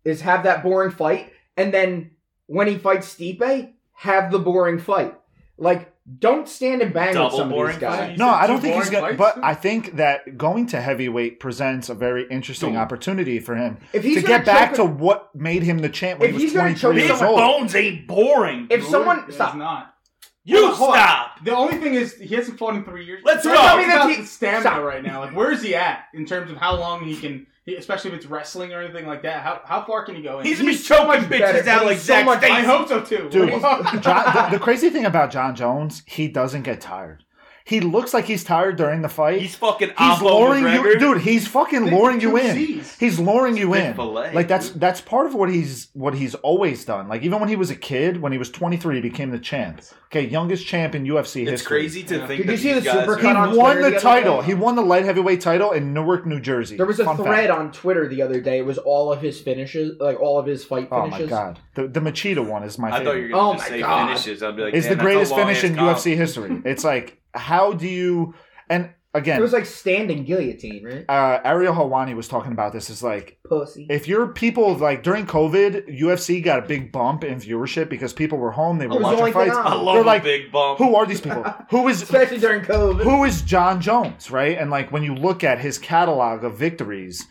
Speaker 5: is have that boring fight, and then when he fights Stipe, have the boring fight. Like, don't stand and bang
Speaker 2: Double
Speaker 5: with some of
Speaker 2: boring
Speaker 5: these guys.
Speaker 2: fight?
Speaker 4: No, I don't
Speaker 3: two
Speaker 4: think he's
Speaker 3: boring
Speaker 4: going.
Speaker 3: fights?
Speaker 4: But I think that going to heavyweight presents a very interesting
Speaker 2: Dude.
Speaker 4: opportunity for him
Speaker 5: If he's
Speaker 4: to
Speaker 5: gonna
Speaker 4: get back
Speaker 5: choke-
Speaker 4: to what made him the champ when
Speaker 5: If
Speaker 4: he was
Speaker 5: he's gonna
Speaker 4: 23
Speaker 5: choke
Speaker 2: Big
Speaker 4: years
Speaker 5: someone-
Speaker 4: old.
Speaker 2: Bones ain't boring.
Speaker 5: If someone
Speaker 3: It's
Speaker 5: stop,
Speaker 3: not.
Speaker 2: You
Speaker 3: Hold on.
Speaker 2: stop.
Speaker 3: The only thing is, he hasn't fought in three years.
Speaker 2: Let's
Speaker 3: We're
Speaker 2: go.
Speaker 3: talking
Speaker 5: Tell me that
Speaker 3: about
Speaker 5: he-
Speaker 3: the stamina
Speaker 5: stop.
Speaker 3: right now. Like, where is he at in terms of how long he can, he- especially if it's wrestling or anything like that? How how far can he go? In?
Speaker 2: He's gonna be
Speaker 5: He's so
Speaker 2: choking
Speaker 5: much better,
Speaker 2: bitches out
Speaker 5: but
Speaker 2: like
Speaker 5: he's so
Speaker 2: Zach
Speaker 5: much-
Speaker 3: I
Speaker 2: Stacy.
Speaker 3: hope so too.
Speaker 4: Dude, John, the, the crazy thing about John Jones, he doesn't get tired. He looks like he's tired during the fight.
Speaker 2: He's fucking
Speaker 4: He's
Speaker 2: Oslo
Speaker 4: luring you,
Speaker 2: McGregor.
Speaker 4: dude. He's fucking luring you in.
Speaker 3: Sees.
Speaker 4: He's luring you in.
Speaker 2: Chick-fil-A,
Speaker 4: Like that's
Speaker 2: dude.
Speaker 4: that's part of what he's what he's always done. Like even when he was a kid, when he was 23, he became the champ. Okay, youngest champ in UFC history.
Speaker 2: It's crazy to think
Speaker 5: Did
Speaker 2: that
Speaker 5: you see
Speaker 2: these
Speaker 5: the
Speaker 2: guys
Speaker 5: supercut
Speaker 4: He
Speaker 2: are-
Speaker 5: on Twitter
Speaker 4: won
Speaker 5: the
Speaker 4: the
Speaker 5: other
Speaker 4: title.
Speaker 5: day?
Speaker 4: He won the light heavyweight title in Newark, New Jersey.
Speaker 5: there was a
Speaker 4: Fun fact.
Speaker 5: thread on Twitter the other day. It was all of his finishes, like all of his fight
Speaker 4: Oh my
Speaker 5: finishes.
Speaker 4: god, the the Machida one is my
Speaker 2: I
Speaker 4: favorite.
Speaker 2: thought you were gonna
Speaker 5: Oh
Speaker 2: just
Speaker 5: my
Speaker 2: say
Speaker 5: God.
Speaker 2: finishes. I'd be like,
Speaker 4: is the
Speaker 2: "Damn, that's a
Speaker 4: greatest
Speaker 2: long-ass
Speaker 4: finish in
Speaker 2: comp."
Speaker 4: UFC history. It's like how do you and
Speaker 5: It
Speaker 4: again
Speaker 5: was like standing guillotine, right?
Speaker 4: uh, Ariel Hawani was talking about this. Is like
Speaker 5: Pussy.
Speaker 4: if you're people like during COVID, UFC got a big bump in viewership because people were home, they
Speaker 5: It
Speaker 4: were
Speaker 5: was the
Speaker 4: watching
Speaker 5: only thing
Speaker 4: fights.
Speaker 5: on.
Speaker 2: I
Speaker 4: They're
Speaker 2: love a
Speaker 4: like,
Speaker 2: big bump.
Speaker 4: Who are these people? Who is
Speaker 5: Especially during COVID.
Speaker 4: who is John Jones, right? And like when you look at his catalog of victories,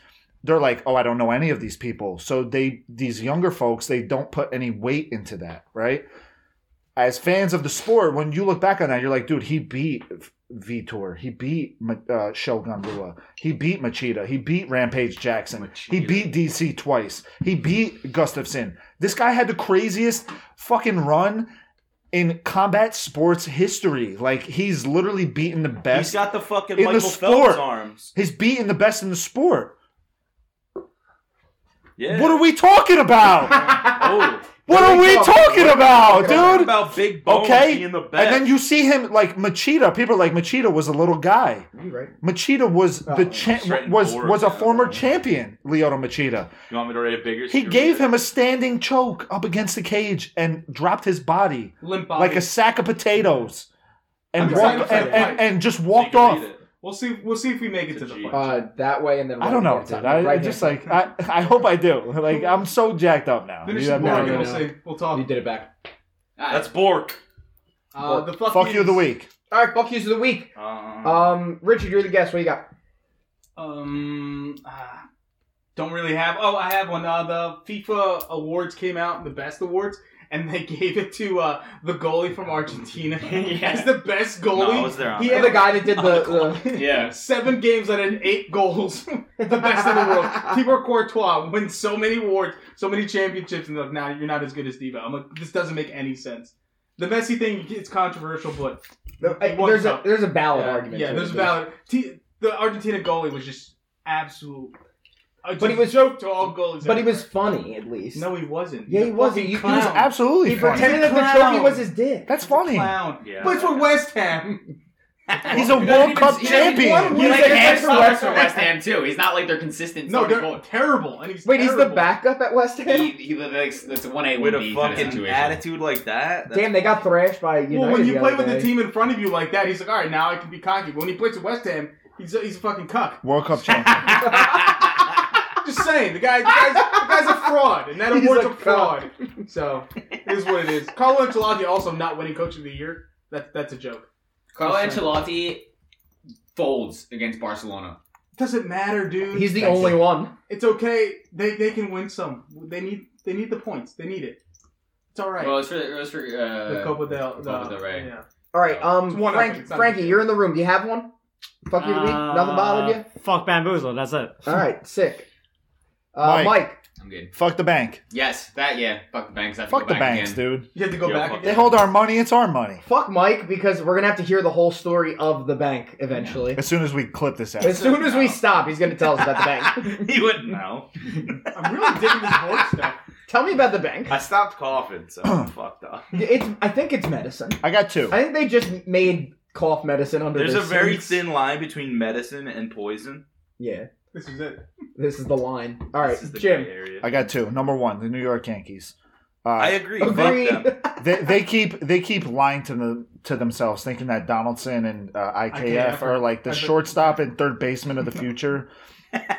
Speaker 4: they're like, oh, I don't know any of these people. So they these younger folks, they don't put any weight into that, right? As fans of the sport, when you look back on that, you're like, dude, he beat Vitor, he beat Ma- uh, Shogun Rua, he beat Machida, he beat Rampage Jackson, he beat DC twice, he beat Gustafson. This guy had the craziest fucking run in combat sports history. Like he's literally beaten the best.
Speaker 2: He's got the fucking
Speaker 4: In the
Speaker 2: Michael
Speaker 4: sport.
Speaker 2: Phelps arms.
Speaker 4: he's beaten the best in the sport.
Speaker 2: Yeah.
Speaker 4: What are we talking about?
Speaker 2: oh,
Speaker 4: what are we talking about,
Speaker 2: talking
Speaker 4: dude?
Speaker 2: about big bones
Speaker 4: Okay,
Speaker 2: being the
Speaker 4: and
Speaker 2: best.
Speaker 4: then you see him like Machida. People are like Machida was a little guy.
Speaker 5: You right?
Speaker 4: Machida was the
Speaker 5: Oh,
Speaker 4: cha-
Speaker 2: Stratton
Speaker 4: was
Speaker 2: Ford.
Speaker 4: was a former champion. Lyoto Machida.
Speaker 2: You want me to write a bigger?
Speaker 4: He gave him a standing choke up against the cage and dropped his body
Speaker 3: Limp body.
Speaker 4: like a sack of potatoes, and
Speaker 3: I'm excited
Speaker 4: walked
Speaker 3: for
Speaker 4: and,
Speaker 3: that
Speaker 4: and,
Speaker 3: fight.
Speaker 4: and just walked off.
Speaker 3: we'll see. We'll see if we make it to the
Speaker 2: It's a
Speaker 3: fight.
Speaker 5: Uh, that way and then
Speaker 4: I don't know,
Speaker 5: right
Speaker 4: dude. I, I
Speaker 5: right
Speaker 4: just
Speaker 5: hand.
Speaker 4: like I, I hope I do. Like I'm so jacked up now.
Speaker 3: Finish
Speaker 4: You
Speaker 3: the
Speaker 4: have no
Speaker 3: board, and
Speaker 4: idea.
Speaker 3: we'll
Speaker 5: no,
Speaker 3: see. We'll
Speaker 5: You
Speaker 3: talk.
Speaker 5: did it back.
Speaker 2: That's Bork.
Speaker 3: Uh, the fuck,
Speaker 4: Fuck you of the
Speaker 3: yous.
Speaker 4: week.
Speaker 5: All right, fuck yous of the week.
Speaker 2: Um,
Speaker 5: Um, Richard, you're the guest. What do you got?
Speaker 3: Um, ah, don't really have. Oh, I have one. Uh, the FIFA awards came out, the best awards, and they gave it to uh, the goalie from Argentina as the best
Speaker 2: no,
Speaker 3: goalie.
Speaker 2: I was there. On
Speaker 3: He
Speaker 2: that.
Speaker 5: You're the guy that did the. the
Speaker 7: Yes.
Speaker 3: Seven games out of eight goals, the best in the world. Thibaut Courtois wins so many awards, so many championships, and they're like, nah, you're not as good as Diva. I'm like, this doesn't make any sense. The Messi thing, it's controversial, but
Speaker 5: the-
Speaker 3: he won
Speaker 5: there's a
Speaker 3: something.
Speaker 5: there's a valid
Speaker 3: yeah,
Speaker 5: argument.
Speaker 3: Yeah,
Speaker 5: to
Speaker 3: there's
Speaker 5: it,
Speaker 3: a
Speaker 5: dude.
Speaker 3: valid. T- the Argentina goalie was just absolute. a
Speaker 5: But he was-
Speaker 3: joke to all goalies.
Speaker 5: But he was funny at least.
Speaker 3: no, he wasn't.
Speaker 5: Yeah,
Speaker 3: He's
Speaker 5: he
Speaker 3: a
Speaker 5: wasn't.
Speaker 3: fucking
Speaker 5: You- he
Speaker 3: clown.
Speaker 5: was
Speaker 4: It's absolutely
Speaker 5: he
Speaker 4: funny.
Speaker 5: pretended that the
Speaker 3: Clown.
Speaker 5: trophy was his dick.
Speaker 4: That's funny.
Speaker 3: Clown.
Speaker 2: Yeah.
Speaker 3: Plays for West Ham.
Speaker 4: He's a World Cup champion.
Speaker 5: He's
Speaker 7: He's like
Speaker 5: like a
Speaker 7: half
Speaker 5: different
Speaker 7: sucks
Speaker 5: West
Speaker 7: for
Speaker 5: Ham.
Speaker 7: West Ham too. He's not like they're consistent.
Speaker 3: No,
Speaker 7: starting
Speaker 3: they're
Speaker 7: goal.
Speaker 3: terrible. And he's
Speaker 5: Wait, he's the
Speaker 3: terrible.
Speaker 5: backup at West
Speaker 7: he,
Speaker 5: Ham.
Speaker 7: he that's that's a one A
Speaker 2: with
Speaker 7: one
Speaker 2: a
Speaker 7: B kind of
Speaker 2: fucking
Speaker 7: situation.
Speaker 2: attitude like that. that's-
Speaker 5: Damn, they got thrashed by United.
Speaker 3: well, when you
Speaker 5: the
Speaker 3: play
Speaker 5: other
Speaker 3: with the
Speaker 5: day.
Speaker 3: team in front of you like that, he's like, all right, now I can be cocky. But when he plays at West Ham, he's a, he's a fucking cuck.
Speaker 4: World Cup champion.
Speaker 3: Just saying, the guy, the guy's, the guy's a fraud, and that
Speaker 5: He's
Speaker 3: award's
Speaker 5: a
Speaker 3: a, fraud. So it is what it is. Carlo Ancelotti also not winning Coach of the Year. That that's a joke.
Speaker 7: Carlo Ancelotti folds against Barcelona.
Speaker 3: Doesn't matter, dude.
Speaker 5: He's the
Speaker 4: Thank
Speaker 5: only
Speaker 4: you.
Speaker 5: one.
Speaker 3: it's okay. They they can win some. They need they need the points. They need it. It's all right.
Speaker 7: Well, it's for it was for uh,
Speaker 3: the Copa del the,
Speaker 7: Copa del Rey.
Speaker 3: Yeah.
Speaker 5: All right, um,
Speaker 3: It's one
Speaker 5: Frank-
Speaker 3: up, it's not-
Speaker 5: Frankie, you're in the room. Do you have one? Fuck you to me.
Speaker 2: Uh,
Speaker 5: Nothing bothered you.
Speaker 6: Uh, Fuck bamboozle. That's it.
Speaker 5: All right, sick. Uh,
Speaker 4: Mike.
Speaker 5: Mike.
Speaker 7: I'm good.
Speaker 4: Fuck the bank.
Speaker 7: Yes, that yeah. Fuck the banks. I have to
Speaker 4: Fuck the
Speaker 7: go back
Speaker 4: banks,
Speaker 7: again.
Speaker 4: dude.
Speaker 3: You have to go
Speaker 2: Yeah,
Speaker 3: back.
Speaker 2: fuck
Speaker 3: again.
Speaker 4: They hold our money. It's our money.
Speaker 5: fuck Mike because we're gonna have to hear the whole story of the bank eventually.
Speaker 4: As soon as we clip this out.
Speaker 5: As soon as we stop, he's gonna tell us about the bank.
Speaker 2: he wouldn't know.
Speaker 3: I'm really digging this board stuff.
Speaker 5: tell me about the bank.
Speaker 2: I stopped coughing, so I'm fucked up.
Speaker 5: It's I think it's medicine.
Speaker 4: I got two.
Speaker 5: I think they just made cough medicine under.
Speaker 2: There's a
Speaker 5: this.
Speaker 2: very thin line between medicine and poison.
Speaker 5: Yeah,
Speaker 3: This is it.
Speaker 5: this is the line. All right,
Speaker 2: This is the
Speaker 5: Jim.
Speaker 2: gray area.
Speaker 4: I got two. Number one, the New York Yankees.
Speaker 2: I
Speaker 4: Uh,
Speaker 2: agree. Fuck
Speaker 5: Agreed.
Speaker 2: them.
Speaker 4: they, they keep they keep lying to them to themselves, thinking that Donaldson and uh, IKF,
Speaker 3: IKF
Speaker 4: are like the
Speaker 3: are the-
Speaker 4: shortstop and third baseman of the future.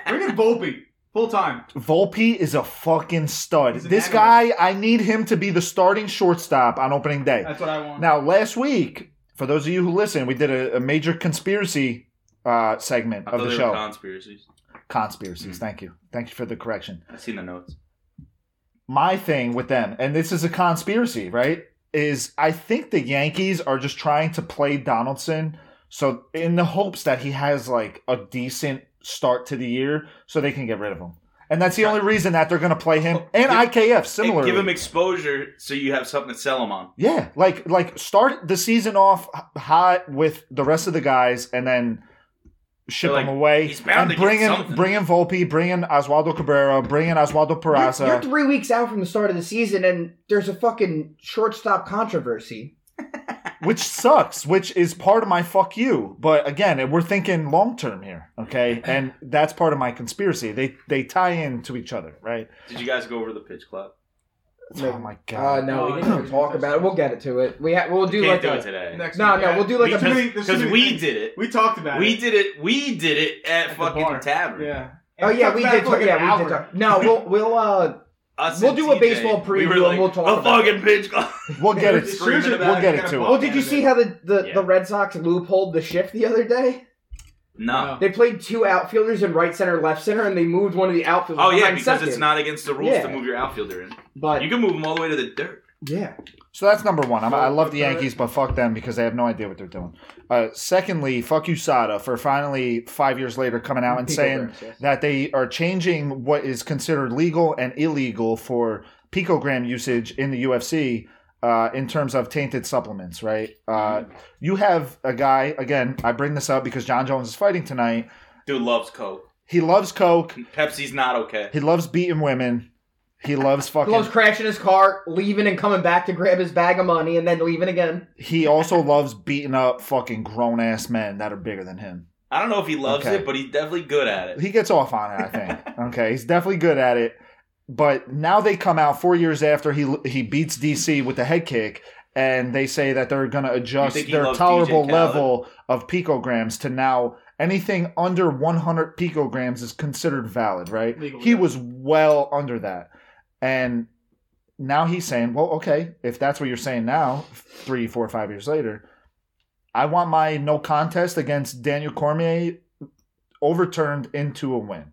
Speaker 3: Bring in Volpe full time.
Speaker 4: Volpe is a fucking stud.
Speaker 3: He's an
Speaker 4: This guy,
Speaker 3: animal.
Speaker 4: I need him to be the starting shortstop on opening day.
Speaker 3: That's what I want.
Speaker 4: Now, last week, for those of you who listen, we did a, a major conspiracy uh, segment
Speaker 2: I
Speaker 4: of
Speaker 2: thought
Speaker 4: the
Speaker 2: they were Hmm.
Speaker 4: show.
Speaker 2: conspiracies.
Speaker 4: Conspiracies. Thank you. Thank you for the correction.
Speaker 2: I've seen the notes.
Speaker 4: My thing with them, and this is a conspiracy, right? Is I think the Yankees are just trying to play Donaldson so in the hopes that he has like a decent start to the year so they can get rid of him. And that's the only reason that they're going to play him and
Speaker 2: Give-
Speaker 4: IKF
Speaker 2: And
Speaker 4: similarly.
Speaker 2: give him exposure so you have something to sell him on.
Speaker 4: Yeah, like like start the season off h- hot with the rest of the guys, and then ship
Speaker 2: They're
Speaker 4: them
Speaker 2: like,
Speaker 4: away.
Speaker 2: "He's bound
Speaker 4: and
Speaker 2: to get
Speaker 4: bring in
Speaker 2: something."
Speaker 4: bring in Volpe, bring in Oswaldo Cabrera, bring in Oswaldo
Speaker 5: You're,
Speaker 4: Peraza.
Speaker 5: you're three weeks out from the start of the season, and there's a fucking shortstop controversy.
Speaker 4: which sucks, which is part of my fuck you. But again, we're thinking long term here, okay? And that's part of my conspiracy. They they tie in to each other, right?
Speaker 2: Did you guys go over the pitch clock?
Speaker 4: Oh my god.
Speaker 5: Uh, no,
Speaker 3: Oh,
Speaker 5: we didn't even
Speaker 3: yeah.
Speaker 5: talk about it. We'll get it to it. We ha- we'll do
Speaker 2: Can't
Speaker 5: like
Speaker 2: do
Speaker 5: a-
Speaker 2: it today.
Speaker 3: Next
Speaker 5: No,
Speaker 3: week,
Speaker 5: no,
Speaker 3: yeah.
Speaker 5: we'll do like
Speaker 3: There's
Speaker 5: a
Speaker 3: too many- there's too
Speaker 2: Because
Speaker 3: many
Speaker 2: we
Speaker 3: things.
Speaker 2: did it.
Speaker 3: We talked about
Speaker 2: We
Speaker 3: it.
Speaker 2: did it. We did it at,
Speaker 3: At the
Speaker 2: fucking
Speaker 3: bar.
Speaker 2: tavern.
Speaker 3: Yeah.
Speaker 5: Oh yeah, we did. Talk,
Speaker 3: like
Speaker 5: yeah,
Speaker 3: an
Speaker 5: we did.
Speaker 3: hour.
Speaker 5: Talk. No, we'll we'll uh
Speaker 2: Us
Speaker 5: We'll
Speaker 2: and
Speaker 5: do a
Speaker 2: TJ,
Speaker 5: baseball
Speaker 2: we
Speaker 5: preview
Speaker 2: were
Speaker 5: and
Speaker 2: like,
Speaker 5: we'll talk
Speaker 2: A
Speaker 5: about
Speaker 2: fucking pitch clock.
Speaker 4: We'll get it.
Speaker 3: It's
Speaker 2: It's
Speaker 3: true
Speaker 2: screaming
Speaker 3: that
Speaker 2: about
Speaker 4: We'll get it to
Speaker 5: Well,
Speaker 4: it.
Speaker 5: did you see how the, the,
Speaker 2: Yeah.
Speaker 5: the Red Sox loopholed the shift the other day?
Speaker 2: No.
Speaker 5: They played two outfielders in right center, left center, and they moved one of the outfielders.
Speaker 2: Oh yeah,
Speaker 5: behind
Speaker 2: because
Speaker 5: second.
Speaker 2: it's not against the rules
Speaker 5: Yeah.
Speaker 2: to move your outfielder in.
Speaker 5: But
Speaker 2: You can move them all the way to the dirt.
Speaker 5: yeah,
Speaker 4: So that's number one. I'm, I love the Yankees, but fuck them because they have no idea what they're doing. Uh, secondly, fuck you, Sada, for finally five years later coming out and
Speaker 5: Pico
Speaker 4: saying
Speaker 5: Grams, yes.
Speaker 4: that they are changing what is considered legal and illegal for picogram usage in the UFC. uh, in terms of tainted supplements, right? Uh, you have a guy again. I bring this up because John Jones is fighting tonight.
Speaker 2: Dude loves Coke.
Speaker 4: He loves coke.
Speaker 2: Pepsi's not okay.
Speaker 4: He loves beating women. He loves
Speaker 5: He
Speaker 4: fucking.
Speaker 5: loves crashing his car, leaving and coming back to grab his bag of money, and then leaving again.
Speaker 4: he also loves beating up fucking grown ass men that are bigger than him.
Speaker 2: I don't know if he loves
Speaker 4: Okay.
Speaker 2: it, but he's definitely good at it.
Speaker 4: He gets off on it, I think. okay, he's definitely good at it. But now they come out four years after he he beats DC with the head kick, and they say that they're going to adjust
Speaker 2: think he
Speaker 4: their
Speaker 2: loves
Speaker 4: tolerable
Speaker 2: DJ Khaled?
Speaker 4: level of picograms to now anything under 100 picograms is considered valid, right?
Speaker 3: Legal,
Speaker 4: he
Speaker 3: yeah.
Speaker 4: was well under that, and now he's saying, well, okay, if that's what you're saying now, three, four, five years later, I want my no contest against Daniel Cormier overturned into a win.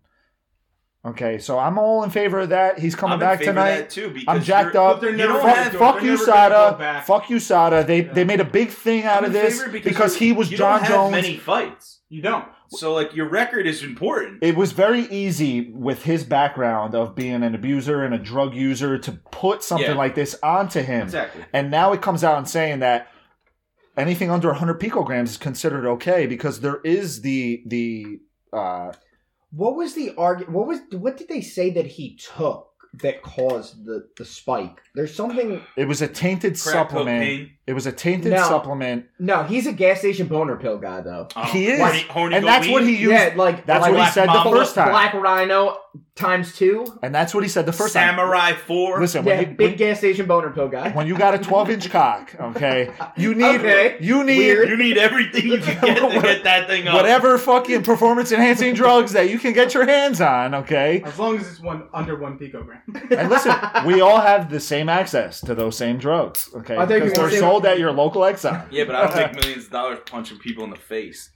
Speaker 4: Okay, so I'm all in favor of that. He's coming
Speaker 2: I'm in
Speaker 4: back
Speaker 2: favor of
Speaker 4: tonight.
Speaker 2: that too because
Speaker 4: I'm jacked
Speaker 2: you're-
Speaker 4: up.
Speaker 3: they're
Speaker 4: You
Speaker 3: never
Speaker 4: know
Speaker 3: gonna
Speaker 4: what?
Speaker 3: do it.
Speaker 4: fuck
Speaker 3: They're
Speaker 4: you,
Speaker 3: never gonna go
Speaker 4: Sada.
Speaker 3: back.
Speaker 4: Fuck you, Sada. They
Speaker 3: Yeah.
Speaker 4: they made a big thing out
Speaker 2: I'm
Speaker 4: of
Speaker 2: in
Speaker 4: this
Speaker 2: favor
Speaker 4: because,
Speaker 2: you're-
Speaker 4: he was
Speaker 2: you
Speaker 4: John
Speaker 2: don't have
Speaker 4: Jones.
Speaker 2: Many fights,
Speaker 3: You don't.
Speaker 2: so like your record is important.
Speaker 4: It was very easy with his background of being an abuser and a drug user to put something
Speaker 2: Yeah.
Speaker 4: like this onto him.
Speaker 2: Exactly.
Speaker 4: And now it comes out and saying that anything under 100 picograms is considered okay because there is the the uh,
Speaker 5: What was the argument? What was what did they say that he took that caused the the spike? There's something.
Speaker 4: it was a tainted
Speaker 2: Crack
Speaker 4: supplement.
Speaker 2: cocaine.
Speaker 4: It was a tainted
Speaker 5: Now-
Speaker 4: supplement.
Speaker 5: No, he's a gas station boner pill guy though.
Speaker 2: Oh,
Speaker 4: he is,
Speaker 2: horny- horny
Speaker 4: and
Speaker 2: go
Speaker 4: that's what
Speaker 2: weed?
Speaker 4: he used.
Speaker 5: yeah, like
Speaker 4: that's
Speaker 5: like
Speaker 4: what he said the
Speaker 5: Black-
Speaker 4: first time.
Speaker 5: Black Rhino times two.
Speaker 4: And that's what he said the first
Speaker 2: Samurai
Speaker 4: time.
Speaker 2: Four.
Speaker 4: Listen,
Speaker 5: Yeah,
Speaker 4: when, you,
Speaker 5: big gas station boner pill guy.
Speaker 4: when you got a 12 inch cock, okay, you need
Speaker 5: Okay.
Speaker 4: you need
Speaker 5: Weird.
Speaker 2: you need everything you can get to get that thing up.
Speaker 4: whatever fucking performance enhancing drugs that you can get your hands on, okay.
Speaker 3: As long as it's one under one picogram.
Speaker 4: And listen, we all have the same access to those same drugs, okay?
Speaker 5: I
Speaker 4: Because
Speaker 5: think you were
Speaker 4: they're
Speaker 5: saying-
Speaker 4: sold at your local Exxon.
Speaker 2: Yeah, but I don't make millions of dollars punching people in the face.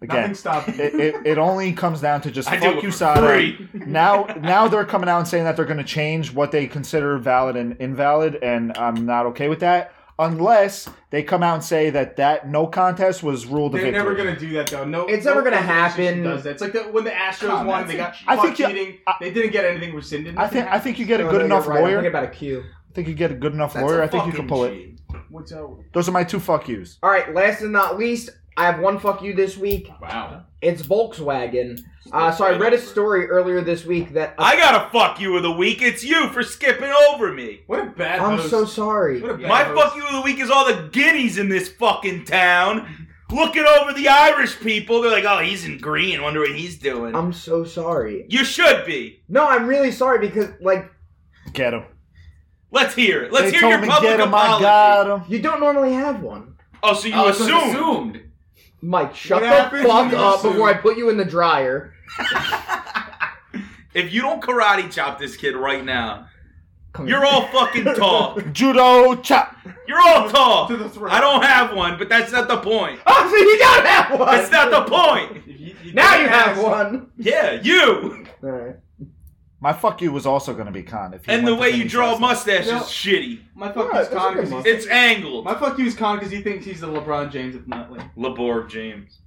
Speaker 4: Again,
Speaker 3: Nothing stopping you.
Speaker 4: it, it, it only comes down to just
Speaker 2: I do
Speaker 4: fuck
Speaker 2: it
Speaker 4: you,
Speaker 2: for
Speaker 4: Sada.
Speaker 2: free.
Speaker 4: Now, now they're coming out and saying that they're going to change what they consider valid and invalid, and I'm not okay with that. Unless they come out and say that that no contest was ruled a
Speaker 3: They're
Speaker 4: victory.
Speaker 3: never gonna do that though. No,
Speaker 5: It's
Speaker 3: no
Speaker 5: never gonna
Speaker 3: organization
Speaker 5: happen.
Speaker 3: Does that? It's like the, when the Astros
Speaker 2: Come on,
Speaker 3: won,
Speaker 2: that's
Speaker 3: they got
Speaker 4: I
Speaker 3: I
Speaker 4: think
Speaker 3: think
Speaker 4: you-
Speaker 3: cheating.
Speaker 4: I-
Speaker 3: they didn't get anything rescinded.
Speaker 4: I think I think you get a
Speaker 5: No,
Speaker 4: good
Speaker 5: no,
Speaker 4: enough
Speaker 5: you're right. I'm
Speaker 4: lawyer.
Speaker 5: thinking about a Q.
Speaker 4: I think you get a good enough
Speaker 5: That's
Speaker 4: lawyer.
Speaker 5: a
Speaker 4: I think you can
Speaker 2: Fucking
Speaker 4: pull it.
Speaker 2: cheating.
Speaker 3: What's up?
Speaker 4: Those are my two fuck yous.
Speaker 5: All right. Last and not least, I have one fuck you this week.
Speaker 7: Wow.
Speaker 5: It's Volkswagen. Uh, so I read a story earlier this week that
Speaker 2: I gotta fuck you of the week. It's you for skipping over me.
Speaker 3: What a bad.
Speaker 5: I'm
Speaker 3: host.
Speaker 5: so sorry.
Speaker 3: What a bad
Speaker 2: My
Speaker 3: host.
Speaker 2: fuck you of the week is all the guineas in this fucking town. Looking over the Irish people, they're like, "Oh, he's in green. Wonder what he's doing."
Speaker 4: Um,
Speaker 5: I'm so sorry.
Speaker 2: you should be.
Speaker 5: No, I'm really sorry because like
Speaker 4: Get him.
Speaker 2: Let's hear it. Let's
Speaker 4: they
Speaker 2: hear
Speaker 4: told
Speaker 2: your
Speaker 4: me
Speaker 2: public
Speaker 4: get him. I
Speaker 2: apology.
Speaker 4: got him.
Speaker 5: you don't normally have one.
Speaker 2: Oh, so you
Speaker 7: Oh, so
Speaker 2: assume?
Speaker 7: it's assumed.
Speaker 5: Mike, shut
Speaker 3: What
Speaker 5: the
Speaker 3: happens
Speaker 5: fuck
Speaker 3: when you
Speaker 5: up
Speaker 3: assume?
Speaker 5: before I put you in the dryer.
Speaker 2: If you don't karate chop this kid right now,
Speaker 5: Come
Speaker 2: you're
Speaker 5: here.
Speaker 2: all fucking tall.
Speaker 4: Judo chop.
Speaker 2: You're all tall.
Speaker 3: To the throat.
Speaker 2: I don't have one, but that's not the point.
Speaker 5: Oh, so you don't have one.
Speaker 2: That's not the point.
Speaker 3: You- you-
Speaker 5: now you
Speaker 3: you
Speaker 5: have
Speaker 3: asked-
Speaker 5: one.
Speaker 2: Yeah, you.
Speaker 5: All right.
Speaker 4: My fuck you was also going to be con. If he
Speaker 2: And the
Speaker 4: went to
Speaker 2: way you
Speaker 4: finish
Speaker 2: draw a
Speaker 4: last night.
Speaker 2: mustache
Speaker 3: No.
Speaker 2: is shitty.
Speaker 3: My fuck
Speaker 5: Yeah,
Speaker 3: you's
Speaker 5: that's
Speaker 3: con
Speaker 5: a good
Speaker 3: because
Speaker 5: one.
Speaker 3: he's
Speaker 2: It's angled.
Speaker 3: my fuck you's con because he thinks he's the LeBron James of Nutley.
Speaker 2: LeBorg James.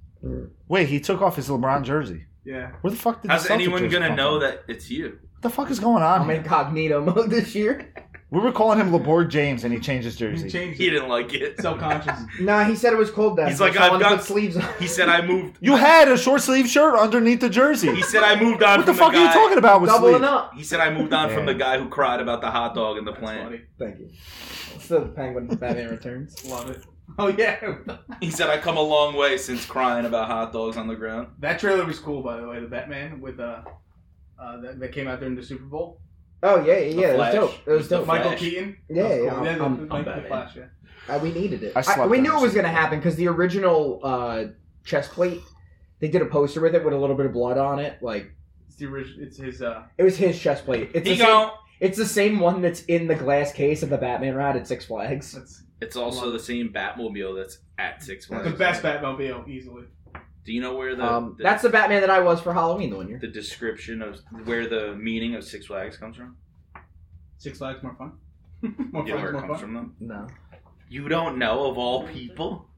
Speaker 4: Wait, he took off his LeBron jersey.
Speaker 3: Yeah.
Speaker 4: Where the fuck did?
Speaker 2: How's
Speaker 4: the Celtic
Speaker 2: anyone
Speaker 4: jersey
Speaker 2: gonna
Speaker 4: come
Speaker 2: know
Speaker 4: from?
Speaker 2: that it's you?
Speaker 4: What the fuck is going on?
Speaker 5: I'm
Speaker 4: here?
Speaker 5: incognito mode this year.
Speaker 4: We were calling him LeBron James, and he changed his
Speaker 3: He
Speaker 4: jersey.
Speaker 3: changed
Speaker 2: He
Speaker 3: it.
Speaker 2: didn't like it.
Speaker 3: Self-conscious.
Speaker 5: Nah, he said it was cold down
Speaker 2: He's
Speaker 5: here,
Speaker 2: like,
Speaker 5: so I
Speaker 2: I've
Speaker 5: wanna
Speaker 2: got-
Speaker 5: put sleeves on.
Speaker 2: He said I moved.
Speaker 4: You had a short sleeve shirt underneath the jersey.
Speaker 2: He said I moved on
Speaker 4: what the
Speaker 2: from
Speaker 4: fuck
Speaker 2: the
Speaker 4: are
Speaker 2: guy.
Speaker 4: you talking about with
Speaker 5: doubling
Speaker 4: sleeve?
Speaker 5: up.
Speaker 2: He said I moved on from
Speaker 4: Yeah.
Speaker 2: the guy who cried about the hot dog and the
Speaker 3: That's
Speaker 2: plant.
Speaker 3: funny.
Speaker 5: Thank you. So the penguin from Batman Returns.
Speaker 3: Love it. Oh yeah.
Speaker 2: He said I come a long way since crying about hot dogs on the ground.
Speaker 3: That trailer was cool, by the way. The Batman with uh, uh that, that came out during the Super Bowl.
Speaker 5: Oh yeah, yeah, yeah. It was
Speaker 2: Flash.
Speaker 5: dope. It was
Speaker 2: The
Speaker 5: dope.
Speaker 2: Flash.
Speaker 3: Michael Keaton.
Speaker 5: Yeah,
Speaker 3: That was
Speaker 5: yeah,
Speaker 3: cool.
Speaker 5: I'm-
Speaker 3: the-
Speaker 5: I'm-
Speaker 3: the-
Speaker 5: I'm
Speaker 3: Michael
Speaker 2: Batman.
Speaker 3: Flash, yeah.
Speaker 5: Uh, we needed it.
Speaker 4: I
Speaker 5: I-
Speaker 4: slept
Speaker 5: we
Speaker 4: on
Speaker 5: knew
Speaker 4: it.
Speaker 5: it was going to happen because the original uh, chest plate, they did a poster with it with a little bit of blood on it. Like
Speaker 3: It's the original. It's his. Uh,
Speaker 5: it was his chest plate. It's,
Speaker 2: He
Speaker 5: the same,
Speaker 2: go.
Speaker 5: it's the same one that's in the glass case of the Batman ride at Six Flags.
Speaker 3: that's
Speaker 2: It's also the same Batmobile that's at Six Flags.
Speaker 3: the best Batmobile easily.
Speaker 2: Do you know where the,
Speaker 5: um,
Speaker 2: the
Speaker 5: that's the Batman that I was for Halloween the one year.
Speaker 2: the description of where the meaning of Six Flags comes from?
Speaker 3: Six Flags more fun. more
Speaker 2: You know where
Speaker 3: fun.
Speaker 2: it
Speaker 3: More
Speaker 2: comes
Speaker 3: fun.
Speaker 2: from, though?
Speaker 5: No.
Speaker 2: You don't know of all people.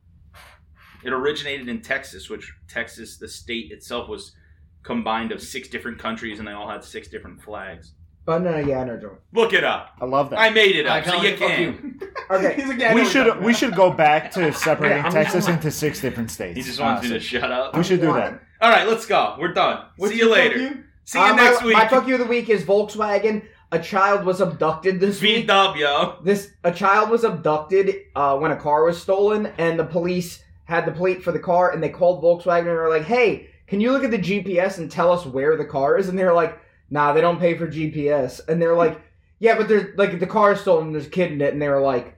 Speaker 2: It originated in Texas, which Texas, the state itself, was combined of six different countries, and they all had six different flags.
Speaker 5: But no, yeah, I know Joe.
Speaker 2: Look it up.
Speaker 4: I love that.
Speaker 2: I made it up,
Speaker 7: Icon,
Speaker 2: so you
Speaker 7: fuck
Speaker 2: can.
Speaker 7: you.
Speaker 5: Okay,
Speaker 3: He's a guy
Speaker 4: we
Speaker 3: that
Speaker 4: should we should go back to separating
Speaker 5: Yeah, I'm-
Speaker 4: Texas into six different states.
Speaker 2: He just wants me to
Speaker 4: honestly.
Speaker 2: shut up.
Speaker 4: We should do
Speaker 5: Why?
Speaker 4: that.
Speaker 2: All right, let's go. We're done.
Speaker 3: What's
Speaker 2: See you
Speaker 3: your fuck
Speaker 2: later.
Speaker 3: you?
Speaker 2: See you
Speaker 5: Uh, my-
Speaker 2: next week.
Speaker 5: My fuck you of the week is Volkswagen. A child was abducted this week.
Speaker 2: Beat up, yo.
Speaker 5: this a child was abducted uh, when a car was stolen and the police had the plate for the car and they called volkswagen and were like hey can you look at the gps and tell us where the car is and they're like nah they don't pay for gps and they're like yeah but there's like the car is stolen there's a kid in it and they were like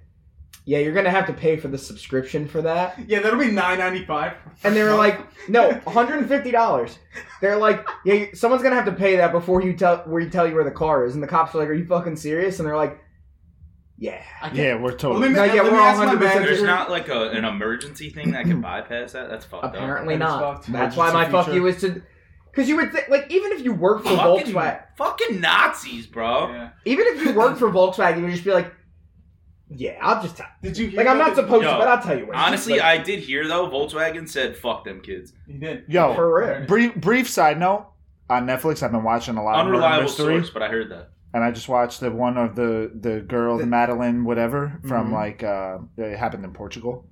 Speaker 5: yeah you're gonna have to pay for the subscription for that
Speaker 3: Yeah, that'll be nine ninety five.
Speaker 5: and they were like, "No, one hundred and fifty dollars." They're like, "Yeah, you- someone's gonna have to pay that before you tell where you tell you where the car is." And the cops are like, "Are you fucking serious?" And they're like, "Yeah."
Speaker 4: Yeah, we're
Speaker 3: Well,
Speaker 4: totally.
Speaker 3: let me,
Speaker 5: No, yeah,
Speaker 3: let me
Speaker 5: we're all
Speaker 3: ask my
Speaker 5: 100%
Speaker 3: manager.
Speaker 2: There's not like a, an emergency thing that can bypass that. That's fucked up.
Speaker 5: Apparently
Speaker 3: That is
Speaker 5: not.
Speaker 3: fucked.
Speaker 5: That's why my
Speaker 4: Emergency
Speaker 5: fuck you is to. Because you would think, like, even if you work for
Speaker 2: Fucking,
Speaker 5: Volkswagen,
Speaker 2: fucking Nazis, bro.
Speaker 3: Yeah.
Speaker 5: even if you work for Volkswagen, you would just be like, yeah, I'll just tell.
Speaker 3: Did you hear?
Speaker 5: Like, I'm
Speaker 3: about
Speaker 5: not
Speaker 3: the-
Speaker 5: supposed
Speaker 2: Yo,
Speaker 5: to, but I'll tell you what.
Speaker 2: Honestly,
Speaker 5: Like,
Speaker 2: I did hear though Volkswagen said fuck them kids.
Speaker 3: You did.
Speaker 4: Yo,
Speaker 5: For real.
Speaker 4: Brief, brief side note on Netflix, I've been watching a lot
Speaker 2: Unreliable
Speaker 4: of murder mystery,
Speaker 2: source, but I heard that.
Speaker 4: and I just watched the one of the the girl, the,
Speaker 5: The-
Speaker 4: Madeline, whatever, from
Speaker 5: Mhm.
Speaker 4: like uh, it happened in Portugal,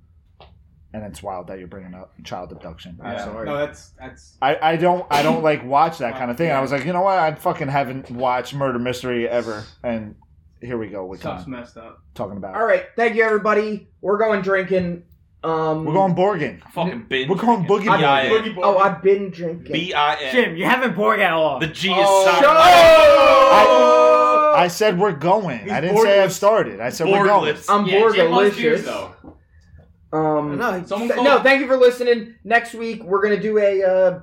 Speaker 4: and it's wild that you're bringing up child abduction.
Speaker 3: Yeah.
Speaker 4: So-
Speaker 3: No, that's that's.
Speaker 4: I, I don't I don't like watch that kind of thing. I was like, you know what? I fucking haven't watched murder mystery ever, and here we go. We're
Speaker 3: Stuff's
Speaker 4: talking,
Speaker 3: messed up.
Speaker 4: talking about.
Speaker 5: all right, thank you, everybody. We're going drinking. Um,
Speaker 4: We're going Borgin.
Speaker 2: Fucking binge.
Speaker 4: We're going Boogie
Speaker 2: Yeah, yeah.
Speaker 4: Borgin.
Speaker 3: Boogie boy.
Speaker 5: Oh, I've been drinking.
Speaker 2: B I N.
Speaker 6: Jim, you haven't Borg at all.
Speaker 2: The G is
Speaker 3: Oh.
Speaker 2: silent.
Speaker 4: I said we're going. I didn't say I've
Speaker 3: Borgless.
Speaker 4: started. I said we're going.
Speaker 2: Borgless.
Speaker 5: I'm
Speaker 7: Yeah, Jim loves beers,
Speaker 5: borgalicious.
Speaker 7: though.
Speaker 5: Um,
Speaker 6: no,
Speaker 3: Someone
Speaker 5: Th-
Speaker 3: call.
Speaker 5: no, thank you for listening. Next week we're gonna do a uh,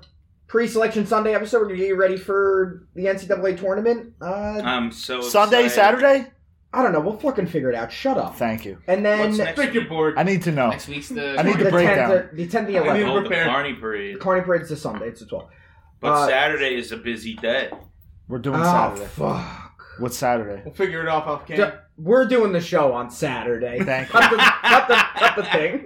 Speaker 5: pre-selection Sunday episode. We're gonna get you ready for the NCAA tournament. Uh,
Speaker 2: I'm so
Speaker 4: Sunday,
Speaker 2: excited.
Speaker 4: Saturday.
Speaker 5: I don't know. We'll fucking figure it out. Shut up.
Speaker 4: Thank you.
Speaker 5: And then
Speaker 2: What's next?
Speaker 3: Think you're bored.
Speaker 4: I need to know.
Speaker 7: Next week's the.
Speaker 4: I need
Speaker 5: the
Speaker 4: to- breakdown.
Speaker 5: tenth, the tenth, the
Speaker 3: I need
Speaker 5: eleventh.
Speaker 3: to
Speaker 2: Oh, the
Speaker 3: prepare.
Speaker 2: Carney parade.
Speaker 5: Carney parade's this Sunday. It's the twelfth.
Speaker 2: But
Speaker 5: Uh,
Speaker 2: Saturday is a busy day.
Speaker 4: We're doing
Speaker 5: Oh
Speaker 4: Saturday.
Speaker 5: fuck.
Speaker 4: What's Saturday?
Speaker 3: We'll figure it off off camera.
Speaker 5: D- We're doing the show on Saturday.
Speaker 4: Thank you.
Speaker 5: Cut the, cut the, cut the thing.